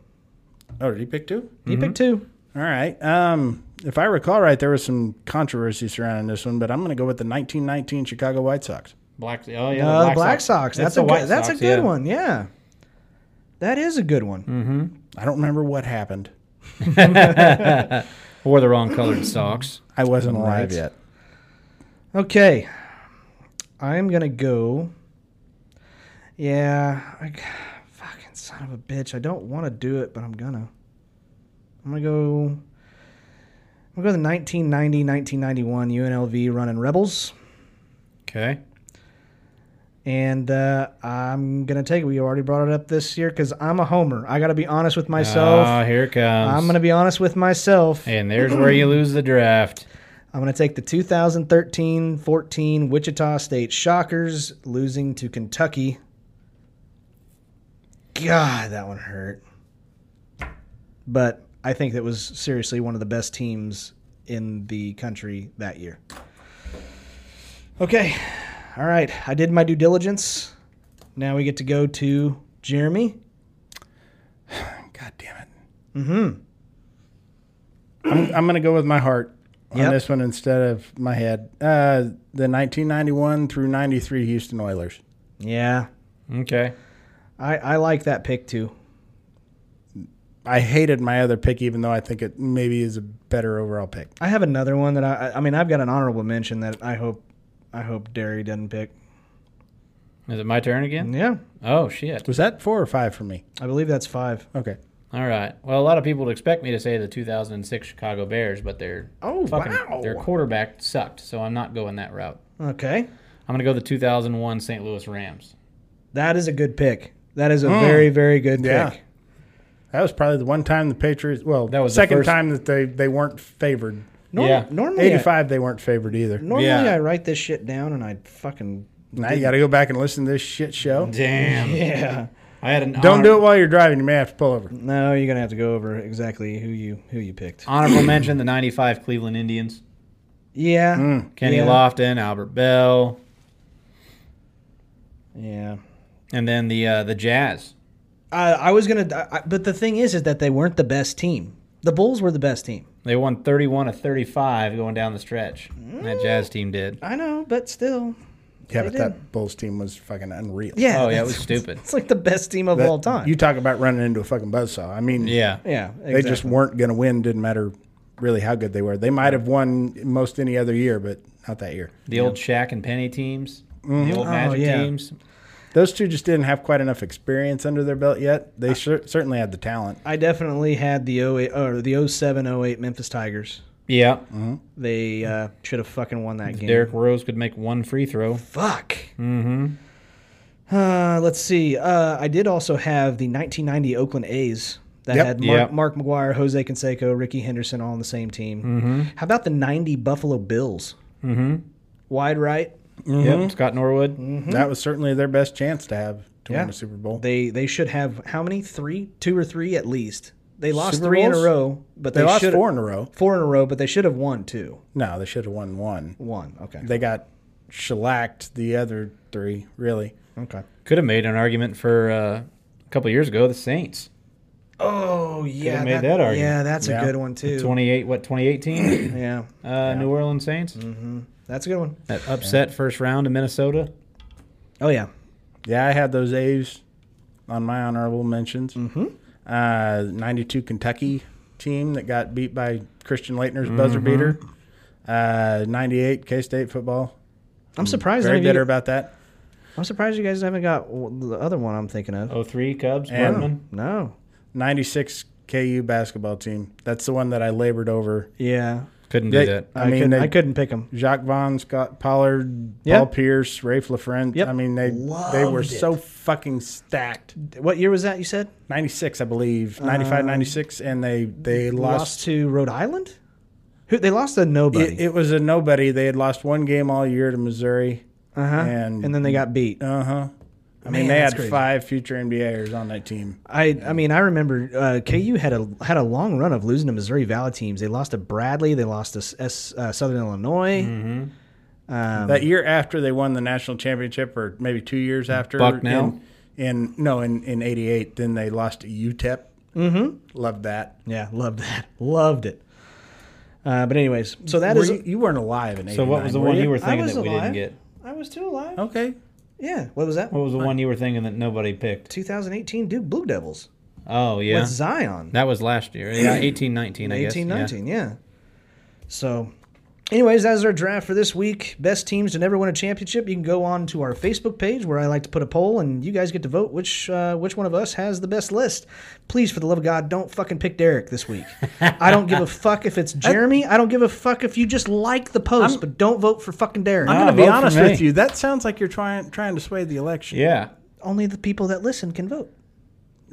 [SPEAKER 3] Oh, did he pick two?
[SPEAKER 1] You
[SPEAKER 2] Mm-hmm.
[SPEAKER 1] pick two.
[SPEAKER 3] All right. Um, if I recall right, there was some controversy surrounding this one, but I'm going to go with the 1919 Chicago White Sox.
[SPEAKER 2] Black. Oh yeah.
[SPEAKER 1] Uh, Black, Sox. That's,
[SPEAKER 2] the
[SPEAKER 1] a
[SPEAKER 2] White
[SPEAKER 1] good, that's a
[SPEAKER 2] Sox,
[SPEAKER 1] good
[SPEAKER 2] yeah. Hmm.
[SPEAKER 1] one. Yeah, that is a good one.
[SPEAKER 3] I don't remember what happened.
[SPEAKER 2] Wore the wrong colored socks.
[SPEAKER 3] I wasn't alive
[SPEAKER 1] Right.
[SPEAKER 3] yet.
[SPEAKER 1] Okay, I'm gonna go. Yeah, I, fucking son of a bitch. I don't want to do it, but I'm gonna. I'm gonna go. I'm gonna go the 1990, 1991 UNLV running Rebels,
[SPEAKER 2] Okay.
[SPEAKER 1] and uh, I'm gonna take it. We already brought it up this year because I'm a homer. I gotta be honest with myself.
[SPEAKER 2] Ah, here it comes.
[SPEAKER 1] I'm gonna be honest with myself.
[SPEAKER 2] And there's where you lose the draft.
[SPEAKER 1] I'm going to take the 2013 14 Wichita State Shockers losing to Kentucky. God, that one hurt. But I think that was seriously one of the best teams in the country that year. Okay. All right. I did my due diligence. Now we get to go to Jeremy.
[SPEAKER 3] God damn it. Mm-hmm. I'm, I'm going to go with my heart on
[SPEAKER 1] Yep.
[SPEAKER 3] this one instead of my head. Uh, the 1991 through 93 Houston Oilers.
[SPEAKER 1] Yeah.
[SPEAKER 2] Okay.
[SPEAKER 1] I, I like that pick too.
[SPEAKER 3] I hated my other pick, even though I think it maybe is a better overall pick.
[SPEAKER 1] I have another one that I I- I mean I've got an honorable mention that I hope I hope Derry doesn't pick.
[SPEAKER 2] Is it my turn again?
[SPEAKER 1] Yeah,
[SPEAKER 2] Oh shit.
[SPEAKER 3] Was that four or five for me?
[SPEAKER 1] I believe that's five.
[SPEAKER 3] Okay.
[SPEAKER 2] All right. Well, a lot of people would expect me to say the 2006 Chicago Bears, but their
[SPEAKER 1] Oh,
[SPEAKER 2] fucking
[SPEAKER 1] wow.
[SPEAKER 2] their quarterback sucked, so I'm not going that route.
[SPEAKER 1] Okay,
[SPEAKER 2] I'm gonna go the 2001 St. Louis Rams.
[SPEAKER 1] that is a good pick. That is a very very good
[SPEAKER 3] Yeah.
[SPEAKER 1] pick.
[SPEAKER 3] That was probably the one time the Patriots. Well,
[SPEAKER 2] That was the
[SPEAKER 3] second
[SPEAKER 2] first-
[SPEAKER 3] time that they, they weren't favored.
[SPEAKER 1] Norm-
[SPEAKER 2] Yeah.
[SPEAKER 1] normally I-
[SPEAKER 3] 85, they weren't favored either.
[SPEAKER 1] normally
[SPEAKER 2] Yeah.
[SPEAKER 1] I write this shit down and I fucking
[SPEAKER 3] Now you got to go back and listen to this shit show.
[SPEAKER 2] Damn.
[SPEAKER 1] yeah.
[SPEAKER 2] I had an
[SPEAKER 3] Don't
[SPEAKER 2] honor-
[SPEAKER 3] do it while you're driving. You may have to pull over.
[SPEAKER 1] No, you're gonna have to go over exactly who you who you picked.
[SPEAKER 2] Honorable mention: the '95 Cleveland Indians.
[SPEAKER 1] Yeah,
[SPEAKER 2] Kenny
[SPEAKER 1] yeah.
[SPEAKER 2] Lofton, Albert Bell,
[SPEAKER 1] Yeah.
[SPEAKER 2] and then the uh, the Jazz.
[SPEAKER 1] I, I was gonna, I, I- but the thing is, is that they weren't the best team. The Bulls were the best team.
[SPEAKER 2] They won 31 to 35 going down the stretch. That Jazz team did.
[SPEAKER 1] I know, but still,
[SPEAKER 3] Yeah,
[SPEAKER 1] They
[SPEAKER 3] but that Bulls team was fucking unreal.
[SPEAKER 1] yeah.
[SPEAKER 2] Oh yeah, it
[SPEAKER 1] that's-
[SPEAKER 2] was stupid.
[SPEAKER 1] It's like the best team of
[SPEAKER 3] That-
[SPEAKER 1] all time.
[SPEAKER 3] You talk about running into a fucking buzzsaw. I mean,
[SPEAKER 2] Yeah.
[SPEAKER 1] yeah, exactly.
[SPEAKER 3] they just weren't going to win. Didn't matter really how good they were. They might have won most any other year, but not that year.
[SPEAKER 2] The old Shaq and Penny teams, the old Magic
[SPEAKER 1] Mm-hmm. Oh, yeah.
[SPEAKER 2] teams.
[SPEAKER 3] Those two just didn't have quite enough experience under their belt yet. They cer- certainly had the talent.
[SPEAKER 1] I definitely had the 08 or the 07 08 Memphis Tigers.
[SPEAKER 2] Yeah.
[SPEAKER 1] They uh, should have fucking won that game.
[SPEAKER 2] Derrick Rose could make one free throw.
[SPEAKER 1] Fuck. Mm-hmm. Uh, let's see. Uh, I did also have the 1990 Oakland A's that
[SPEAKER 3] Yep.
[SPEAKER 1] had Mark,
[SPEAKER 2] Yep.
[SPEAKER 1] Mark McGuire, Jose Canseco, Ricky Henderson all on the same team.
[SPEAKER 3] Mm-hmm.
[SPEAKER 1] How about the 90 Buffalo Bills? Mm-hmm. Wide right. Mm-hmm.
[SPEAKER 2] Yep. Scott Norwood.
[SPEAKER 3] That was certainly their best chance to have to
[SPEAKER 1] Yeah.
[SPEAKER 3] win a Super Bowl.
[SPEAKER 1] They they should have how many? Three, two or three at least. They lost
[SPEAKER 3] Super
[SPEAKER 1] three in
[SPEAKER 3] Bowls?
[SPEAKER 1] a row, but they,
[SPEAKER 3] They lost
[SPEAKER 1] should
[SPEAKER 3] four in a row.
[SPEAKER 1] Four in a row, but they should have won two.
[SPEAKER 3] No, they should have won one.
[SPEAKER 1] One. Okay.
[SPEAKER 3] They got shellacked the other three, really.
[SPEAKER 1] okay.
[SPEAKER 2] Could have made an argument for uh, a couple years ago the Saints.
[SPEAKER 1] Oh yeah,
[SPEAKER 2] made that argument.
[SPEAKER 1] yeah, that's
[SPEAKER 3] Yeah.
[SPEAKER 1] a good one too.
[SPEAKER 2] Twenty eight, what twenty eighteen?
[SPEAKER 1] Yeah, Mm-hmm.
[SPEAKER 2] uh, New Orleans Saints
[SPEAKER 1] that's a good one.
[SPEAKER 2] that upset first round in Minnesota.
[SPEAKER 1] Oh yeah,
[SPEAKER 3] Yeah, I had those A's on my honorable mentions. Mm-hmm. Uh, 92 Kentucky team that got beat by Christian Leitner's
[SPEAKER 1] Mm-hmm.
[SPEAKER 3] buzzer beater. Uh, 98 K State football.
[SPEAKER 1] I'm surprised.
[SPEAKER 3] Mm, Very
[SPEAKER 1] none of
[SPEAKER 3] bitter
[SPEAKER 1] you,
[SPEAKER 3] about that.
[SPEAKER 1] I'm surprised you guys haven't got w- the other one I'm thinking of.
[SPEAKER 2] Oh three Cubs,
[SPEAKER 3] And-
[SPEAKER 2] Berman.
[SPEAKER 1] No.
[SPEAKER 3] 96 KU basketball team. That's the one that I labored over.
[SPEAKER 1] Yeah.
[SPEAKER 2] Couldn't
[SPEAKER 3] Yeah.
[SPEAKER 2] do that.
[SPEAKER 3] I
[SPEAKER 1] I,
[SPEAKER 3] mean,
[SPEAKER 1] couldn't,
[SPEAKER 3] they-
[SPEAKER 1] I couldn't pick them.
[SPEAKER 3] Jacques Vaughn, Scott Pollard,
[SPEAKER 1] Yeah.
[SPEAKER 3] Paul Pierce, Ray LaFrance.
[SPEAKER 1] Yep.
[SPEAKER 3] I mean, they they were so fucking stacked.
[SPEAKER 1] What year was that? You said
[SPEAKER 3] 96, I believe.
[SPEAKER 2] Um,
[SPEAKER 3] 95, 96. And they, they
[SPEAKER 1] lost,
[SPEAKER 3] lost
[SPEAKER 1] to Rhode Island. Who they lost to nobody.
[SPEAKER 3] It, it was a nobody. They had lost one game all year to Missouri.
[SPEAKER 1] uh
[SPEAKER 2] Uh-huh.
[SPEAKER 1] huh.
[SPEAKER 3] and-
[SPEAKER 1] And, then they got beat.
[SPEAKER 3] Uh huh. I
[SPEAKER 1] Man,
[SPEAKER 3] mean, they
[SPEAKER 1] that's
[SPEAKER 3] had
[SPEAKER 1] crazy.
[SPEAKER 3] five future NBAers on that team.
[SPEAKER 1] I I mean I remember uh, KU had a had a long run of losing to Missouri Valley teams. They lost to Bradley. They lost to S- S, uh, Southern Illinois.
[SPEAKER 3] Mm-hmm.
[SPEAKER 1] Um,
[SPEAKER 3] That year after they won the national championship, or maybe two years after.
[SPEAKER 2] Bucknell?
[SPEAKER 3] In, in no, in in '88, then they lost to UTEP. Mm-hmm. Loved that.
[SPEAKER 1] yeah, loved that. Loved it. Uh, but anyways, so that
[SPEAKER 3] Were
[SPEAKER 1] is.
[SPEAKER 3] you, you weren't alive in '89.
[SPEAKER 2] So what was the one you were
[SPEAKER 1] I
[SPEAKER 2] thinking
[SPEAKER 1] was
[SPEAKER 2] that we
[SPEAKER 1] alive.
[SPEAKER 2] didn't get?
[SPEAKER 1] I was too alive.
[SPEAKER 3] Okay.
[SPEAKER 1] Yeah. What was that?
[SPEAKER 2] What was the one you were thinking that nobody picked?
[SPEAKER 1] 2018 Duke Blue Devils
[SPEAKER 2] Oh yeah,
[SPEAKER 1] with Zion.
[SPEAKER 2] that was last year. Yeah, eighteen nineteen. I guess.
[SPEAKER 1] Eighteen,
[SPEAKER 2] yeah.
[SPEAKER 1] nineteen, yeah. So, anyways, that is our draft for this week. Best teams to never win a championship. You can go on to our Facebook page where I like to put a poll, and you guys get to vote which uh, which one of us has the best list. Please, for the love of God, don't fucking pick Derek this week. I don't give a fuck if it's Jeremy. I don't give a fuck if you just like the post, but don't vote for fucking Derek.
[SPEAKER 3] I'm
[SPEAKER 2] Ah,
[SPEAKER 3] gonna be
[SPEAKER 2] vote for
[SPEAKER 3] honest
[SPEAKER 2] me.
[SPEAKER 3] with you. That sounds like you're trying trying to sway the election.
[SPEAKER 2] Yeah.
[SPEAKER 1] Only the people that listen can vote.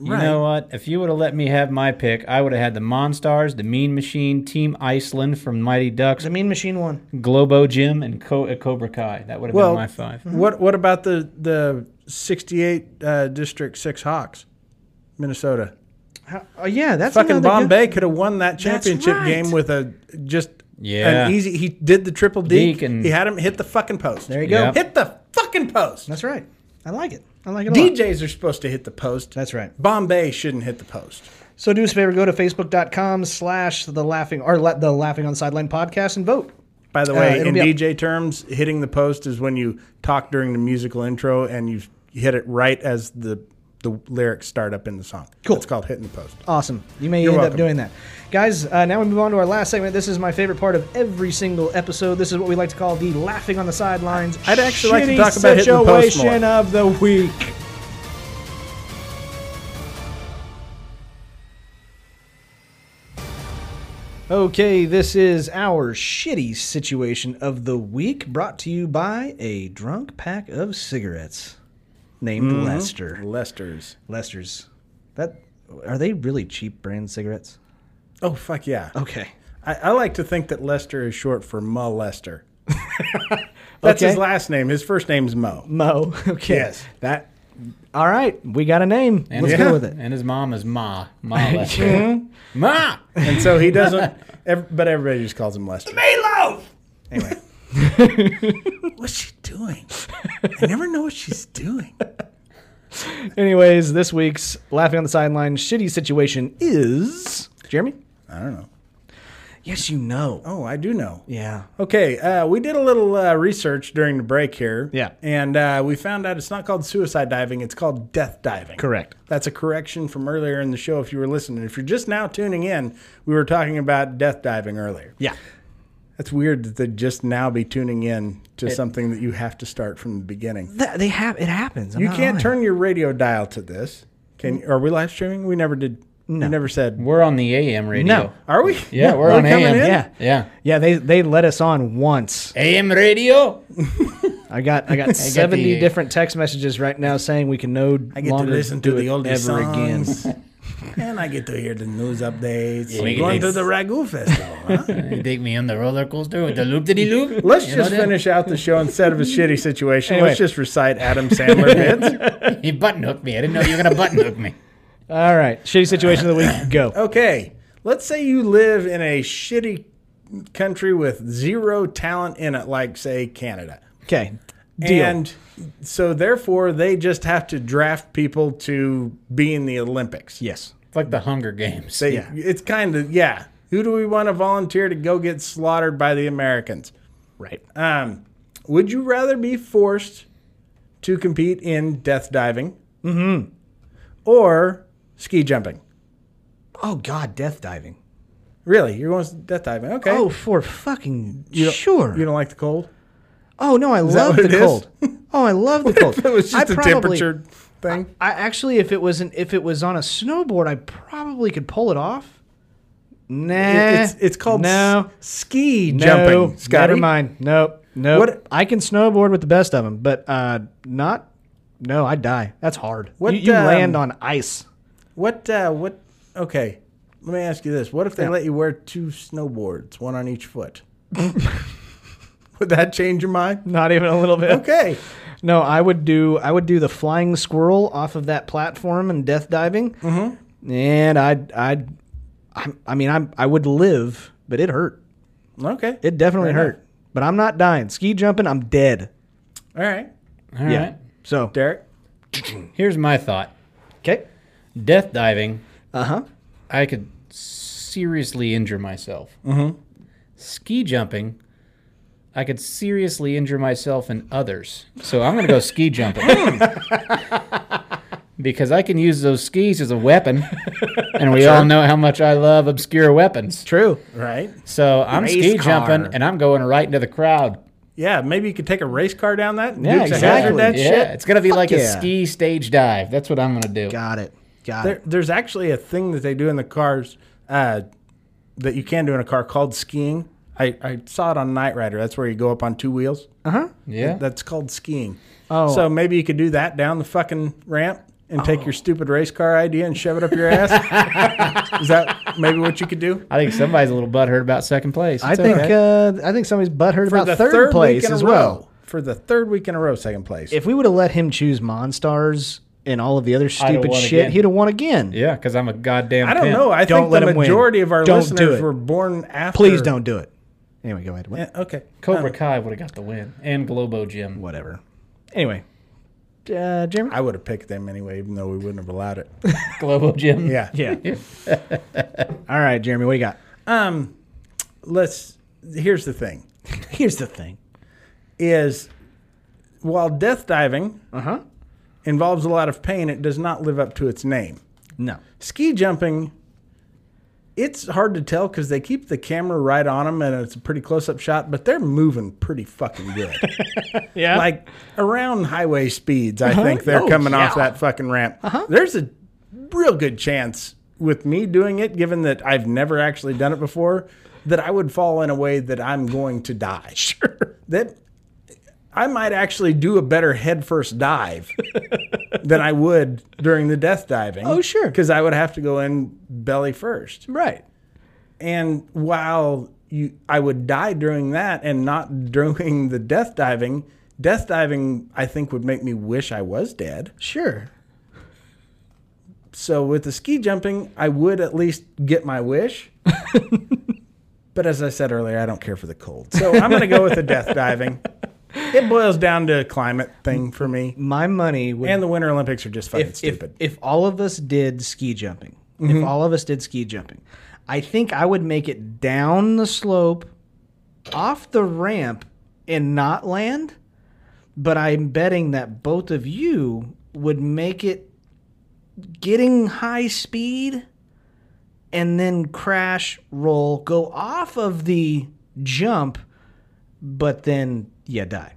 [SPEAKER 2] You
[SPEAKER 3] Right.
[SPEAKER 2] know what? If you would have let me have my pick, I would have had the Monstars, the Mean Machine, Team Iceland from Mighty Ducks,
[SPEAKER 1] The Mean Machine won.
[SPEAKER 2] Globo Gym, and Co- uh, Cobra Kai. That would have
[SPEAKER 3] Well,
[SPEAKER 2] been my five.
[SPEAKER 1] Mm-hmm.
[SPEAKER 3] What what about the the '68 uh, District Six Hawks, Minnesota?
[SPEAKER 1] How, oh yeah, that's
[SPEAKER 3] Fucking
[SPEAKER 1] another good-
[SPEAKER 3] Bombay could have won that
[SPEAKER 1] That's
[SPEAKER 3] championship
[SPEAKER 1] right.
[SPEAKER 3] game with a just
[SPEAKER 2] Yeah.
[SPEAKER 3] an easy. He did the triple deke.
[SPEAKER 2] Deke and-
[SPEAKER 3] he had him hit the fucking post.
[SPEAKER 1] There you go.
[SPEAKER 2] Yep.
[SPEAKER 3] Hit the fucking post.
[SPEAKER 1] That's right. I like it. I like it a lot.
[SPEAKER 3] DJs are supposed to hit the post.
[SPEAKER 1] That's right.
[SPEAKER 3] Bombay shouldn't hit the post.
[SPEAKER 1] So do us a favor, go to facebook.com slash the laughing or la- the laughing on the sideline podcast and vote.
[SPEAKER 3] By the
[SPEAKER 1] Uh,
[SPEAKER 3] way,
[SPEAKER 1] it'll
[SPEAKER 3] in
[SPEAKER 1] be up-
[SPEAKER 3] DJ terms, hitting the post is when you talk during the musical intro and you hit it right as the the lyrics start up in the song.
[SPEAKER 1] Cool.
[SPEAKER 3] It's called hitting the post.
[SPEAKER 1] Awesome. You may end
[SPEAKER 3] welcome.
[SPEAKER 1] up doing that. Guys, uh, now we move on to our last segment. This is my favorite part of every single episode. This is what we like to call the laughing on the sidelines.
[SPEAKER 3] I'd actually like to
[SPEAKER 1] shitty
[SPEAKER 3] talk about hitting the post more.
[SPEAKER 1] situation of the week. Okay, this is our shitty situation of the week brought to you by a drunk pack of cigarettes named
[SPEAKER 3] Mm-hmm.
[SPEAKER 1] Lester.
[SPEAKER 3] Lester's.
[SPEAKER 1] Lester's. That are they really cheap brand cigarettes?
[SPEAKER 3] Oh fuck yeah.
[SPEAKER 1] Okay.
[SPEAKER 3] I, I like to think that Lester is short for Mo Lester. That's his
[SPEAKER 1] Okay.
[SPEAKER 3] last name. His first name's Mo.
[SPEAKER 1] Mo. Okay.
[SPEAKER 3] Yes.
[SPEAKER 1] That all right, we got a name. Let's
[SPEAKER 3] Yeah.
[SPEAKER 1] go with it.
[SPEAKER 2] And his mom is Ma. Ma Lester. Ma!
[SPEAKER 3] And so he doesn't, ev- but everybody just calls him Lester.
[SPEAKER 4] Meatloaf!
[SPEAKER 3] Anyway. What's she doing? I never know what she's doing.
[SPEAKER 1] Anyways, this week's Laughing on the Sideline shitty situation is Jeremy?
[SPEAKER 3] I don't know.
[SPEAKER 1] Yes, you know.
[SPEAKER 3] Oh, I do know.
[SPEAKER 1] Yeah.
[SPEAKER 3] Okay, uh, we did a little uh, research during the break here.
[SPEAKER 1] Yeah.
[SPEAKER 3] And uh, we found out it's not called suicide diving, it's called death diving.
[SPEAKER 1] Correct.
[SPEAKER 3] That's a correction from earlier in the show if you were listening. If you're just now tuning in, we were talking about death diving earlier.
[SPEAKER 1] Yeah.
[SPEAKER 3] That's weird that they'd just now be tuning in to something that you have to start from the beginning.
[SPEAKER 1] That, they have it happens. I'm
[SPEAKER 3] You
[SPEAKER 1] not
[SPEAKER 3] can't
[SPEAKER 1] lying.
[SPEAKER 3] turn your radio dial to this. Can are we live streaming? We never did. We never said.
[SPEAKER 2] We're on the AM radio.
[SPEAKER 1] No.
[SPEAKER 3] Are we?
[SPEAKER 2] Yeah, we're on
[SPEAKER 3] coming
[SPEAKER 2] AM.
[SPEAKER 3] in?
[SPEAKER 1] Yeah.
[SPEAKER 2] Yeah.
[SPEAKER 1] Yeah, they they let us on once.
[SPEAKER 2] AM radio?
[SPEAKER 1] I got I got uh, 70
[SPEAKER 2] the-
[SPEAKER 1] different text messages right now saying we can no
[SPEAKER 3] I get
[SPEAKER 1] longer
[SPEAKER 3] to listen to
[SPEAKER 1] do
[SPEAKER 3] the
[SPEAKER 1] it
[SPEAKER 3] older
[SPEAKER 1] ever
[SPEAKER 3] songs.
[SPEAKER 1] again.
[SPEAKER 3] and I get to hear the news updates.
[SPEAKER 2] we
[SPEAKER 3] We're
[SPEAKER 2] can
[SPEAKER 3] going
[SPEAKER 2] do-
[SPEAKER 3] to the Ragu Festival. Huh?
[SPEAKER 2] You take me on the roller coaster with the loop de loop?
[SPEAKER 3] let's just finish out the show instead of a shitty situation.
[SPEAKER 1] Anyway.
[SPEAKER 3] Let's just recite Adam Sandler bits.
[SPEAKER 2] You button hooked me. I didn't know you were going to button hook me.
[SPEAKER 1] All right. Shitty situation of the week. Go.
[SPEAKER 3] Okay, let's say you live in a shitty country with zero talent in it, like say Canada.
[SPEAKER 1] Okay. Deal.
[SPEAKER 3] And so therefore they just have to draft people to be in the Olympics.
[SPEAKER 1] yes.
[SPEAKER 2] It's like the Hunger Games.
[SPEAKER 3] They,
[SPEAKER 1] Yeah.
[SPEAKER 3] It's kind of yeah. Who do we want to volunteer to go get slaughtered by the Americans?
[SPEAKER 1] Right.
[SPEAKER 3] Um, would you rather be forced to compete in death diving
[SPEAKER 1] Mm-hmm.
[SPEAKER 3] or ski jumping?
[SPEAKER 1] Oh God, death diving.
[SPEAKER 3] Really, you're going with death diving? Okay.
[SPEAKER 1] Oh, for fucking
[SPEAKER 3] You don't-
[SPEAKER 1] sure.
[SPEAKER 3] You don't like the cold?
[SPEAKER 1] oh no, I
[SPEAKER 3] that
[SPEAKER 1] love
[SPEAKER 3] what
[SPEAKER 1] the
[SPEAKER 3] it is?
[SPEAKER 1] cold. Oh, I love the cold.
[SPEAKER 3] If it was
[SPEAKER 1] I
[SPEAKER 3] just a
[SPEAKER 1] probably-
[SPEAKER 3] temperature thing.
[SPEAKER 1] I actually, if it wasn't, if it was on a snowboard, I probably could pull it off. Nah,
[SPEAKER 3] It- it's, it's called
[SPEAKER 1] Eh, no,
[SPEAKER 3] s- ski
[SPEAKER 1] no,
[SPEAKER 3] jumping. Scotty.
[SPEAKER 1] Never mind. Nope, nope.
[SPEAKER 3] What-
[SPEAKER 1] I can snowboard with the best of them, but uh, not. No, I die. That's hard.
[SPEAKER 3] What,
[SPEAKER 1] you you
[SPEAKER 3] um,
[SPEAKER 1] land on ice.
[SPEAKER 3] What? Uh, what? Okay. Let me ask you this: What if they let you wear two snowboards, one on each foot? Would that change your mind?
[SPEAKER 1] Not even a little bit.
[SPEAKER 3] Okay.
[SPEAKER 1] No, I would do. I would do the flying squirrel off of that platform and death diving. Mm-hmm. And I'd, I'd, I, I mean, I'm, I would live, but it hurt.
[SPEAKER 3] Okay.
[SPEAKER 1] It definitely
[SPEAKER 3] Fair
[SPEAKER 1] hurt. But I'm not dying. Ski jumping, I'm dead.
[SPEAKER 3] All right,
[SPEAKER 2] All right.
[SPEAKER 1] Yeah. So
[SPEAKER 3] Derek.
[SPEAKER 2] Here's my thought.
[SPEAKER 1] okay.
[SPEAKER 2] Death diving,
[SPEAKER 1] Uh huh.
[SPEAKER 2] I could seriously injure myself. Mm-hmm. Ski jumping, I could seriously injure myself and others. So I'm going to go ski jumping. because I can use those skis as a weapon. And we all know how much I love obscure weapons.
[SPEAKER 1] True.
[SPEAKER 3] Right.
[SPEAKER 2] So I'm
[SPEAKER 1] Race
[SPEAKER 2] ski
[SPEAKER 1] car.
[SPEAKER 2] jumping and I'm going right into the crowd.
[SPEAKER 3] Yeah. Maybe you could take a race car down that. And
[SPEAKER 1] Yeah,
[SPEAKER 3] Dukes of
[SPEAKER 1] exactly.
[SPEAKER 3] Hazzard That
[SPEAKER 2] yeah,
[SPEAKER 3] shit.
[SPEAKER 2] it's gonna be like a
[SPEAKER 1] yeah.
[SPEAKER 2] ski stage dive. That's what I'm gonna do.
[SPEAKER 1] Got it. Got
[SPEAKER 3] There,
[SPEAKER 1] it.
[SPEAKER 3] there's actually a thing that they do in the cars uh, that you can do in a car called skiing. I, I saw it on Knight Rider. That's where you go up on two wheels.
[SPEAKER 2] Yeah,
[SPEAKER 3] That's called skiing.
[SPEAKER 1] Oh.
[SPEAKER 3] So maybe you could do that down the fucking ramp and take your stupid race car idea and shove it up your ass. Is that maybe what you could do?
[SPEAKER 2] I think somebody's a little butthurt about second place.
[SPEAKER 1] I
[SPEAKER 2] It's
[SPEAKER 1] think
[SPEAKER 2] okay.
[SPEAKER 1] uh, I think somebody's butt hurt about
[SPEAKER 3] the
[SPEAKER 1] third, place
[SPEAKER 3] week in
[SPEAKER 1] as
[SPEAKER 3] a
[SPEAKER 1] well.
[SPEAKER 3] row. For the third week in a row, second place.
[SPEAKER 1] If we would have let him choose Monstars and all of the other stupid
[SPEAKER 2] won
[SPEAKER 1] shit,
[SPEAKER 2] again.
[SPEAKER 1] he'd have won again.
[SPEAKER 2] yeah, because I'm a goddamn.
[SPEAKER 3] I don't
[SPEAKER 2] pimp.
[SPEAKER 3] know. I
[SPEAKER 1] Don't
[SPEAKER 3] think
[SPEAKER 1] let
[SPEAKER 3] the
[SPEAKER 1] him win.
[SPEAKER 3] majority of our
[SPEAKER 1] Don't do
[SPEAKER 3] listeners
[SPEAKER 1] it.
[SPEAKER 3] were born after.
[SPEAKER 1] Please don't do it. Anyway, go ahead. What-
[SPEAKER 3] Eh, Okay.
[SPEAKER 2] Cobra Kai would have got the win, and Globo Gym.
[SPEAKER 1] Whatever. Anyway, uh, Jeremy.
[SPEAKER 3] I would have picked them anyway, even though we wouldn't have allowed it.
[SPEAKER 2] Globo Gym.
[SPEAKER 3] Yeah.
[SPEAKER 1] Yeah. all right, Jeremy. What do you got?
[SPEAKER 3] Um, let's. Here's the thing:
[SPEAKER 1] Here's the thing.
[SPEAKER 3] is while death diving
[SPEAKER 1] Uh-huh.
[SPEAKER 3] involves a lot of pain, it does not live up to its name.
[SPEAKER 1] No.
[SPEAKER 3] Ski jumping, it's hard to tell because they keep the camera right on them and it's a pretty close-up shot, but they're moving pretty fucking good.
[SPEAKER 1] Yeah.
[SPEAKER 3] like around highway speeds. I think they're
[SPEAKER 1] Oh,
[SPEAKER 3] coming off
[SPEAKER 1] yeah. Uh-huh.
[SPEAKER 3] that fucking ramp. There's a real good chance with me doing it, given that I've never actually done it before, that I would fall in a way that I'm going to die. Sure. That I might actually do a better headfirst dive than I would during the death diving.
[SPEAKER 1] Oh, sure.
[SPEAKER 3] Because I would have to go in belly first.
[SPEAKER 1] right.
[SPEAKER 3] And while you, I would die during that and not during the death diving, death diving, I think, would make me wish I was dead.
[SPEAKER 1] Sure.
[SPEAKER 3] So with the ski jumping, I would at least get my wish. but as I said earlier, I don't care for the cold. So I'm going to go with the death diving. It boils down to a climate thing for me.
[SPEAKER 1] My money would
[SPEAKER 3] And the Winter Olympics are just fucking
[SPEAKER 1] if, if,
[SPEAKER 3] stupid.
[SPEAKER 1] if all of us did ski jumping, if all of us did ski jumping, I think I would make it down the slope, off the ramp, and not land. But I'm betting that both of you would make it getting high speed and then crash, roll, go off of the jump, but then, yeah, die.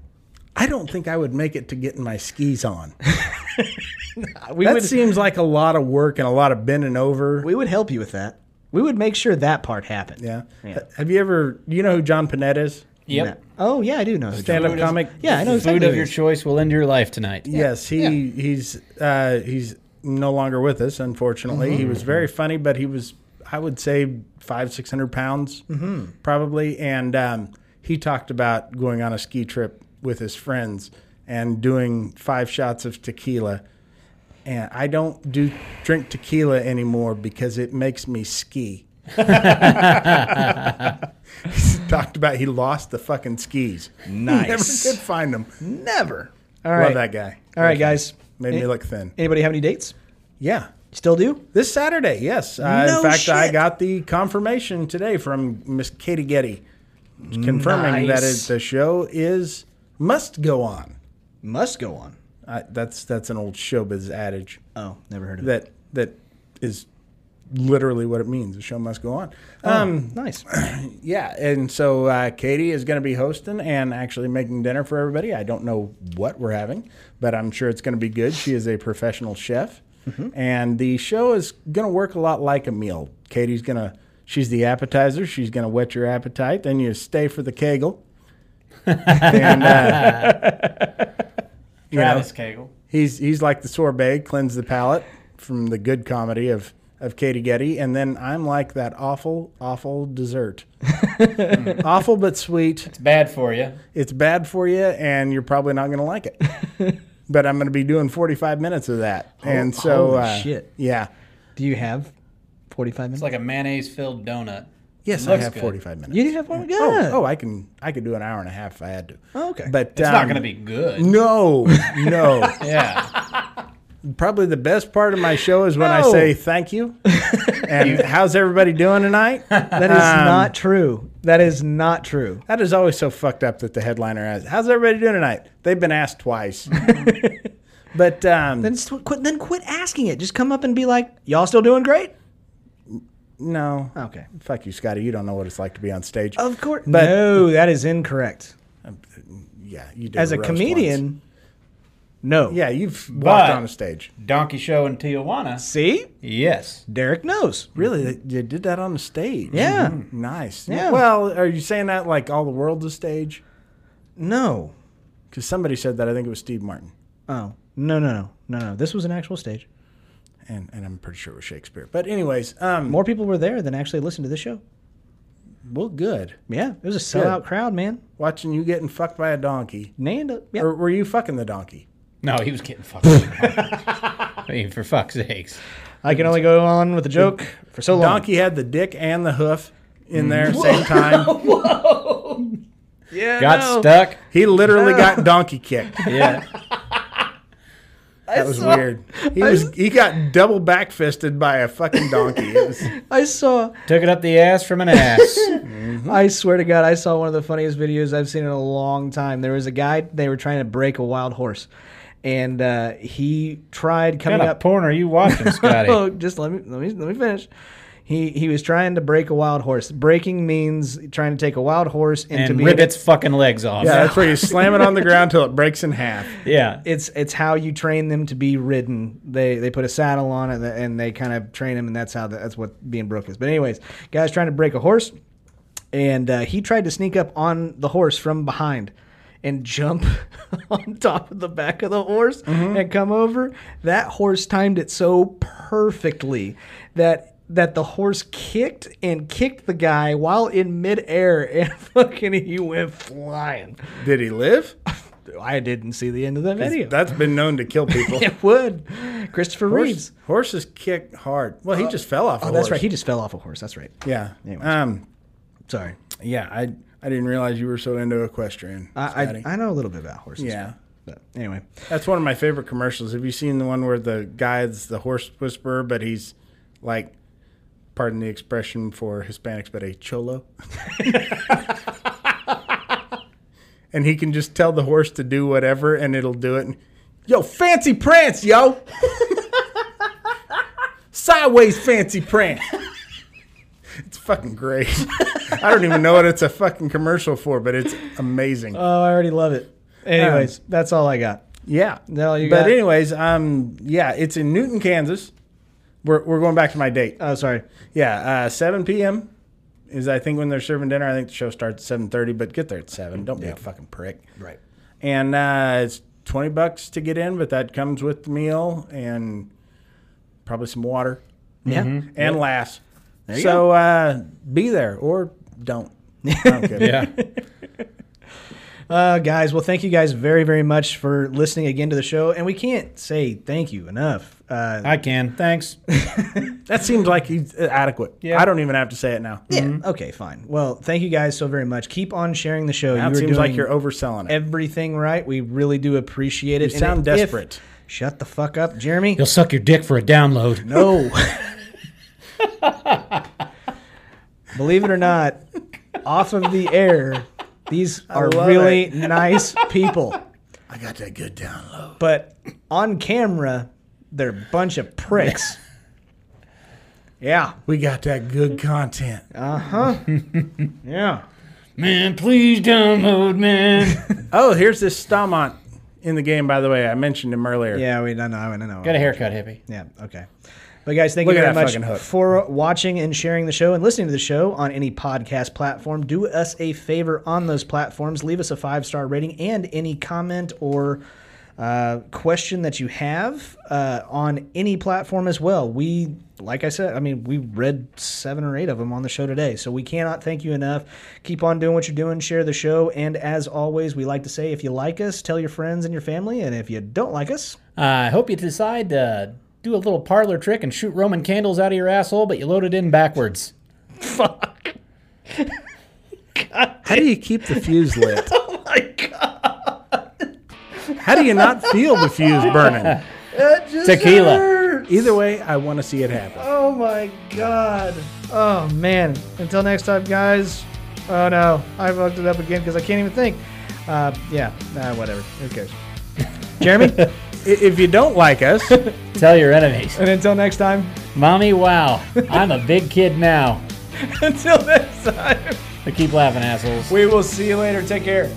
[SPEAKER 3] I don't think I would make it to getting my skis on.
[SPEAKER 1] We
[SPEAKER 3] That
[SPEAKER 1] would,
[SPEAKER 3] seems like a lot of work and a lot of bending over.
[SPEAKER 1] we would help you with that. We would make sure that part happened.
[SPEAKER 3] Yeah. Have you ever? You know who John Panetta is?
[SPEAKER 2] Yep.
[SPEAKER 1] Oh yeah, I do know. who John
[SPEAKER 3] Stand-up
[SPEAKER 1] Boyd is.
[SPEAKER 3] comic.
[SPEAKER 1] Yeah, I know.
[SPEAKER 2] Food
[SPEAKER 1] Exactly
[SPEAKER 2] of
[SPEAKER 1] who
[SPEAKER 2] your
[SPEAKER 1] he is.
[SPEAKER 2] choice will end your life tonight.
[SPEAKER 3] Yes, he he's uh, he's no longer with us. Unfortunately, he
[SPEAKER 1] Mm-hmm.
[SPEAKER 3] was very funny, but he was I would say five six hundred pounds
[SPEAKER 1] Mm-hmm.
[SPEAKER 3] probably, and um, he talked about going on a ski trip with his friends and doing five shots of tequila and I don't do drink tequila anymore because it makes me ski. he talked about he lost the fucking skis.
[SPEAKER 1] Nice.
[SPEAKER 3] Never could find them.
[SPEAKER 1] Never. All
[SPEAKER 3] Love
[SPEAKER 1] right.
[SPEAKER 3] that guy.
[SPEAKER 1] All right, guys.
[SPEAKER 3] Made
[SPEAKER 1] Any-
[SPEAKER 3] me look thin.
[SPEAKER 1] Anybody have any dates?
[SPEAKER 3] Yeah.
[SPEAKER 1] Still do?
[SPEAKER 3] This Saturday, yes. Uh,
[SPEAKER 1] No
[SPEAKER 3] in fact, I
[SPEAKER 1] shit.
[SPEAKER 3] got the confirmation today from Miss Katie Getty, confirming that
[SPEAKER 1] Nice.
[SPEAKER 3] it, the show is must go on.
[SPEAKER 1] Must go on.
[SPEAKER 3] I, that's that's an old showbiz adage
[SPEAKER 1] Oh, never heard of
[SPEAKER 3] that that is literally what it means. The show must go on. Um,
[SPEAKER 1] that. Oh, Nice.
[SPEAKER 3] yeah, and so uh, Katie is going to be hosting and actually making dinner for everybody. I don't know what we're having, but I'm sure it's going to be good. She is a professional chef, and the show is going to work a lot like a meal. Katie's going to she's the appetizer. She's going to whet your appetite. Then you stay for the kegel. and uh, you know,
[SPEAKER 2] Travis Cagle.
[SPEAKER 3] he's he's like the sorbet, cleanse the palate from the good comedy of of Katie Getty, and then I'm like that awful, awful dessert, awful but sweet.
[SPEAKER 2] It's bad for you.
[SPEAKER 3] It's bad for you, and you're probably not going to like it. but I'm going to be doing 45 minutes of that, and so
[SPEAKER 1] Oh, holy
[SPEAKER 3] uh,
[SPEAKER 1] shit.
[SPEAKER 3] yeah,
[SPEAKER 1] Do you have 45 minutes?
[SPEAKER 2] It's like a mayonnaise filled donut.
[SPEAKER 3] yes, I
[SPEAKER 2] Looks
[SPEAKER 3] have
[SPEAKER 2] good.
[SPEAKER 3] 45 minutes.
[SPEAKER 1] you do have one? Yeah.
[SPEAKER 3] Oh, oh, I can I could do an hour and a half if I had to.
[SPEAKER 1] Oh, okay.
[SPEAKER 3] but um,
[SPEAKER 2] It's not going to be good.
[SPEAKER 3] No, no.
[SPEAKER 2] Yeah.
[SPEAKER 3] Probably the best part of my show is when I
[SPEAKER 1] No.
[SPEAKER 3] say thank you. And how's everybody doing tonight?
[SPEAKER 1] that is
[SPEAKER 3] um,
[SPEAKER 1] not true. That is not true.
[SPEAKER 3] That is always so fucked up that the headliner asks, "How's everybody doing tonight?" They've been asked twice. but um,
[SPEAKER 1] Then st- quit, then quit asking it. Just come up and be like, y'all still doing great?
[SPEAKER 3] no,
[SPEAKER 1] Okay.
[SPEAKER 3] fuck you, Scotty. You don't know what it's like to be on stage.
[SPEAKER 1] Of course.
[SPEAKER 3] But-
[SPEAKER 1] no, that is incorrect.
[SPEAKER 3] yeah, you did
[SPEAKER 1] As a
[SPEAKER 3] roast
[SPEAKER 1] comedian,
[SPEAKER 3] once.
[SPEAKER 1] no.
[SPEAKER 3] Yeah, you've
[SPEAKER 2] But-
[SPEAKER 3] walked on a stage.
[SPEAKER 2] Donkey show in Tijuana.
[SPEAKER 1] See?
[SPEAKER 2] Yes.
[SPEAKER 1] Derek knows.
[SPEAKER 3] Really, you did that on the stage?
[SPEAKER 1] Yeah.
[SPEAKER 3] Mm-hmm. nice.
[SPEAKER 1] Yeah.
[SPEAKER 3] Well, are you saying that like all the world's a stage?
[SPEAKER 1] No.
[SPEAKER 3] Because somebody said that. I think it was Steve Martin,
[SPEAKER 1] Oh. No, no, no. No, no. This was an actual stage.
[SPEAKER 3] and and I'm pretty sure it was Shakespeare. But anyways, um,
[SPEAKER 1] More people were there than actually listened to this show.
[SPEAKER 3] well, good.
[SPEAKER 1] Yeah. It was a sellout crowd, man.
[SPEAKER 3] Watching you getting fucked by a donkey,
[SPEAKER 1] Nanda. Yeah.
[SPEAKER 3] or were you fucking the donkey?
[SPEAKER 2] No, he was getting fucked. I mean, for fuck's sakes.
[SPEAKER 1] I can only go on with the joke for so long.
[SPEAKER 3] Donkey had the dick and the hoof in there at the same time.
[SPEAKER 1] Yeah,
[SPEAKER 2] Got stuck.
[SPEAKER 3] He literally got donkey kicked.
[SPEAKER 2] Yeah.
[SPEAKER 3] That was weird. He was he got double back fisted by a fucking donkey. It was-
[SPEAKER 1] I saw.
[SPEAKER 2] Took it up the ass from an ass.
[SPEAKER 1] I swear to God, I saw one of the funniest videos I've seen in a long time. There was a guy they were trying to break a wild horse, and uh, he tried
[SPEAKER 2] what
[SPEAKER 1] coming
[SPEAKER 2] kind of
[SPEAKER 1] up.
[SPEAKER 2] porn are you watching,
[SPEAKER 1] Oh,
[SPEAKER 2] Scotty?
[SPEAKER 1] just let me let me let me finish. He he was trying to break a wild horse. Breaking means trying to take a wild horse into
[SPEAKER 2] And
[SPEAKER 1] being-
[SPEAKER 2] rip its fucking legs off.
[SPEAKER 3] yeah, that's where you slam it on the ground till it breaks in half.
[SPEAKER 2] Yeah.
[SPEAKER 1] It's it's how you train them to be ridden. They they put a saddle on it and they kind of train them, and that's how that's what being broke is. But anyways, guys trying to break a horse, and uh, he tried to sneak up on the horse from behind. And jump on top of the back of the horse and come over. That horse timed it so perfectly that that the horse kicked and kicked the guy while in midair, and fucking he went flying.
[SPEAKER 3] Did he live?
[SPEAKER 1] I didn't see the end of that video.
[SPEAKER 3] That's been known to kill people.
[SPEAKER 1] It would. Christopher Reeves.
[SPEAKER 3] Horse- horses kick hard. Well, he just fell off.
[SPEAKER 1] Oh, that's right. He just fell off a horse. That's right.
[SPEAKER 3] yeah.
[SPEAKER 1] Anyways.
[SPEAKER 3] Um.
[SPEAKER 1] Sorry.
[SPEAKER 3] Yeah. I I didn't realize you were so into equestrian.
[SPEAKER 1] I, I,
[SPEAKER 3] Scotty.
[SPEAKER 1] I know a little bit about horses.
[SPEAKER 3] yeah.
[SPEAKER 1] But anyway.
[SPEAKER 3] That's one of my favorite commercials. Have you seen the one where the guy's the horse whisperer, but he's like, pardon the expression for Hispanics, but a cholo? and he can just tell the horse to do whatever and it'll do it. And, yo, fancy prance, yo! Sideways fancy prance. It's fucking great. I don't even know what it's a fucking commercial for, but it's amazing.
[SPEAKER 1] Oh, I already love it. Anyways, that's all I got.
[SPEAKER 3] Yeah.
[SPEAKER 1] that all you
[SPEAKER 3] but
[SPEAKER 1] got?
[SPEAKER 3] anyways, um, yeah, it's in Newton, Kansas. We're, we're going back to my date.
[SPEAKER 1] Oh, sorry.
[SPEAKER 3] Yeah, uh, 7 p.m. is I think when they're serving dinner. I think the show starts at 7:30, but get there at seven. Don't be a fucking prick.
[SPEAKER 1] Right.
[SPEAKER 3] And uh, it's 20 bucks to get in, but that comes with the meal and probably some water
[SPEAKER 1] Mm-hmm. Yeah.
[SPEAKER 3] and laughs.
[SPEAKER 1] you
[SPEAKER 3] so uh, be there or don't. I don't care.
[SPEAKER 2] Yeah.
[SPEAKER 1] Uh, guys, well, thank you guys very, very much for listening again to the show. And we can't say thank you enough. Uh,
[SPEAKER 2] I can. Thanks.
[SPEAKER 3] That seems like he's uh, adequate.
[SPEAKER 2] Yeah.
[SPEAKER 3] I don't even have to say it now.
[SPEAKER 1] yeah. Okay, fine. Well, thank you guys so very much. Keep on sharing the show.
[SPEAKER 3] That
[SPEAKER 1] you are
[SPEAKER 3] seems
[SPEAKER 1] doing
[SPEAKER 3] like you're overselling it.
[SPEAKER 1] everything right. We really do appreciate it.
[SPEAKER 3] You sound
[SPEAKER 1] if-
[SPEAKER 3] desperate.
[SPEAKER 1] shut the fuck up, Jeremy.
[SPEAKER 2] You'll suck your dick for a download.
[SPEAKER 1] No. Believe it or not, off of the air, these are
[SPEAKER 3] love
[SPEAKER 1] really nice people.
[SPEAKER 3] I got that good download.
[SPEAKER 1] But on camera, they're a bunch of pricks. Yeah.
[SPEAKER 3] We got that good content.
[SPEAKER 1] Yeah.
[SPEAKER 2] Man, please download, man.
[SPEAKER 3] Oh, here's this Stamont in the game, by the way. I mentioned him earlier.
[SPEAKER 1] Yeah, we don't know. I don't know.
[SPEAKER 2] Got a haircut, hippie.
[SPEAKER 1] Yeah, okay. But guys, thank
[SPEAKER 3] Look
[SPEAKER 1] you very
[SPEAKER 3] at that fucking
[SPEAKER 1] much
[SPEAKER 3] hook.
[SPEAKER 1] for watching and sharing the show and listening to the show on any podcast platform. Do us a favor on those platforms. Leave us a five star rating and any comment or uh, question that you have uh, on any platform as well. We, like I said, I mean, we read seven or eight of them on the show today, so we cannot thank you enough. Keep on doing what you're doing, share the show, and as always, we like to say if you like us, tell your friends and your family, and if you don't like us,
[SPEAKER 2] Uh, I hope you decide to do a little parlor trick and shoot Roman candles out of your asshole, but you load it in backwards.
[SPEAKER 3] How do you keep the fuse lit? oh my god. How do you not feel the fuse burning?
[SPEAKER 2] Tequila.
[SPEAKER 3] Either way, I want to see it happen.
[SPEAKER 1] Oh my god. Oh man. Until next time, guys. Oh no, I fucked it up again because I can't even think. Uh, yeah, nah, whatever. Who cares? Jeremy?
[SPEAKER 3] I- If you don't like us,
[SPEAKER 2] Tell your enemies.
[SPEAKER 1] and until next time.
[SPEAKER 2] Mommy, wow. I'm a big kid now.
[SPEAKER 1] Until next time.
[SPEAKER 2] But keep laughing, assholes.
[SPEAKER 1] We will see you later. Take care.